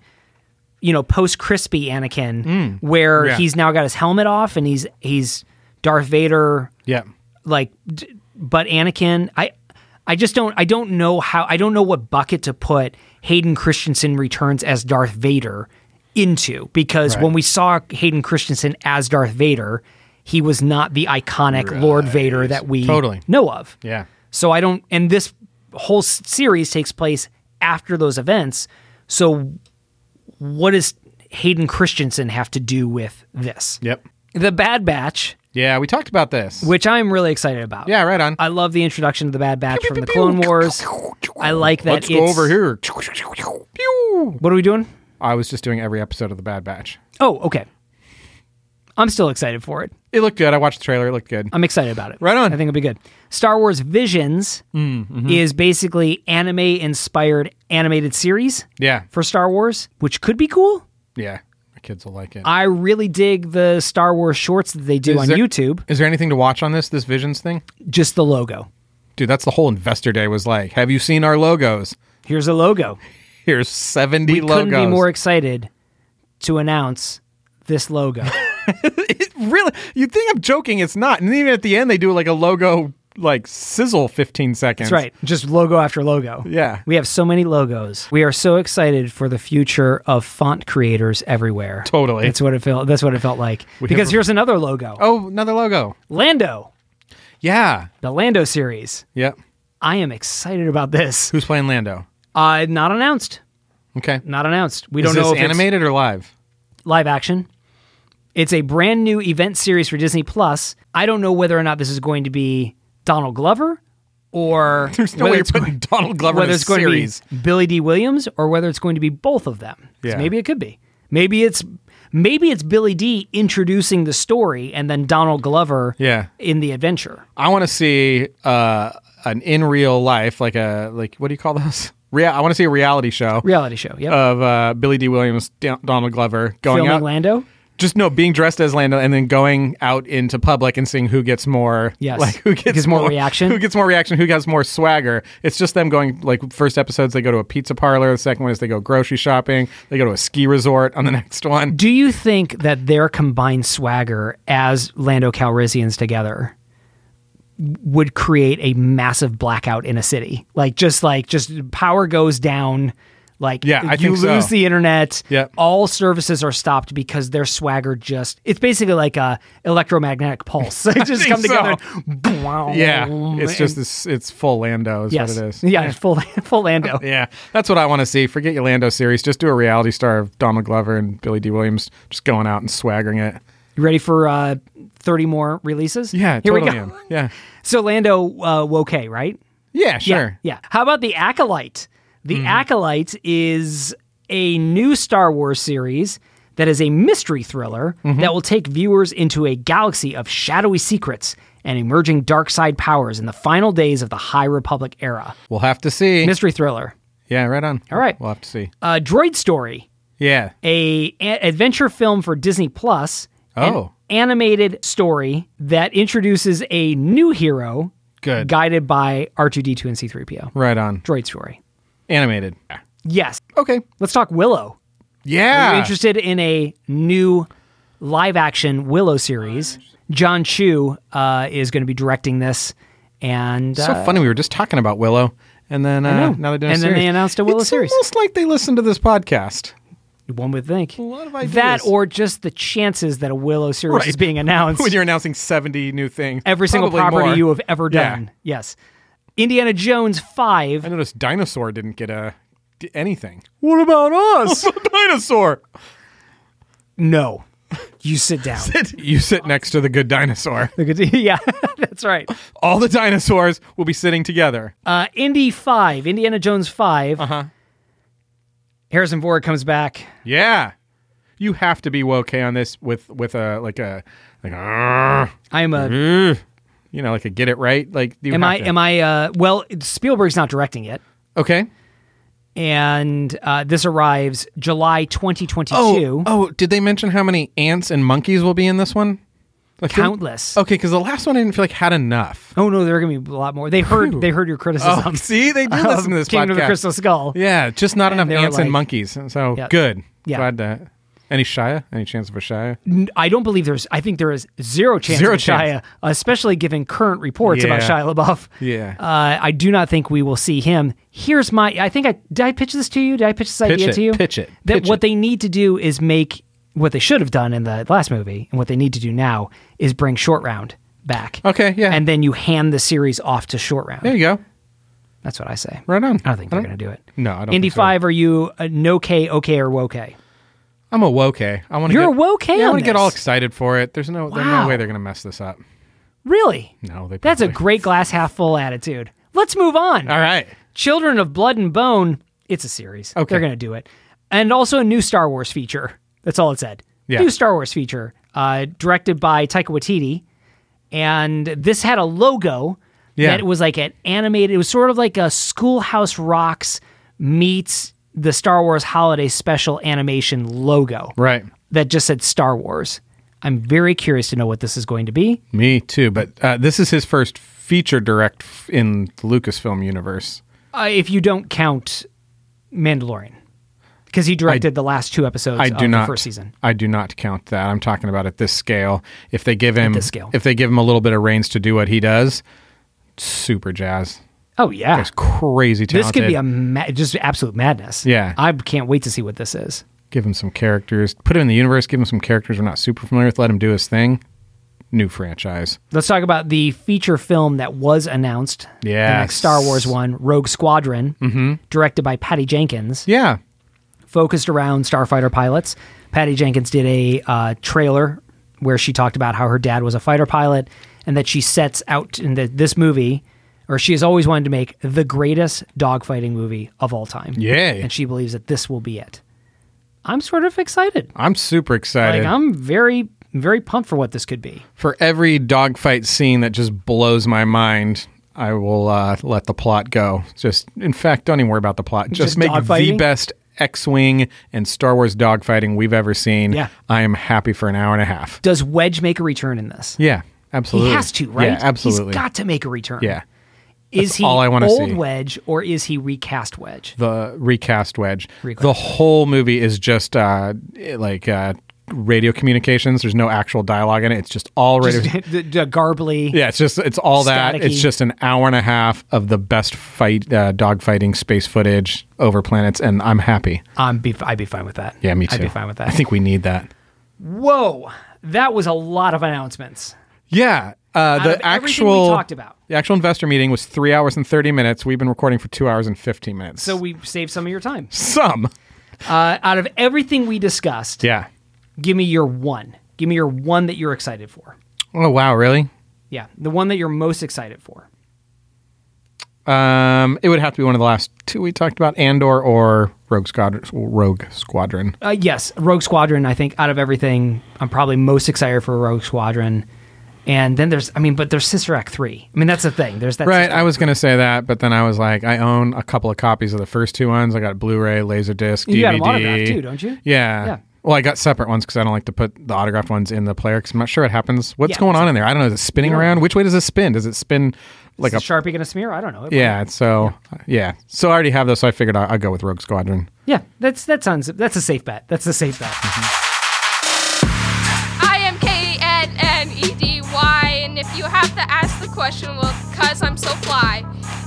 S1: you know, post crispy Anakin, where
S2: Mm. Yeah.
S1: he's now got his helmet off and he's he's Darth Vader,
S2: Yeah.
S1: like, d- but Anakin, I. I just don't I don't know how I don't know what bucket to put Hayden Christensen returns as Darth Vader into because when we saw Hayden Christensen as Darth Vader, he was not the iconic Lord Vader that we
S2: Totally.
S1: know of.
S2: Yeah.
S1: So I don't, and this whole s- series takes place after those events. So what does Hayden Christensen have to do with this?
S2: Yep.
S1: The Bad Batch,
S2: Yeah, we talked about this.
S1: which I'm really excited about.
S2: yeah, right on.
S1: I love the introduction to the Bad Batch from the Clone Wars. I like that.
S2: Let's go
S1: it's-
S2: over here. Pew.
S1: What are we doing?
S2: I was just doing every episode of The Bad Batch.
S1: Oh, okay. I'm still excited for it.
S2: It looked good. I watched the trailer. It looked good.
S1: I'm excited about it.
S2: Right on. Mm-hmm.
S1: I think it'll be good. Star Wars Visions is basically anime inspired animated series
S2: Yeah.
S1: for Star Wars, which could be cool.
S2: Yeah. My kids will like it. Is
S1: I really dig the Star Wars shorts that they do on
S2: there-
S1: YouTube.
S2: Is there anything to watch on this, this Visions thing?
S1: Just the logo.
S2: Dude, that's the whole investor day was like. Have you seen our logos?
S1: Here's a logo.
S2: Here's 70
S1: We
S2: logos.
S1: couldn't be more excited to announce this logo.
S2: really? You think I'm joking? It's not. And even at the end, they do like a logo, like sizzle 15 seconds.
S1: That's right. Just logo after logo.
S2: Yeah.
S1: We have so many logos. We are so excited for the future of font creators everywhere.
S2: Totally.
S1: That's what it felt that's what it felt like. because
S2: have-
S1: here's another logo.
S2: Oh, another logo.
S1: Lando.
S2: Yeah.
S1: The Lando series.
S2: Yep.
S1: I am excited about this.
S2: Who's playing Lando?
S1: Uh not announced.
S2: Okay.
S1: Not announced. We
S2: Is
S1: don't know
S2: this
S1: if it's-
S2: animated or live?
S1: live action. It's a brand new event series for Disney Plus. I don't know whether or not this is going to be Donald Glover or
S2: There's no
S1: whether
S2: way you're
S1: it's
S2: putting Donald Glover
S1: whether
S2: in a
S1: it's going
S2: series.
S1: to be Billy D. Williams or whether it's going to be both of them. 'Cause
S2: Yeah.
S1: Maybe it could be. Maybe it's maybe it's Billy D. introducing the story and then Donald Glover
S2: Yeah.
S1: in the adventure.
S2: I want to see uh, an in real life, like a like what do you call those? Real. I want to see a reality show
S1: Reality show. Yep.
S2: of uh, Billy D. Williams, Dan- Donald Glover going
S1: Filming
S2: out,
S1: Lando.
S2: just no being dressed as Lando, and then going out into public and seeing who gets more.
S1: Yes.
S2: Like who gets,
S1: Gets more reaction.
S2: Who gets more reaction? Who has more swagger? It's just them going like first episodes they go to a pizza parlor. The second one is they go grocery shopping. They go to a ski resort on the next one.
S1: Do you think that their combined swagger as Lando Calrissians together would create a massive blackout in a city? Like just like just power goes down. Like
S2: Yeah, I
S1: you
S2: think so.
S1: lose the internet.
S2: Yep.
S1: All services are stopped because their swagger just it's basically like a electromagnetic pulse. They just
S2: think
S1: come together.
S2: so.
S1: And,
S2: Yeah, it's just
S1: Um, and-
S2: this. It's full Lando. Is
S1: yes.
S2: what it is.
S1: Yeah, it's full full Lando.
S2: Yeah, that's what I want to see. Forget your Lando series. Just do a reality star of Donald Glover and Billy D. Williams just going out and swaggering it.
S1: You ready for uh 30 more releases?
S2: Yeah,
S1: Here we
S2: totally
S1: go.
S2: am. Yeah,
S1: So Lando uh Woke, right?
S2: yeah, sure. Hmm.
S1: Yeah, yeah. How about the Acolyte? The Acolyte is a new Star Wars series that is a mystery thriller
S2: Mm-hmm.
S1: that will take viewers into a galaxy of shadowy secrets and emerging dark side powers in the final days of the High Republic era.
S2: We'll have to see.
S1: Mystery thriller.
S2: yeah, right on. All
S1: right.
S2: we'll have to see.
S1: Uh, Droid Story,
S2: Yeah,
S1: a, a- adventure film for Disney Plus. an
S2: Oh.
S1: animated story that introduces a new hero
S2: good.
S1: guided by R2D2 and C3PO.
S2: right on.
S1: Droid Story.
S2: Animated. Yeah.
S1: Yes.
S2: Okay.
S1: Let's talk Willow. If
S2: Yeah.
S1: you're interested in a new live action Willow series, John Chu uh, is going to be directing this. And
S2: so
S1: uh,
S2: funny. We were just talking about Willow, and then uh,
S1: know.
S2: now they're doing. a
S1: And then
S2: series.
S1: they announced a Willow
S2: it's
S1: series.
S2: Almost like they listened to this podcast.
S1: one would think
S2: lot of ideas.
S1: that, or just the chances that a Willow series is
S2: Right.
S1: being announced.
S2: When you're announcing 70 new things,
S1: every single
S2: Probably
S1: property
S2: more.
S1: you have ever
S2: Yeah.
S1: done. Yes. Indiana Jones
S2: I
S1: 5.
S2: noticed Dinosaur didn't get a d- anything.
S1: What about us?
S2: dinosaur.
S1: no. You sit down.
S2: you sit next to the good dinosaur.
S1: Look at- yeah, that's right.
S2: All the dinosaurs will be sitting together.
S1: Uh, Indy 5, Indiana Jones 5. Uh-huh. Harrison Ford comes back.
S2: Yeah. You have to be woke on this with with a like a like a,
S1: I'm
S2: Mm-hmm.
S1: a
S2: you know like a get it right like you
S1: Am
S2: have
S1: I?
S2: to.
S1: Am I? Uh, well, Spielberg's not directing it,
S2: okay
S1: and uh, this arrives July 2022.
S2: oh did they mention how many ants and monkeys will be in this one like didn't-
S1: Countless.
S2: okay because the last one I didn't feel like had enough
S1: Oh, no, there are gonna be a lot more. They heard. They heard your criticism.
S2: oh see they did
S1: of
S2: listen to this
S1: um, Kingdom of
S2: podcast
S1: the Crystal Skull.
S2: yeah just not enough
S1: they were
S2: ants and
S1: like-
S2: monkeys so
S1: Yeah.
S2: good
S1: Yeah.
S2: glad that Any Shia? Any chance of a Shia?
S1: I don't believe there's. I think there is zero chance
S2: Zero
S1: of Shia,
S2: chance.
S1: especially given current reports about
S2: Yeah.
S1: Shia LaBeouf.
S2: Yeah.
S1: uh, I do not think we will see him. Here's my. I think I did. I pitch this to you. Did I pitch this idea
S2: it,
S1: to you?
S2: pitch it,
S1: That
S2: pitch
S1: what
S2: it.
S1: they need to do is make what they should have done in the last movie, and what they need to do now is bring Short Round back.
S2: Okay, yeah.
S1: And then you hand the series off to Short Round.
S2: There you go.
S1: That's what I say.
S2: Right on.
S1: I don't think they're going to do it.
S2: No, I don't
S1: Indy
S2: think so.
S1: Five, are you a no K, okay, or woke?
S2: I'm a woke. I want to.
S1: You're
S2: get,
S1: a woke
S2: Yeah, I
S1: on
S2: wanna get all
S1: this.
S2: excited for it. There's no. There's
S1: Wow.
S2: no way they're going to mess this up.
S1: Really?
S2: No, they.
S1: That's a
S2: probably-
S1: great glass half full attitude. Let's move on.
S2: All right.
S1: Children of Blood and Bone, it's a series.
S2: Okay.
S1: They're going to do it. And also a new Star Wars feature. That's all it said.
S2: Yeah.
S1: New Star Wars feature, uh, directed by Taika Waititi. And this had a logo
S2: Yeah.
S1: that was like an animated, it was sort of like a Schoolhouse Rocks meets the Star Wars Holiday Special animation logo
S2: Right.
S1: that just said Star Wars. I'm very curious to know what this is going to be.
S2: Me too. But uh, this is his first feature direct f- in the Lucasfilm universe.
S1: uh, if you don't count Mandalorian, because he directed the last two episodes
S2: I
S1: of
S2: do not.
S1: the first season.
S2: I do not count that. I'm talking about at this scale. If they give him
S1: this scale.
S2: if they give him a little bit of reins to do what he does, super jazz.
S1: Oh yeah,
S2: It's crazy talented.
S1: this could be a ma- just absolute madness.
S2: Yeah.
S1: I can't wait to see what this is.
S2: give him some characters. Put him in the universe. Give him some characters we're not super familiar with. Let him do his thing. New franchise.
S1: Let's talk about the feature film that was announced. the
S2: Yes. Mm-hmm.
S1: next Star Wars one, Rogue Squadron, directed by Patty Jenkins,
S2: Yeah.
S1: focused around starfighter pilots. Patty Jenkins did a uh, trailer where she talked about how her dad was a fighter pilot and that she sets out in the, this movie, or she has always wanted to make the greatest dogfighting movie of all time.
S2: Yay.
S1: And she believes that this will be it. I'm sort of excited.
S2: I'm super excited.
S1: Like, I'm very, very pumped for what this could be.
S2: For every dogfight scene that just blows my mind, I will uh, let the plot go. Just, in fact, don't even worry about the plot. Just,
S1: Just
S2: make the
S1: dogfighting?
S2: best X Wing and Star Wars dogfighting we've ever seen.
S1: Yeah.
S2: I am happy for an hour and a half.
S1: Does Wedge make a return in this?
S2: Yeah, absolutely.
S1: He has to, right?
S2: Yeah, absolutely.
S1: He's got to make a return.
S2: yeah.
S1: Is he
S2: all I wanna
S1: old
S2: see.
S1: Wedge or is he recast Wedge?
S2: the recast wedge.
S1: Recast.
S2: The whole movie is just uh, like uh, radio communications. There's no actual dialogue in it. It's just all radio.
S1: Just, the, the garbly.
S2: yeah, it's just it's all that. It's
S1: Staticky.
S2: just an hour and a half of the best fight uh, dogfighting space footage over planets, and I'm happy.
S1: Um, be, I'd be fine with that.
S2: Yeah, me too.
S1: I'd be fine with that.
S2: I think we need that.
S1: Whoa, that was a lot of announcements.
S2: Yeah. Uh,
S1: of
S2: the
S1: everything we
S2: actual
S1: talked about.
S2: the actual investor meeting was three hours and thirty minutes. We've been recording for two hours and fifteen minutes.
S1: So we saved some of your time.
S2: some,
S1: Uh, out of everything we discussed,
S2: yeah.
S1: give me your one. Give me your one that you're excited for.
S2: Oh wow, really?
S1: Yeah, the one that you're most excited for.
S2: Um, it would have to be one of the last two we talked about, Andor or Rogue Squadron. Rogue Squadron.
S1: Uh, yes, Rogue Squadron. I think out of everything, I'm probably most excited for Rogue Squadron. And then there's, I mean, but there's Sister Act three. I mean, that's the thing. There's that.
S2: Right, I was gonna say that, but then I was like, I own a couple of copies of the first two ones. I got Blu-ray, Laserdisc, DVD.
S1: You got 'em autographed too, don't you?
S2: Yeah.
S1: Yeah.
S2: Well, I got separate ones because I don't like to put the autographed ones in the player because I'm not sure what happens. What's
S1: Yeah,
S2: going on in there? I don't know. Is it spinning around? Which way does it spin? Does it spin
S1: Like
S2: like a?
S1: is Sharpie gonna smear? I don't know. It
S2: yeah. So yeah. So I already have those, so I figured I- I'd go with Rogue Squadron.
S1: Yeah, that's that sounds that's a safe bet. That's a safe bet.
S2: Mm-hmm.
S5: I am K N N E D Y, and if you have to ask the question, well, because I'm so fly.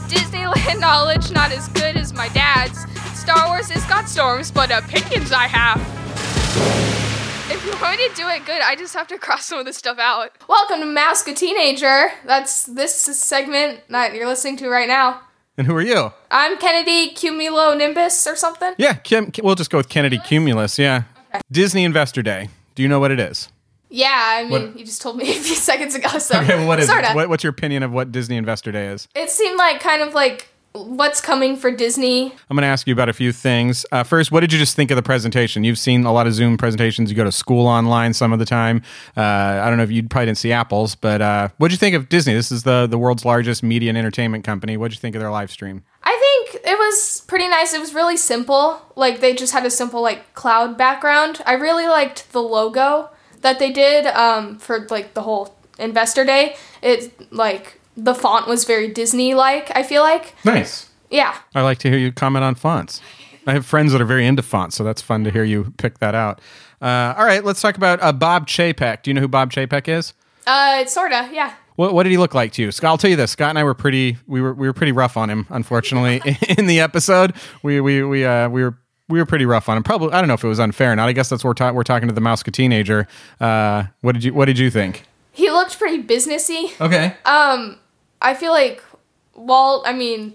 S5: Disneyland knowledge not as good as my dad's. Star Wars has got storms, but opinions I have. If you want me to do it good, I just have to cross some of this stuff out. Welcome to Mask a Teenager. That's this segment that you're listening to right now.
S2: And who are you?
S5: I'm Kennedy Cumulo Nimbus or something.
S2: Yeah, Kim, we'll just go with Kennedy Cumulus. Yeah. Disney Investor Day. Do you know what it is?
S5: Yeah, I mean,
S2: What-
S5: you just told me a few seconds ago, so
S2: Okay, well, what is
S5: sorta.
S2: it? What, what's your opinion of what Disney Investor Day is?
S5: It seemed like kind of like what's coming for Disney.
S2: I'm going to ask you about a few things. Uh, first, what did you just think of the presentation? You've seen a lot of Zoom presentations. You go to school online some of the time. Uh, I don't know if you probably didn't see Apple's, but uh, what did you think of Disney? This is the, the world's largest media and entertainment company. What did you think of their live stream?
S5: I think it was pretty nice. It was really simple. Like they just had a simple like cloud background. I really liked the logo that they did um, for like the whole investor day. It like the font was very Disney like. I feel like
S2: Nice.
S5: yeah.
S2: I like to hear you comment on fonts. I have friends that are very into fonts, so that's fun to hear you pick that out. Uh, all right, let's talk about uh, Bob Chapek. Do you know who Bob Chapek is?
S5: Uh, sorta, yeah.
S2: What, what did he look like to you? Scott, I'll tell you this. Scott and I were pretty we were we were pretty rough on him, unfortunately, in the episode. We we we uh, we were we were pretty rough on him. Probably I don't know if it was unfair or not. I guess that's what we're ta- we're talking to the mouse teenager. Uh, what did you what did you think?
S5: He looked pretty businessy.
S2: Okay.
S5: Um, I feel like Walt. I mean,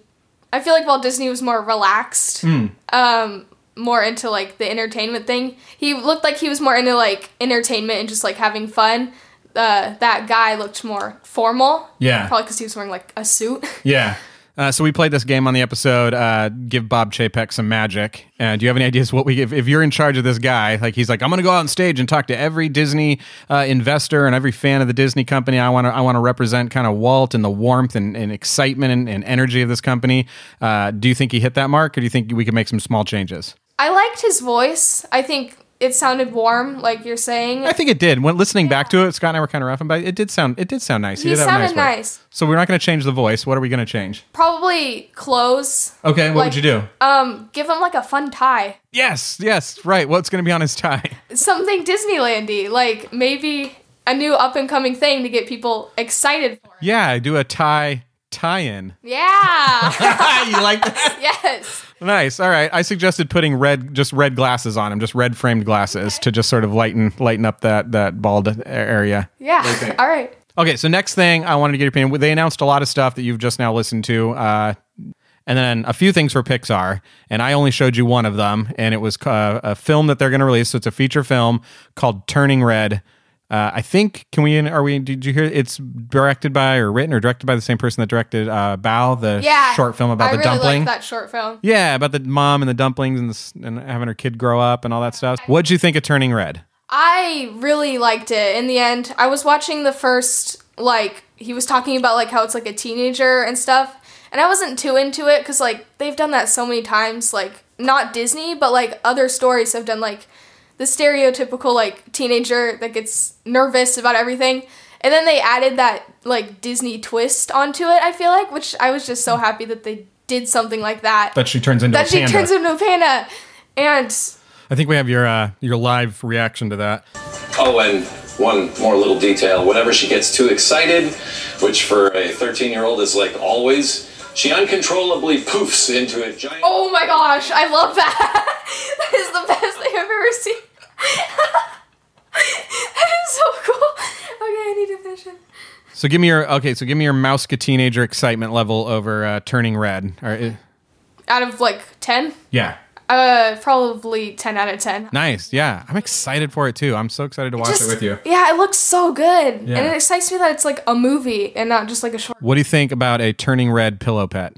S5: I feel like Walt Disney was more relaxed.
S2: Hmm.
S5: Um, more into like the entertainment thing. He looked like he was more into like entertainment and just like having fun. Uh, that guy looked more formal.
S2: Yeah.
S5: Probably because he was wearing like a suit.
S2: yeah. Uh, so we played this game on the episode. Uh, give Bob Chapek some magic. Uh, do you have any ideas what we? If, if you're in charge of this guy, like he's like, I'm going to go out on stage and talk to every Disney uh, investor and every fan of the Disney company. I want to I want to represent kind of Walt and the warmth and, and excitement and, and energy of this company. Uh, do you think he hit that mark, or do you think we could make some small changes?
S5: I liked his voice. I think it sounded warm, like you're saying.
S2: I think it did. When listening back to it, Scott and I were kind of roughing, but it did sound it did sound nice.
S5: He
S2: did have a
S5: sounded
S2: voice.
S5: nice.
S2: So we're not going to change the voice. What are we going to change?
S5: Probably clothes.
S2: Okay, what
S5: Like-
S2: would you do?
S5: Um, give him like a fun tie.
S2: yes, yes, right. What's going to be on his tie?
S5: Something Disneylandy, like maybe a new up and coming thing to get people excited for it.
S2: Yeah, I do a tie tie-in.
S5: Yeah.
S2: Ah, you like that?
S5: yes.
S2: Nice. All right. I suggested putting red, just red glasses on him, just red framed glasses to just sort of lighten lighten up that that bald a- area.
S5: Yeah. All right.
S2: Okay. So next thing I wanted to get your opinion. They announced a lot of stuff that you've just now listened to. Uh, and then a few things for Pixar, and I only showed you one of them, and it was uh, a film that they're going to release. So it's a feature film called Turning Red. Uh, I think can we are we did you hear it's directed by or written or directed by the same person that directed uh, Bao the
S5: Yeah.
S2: short film about
S5: I
S2: the
S5: really
S2: dumpling
S5: liked that short film.
S2: yeah, about the mom and the dumplings and, the, s- and having her kid grow up and all that stuff. What'd you think of Turning Red?
S5: I really liked it. In the end, I was watching the first like he was talking about like how it's like a teenager and stuff, and I wasn't too into it cuz like they've done that so many times like not Disney, but like other stories have done like the stereotypical like teenager that gets nervous about everything. And then they added that like Disney twist onto it, I feel like, which I was just so happy that they did something like that.
S2: That she turns into
S5: that
S2: a
S5: she
S2: panda.
S5: turns into a panda. And
S2: I think we have your uh, your live reaction to that.
S9: Oh, and one more little detail. Whenever she gets too excited, which for a 13 year old is like always, she uncontrollably poofs into a giant.
S5: Oh my gosh, I love that. that is the best thing I've ever seen. that is so cool. Okay, I need to finish it.
S2: So give me your okay. So give me your Mouska teenager excitement level over uh, Turning Red. uh, All right. it-
S5: Out of like 10?
S2: Yeah.
S5: Uh, probably 10 out of 10.
S2: Nice. Yeah. I'm excited for it too. I'm so excited to watch it with you.
S5: Yeah, it looks so good.
S2: Yeah.
S5: And it excites me that it's like a movie and not just like a short.
S2: What do you think about a Turning Red pillow pet?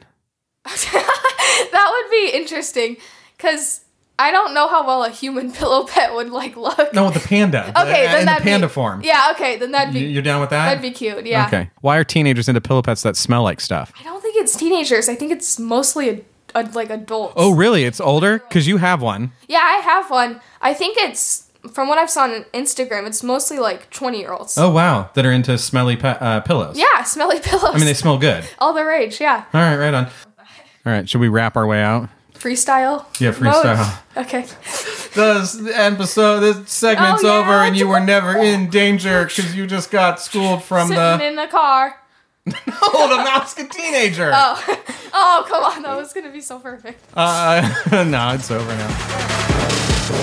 S5: That would be interesting because I don't know how well a human pillow pet would like look.
S2: No, the panda.
S5: Okay, then
S2: in
S5: that'd
S2: the panda
S5: be,
S2: form.
S5: Yeah, okay, then that'd be
S2: You- You're down with that?
S5: that'd be cute. Yeah.
S2: Okay. Why are teenagers into pillow pets that smell like stuff?
S5: I don't think it's teenagers. I think it's mostly a, a, like adults.
S2: Oh, really? It's older because you have one.
S5: Yeah, I have one. I think it's from what I've saw on Instagram. It's mostly like twenty year olds.
S2: Oh wow, that are into smelly pe- uh, pillows.
S5: Yeah, smelly pillows.
S2: I mean they smell good.
S5: all the rage. Yeah,
S2: All right, right on. All right, should we wrap our way out?
S5: freestyle.
S2: Yeah, freestyle.
S5: Mode. Okay.
S2: This episode, this segment's
S5: Oh, yeah.
S2: over, and you were never in danger because you just got schooled from
S5: Sitting
S2: the
S5: in the car.
S2: old Amouska teenager.
S5: Oh come on, that was gonna be so perfect.
S2: Uh, no, it's over now.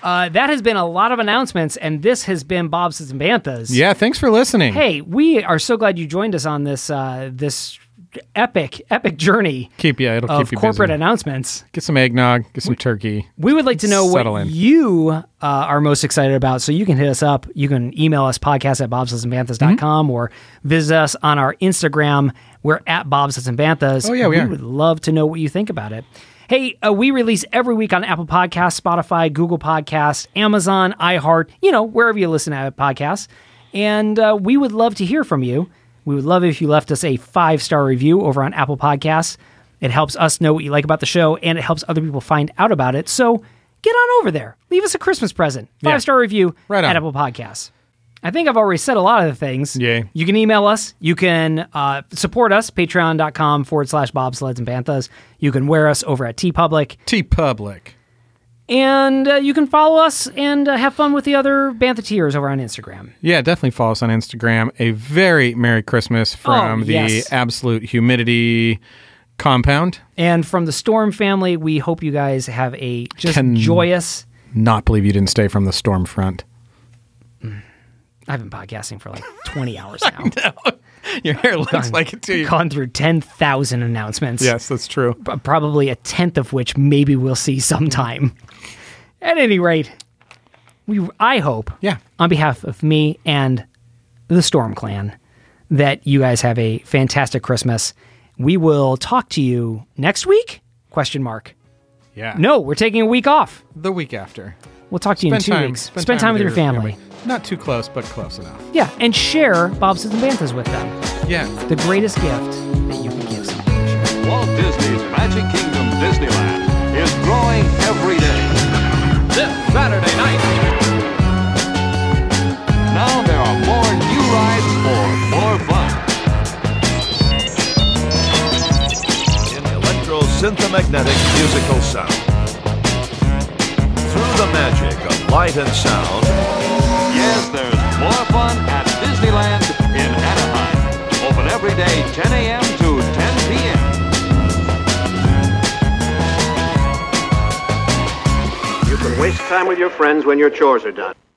S1: Uh, that has been a lot of announcements, and this has been Bob's and Banthas.
S2: Yeah, thanks for listening.
S1: Hey, we are so glad you joined us on this uh, this epic epic journey
S2: keep yeah, it'll
S1: of
S2: keep you busy.
S1: corporate announcements.
S2: get some eggnog, get some turkey.
S1: We would like to know what
S2: Settle in.
S1: you uh, are most excited about. So you can hit us up. You can email us podcast at
S2: Mm-hmm.
S1: bobsesandbanthas.com or visit us on our Instagram. We're at Bobses and Banthas.
S2: Oh, yeah, we
S1: we
S2: are.
S1: would love to know what you think about it. Hey, uh, we release every week on Apple Podcasts, Spotify, Google Podcasts, Amazon, iHeart, you know, wherever you listen to podcasts. And uh, we would love to hear from you. We would love it if you left us a five star review over on Apple Podcasts. It helps us know what you like about the show and it helps other people find out about it. So get on over there. Leave us a Christmas present. Five star review
S2: Right on.
S1: at Apple Podcasts. I think I've already said a lot of the things.
S2: Yeah.
S1: You can email us. You can uh, support us, patreon.com forward slash bobsleds and banthas. You can wear us over at TeePublic.
S2: T Public.
S1: And uh, you can follow us and uh, have fun with the other Bantheteers over on Instagram.
S2: Yeah, definitely follow us on Instagram. A very Merry Christmas from
S1: Oh, yes.
S2: the absolute humidity compound.
S1: And from the Storm family, we hope you guys have a just
S2: Can-
S1: joyous.
S2: Not believe you didn't stay from the storm front.
S1: I've been podcasting for like 20 hours now.
S2: Your hair looks
S1: Gone-
S2: like it too.
S1: Gone through 10,000 announcements.
S2: Yes, that's true.
S1: p- Probably a tenth of which maybe we'll see sometime. At any rate, we I hope,
S2: Yeah.
S1: on behalf of me and the Storm Clan, that you guys have a fantastic Christmas. We will talk to you next week? Question mark.
S2: Yeah.
S1: No, we're taking a week off.
S2: The week after.
S1: We'll talk to you
S2: Spend
S1: in two
S2: time.
S1: weeks. Spend, time, with your, family.
S2: Not too close, but close enough.
S1: Yeah, and share Bob's and Banthas with them.
S2: Yeah.
S1: The greatest gift that you can give someone.
S3: Walt Disney's Magic Kingdom Disneyland is growing every day. This Saturday night. Now there are more new rides for more fun.
S4: in electro synthomagnetic musical sound. Through the magic of light and sound,
S3: Yes, there's more fun at Disneyland in Anaheim. Open every day 10 a.m. to 10 p.m. You can waste time with your friends when your chores are done.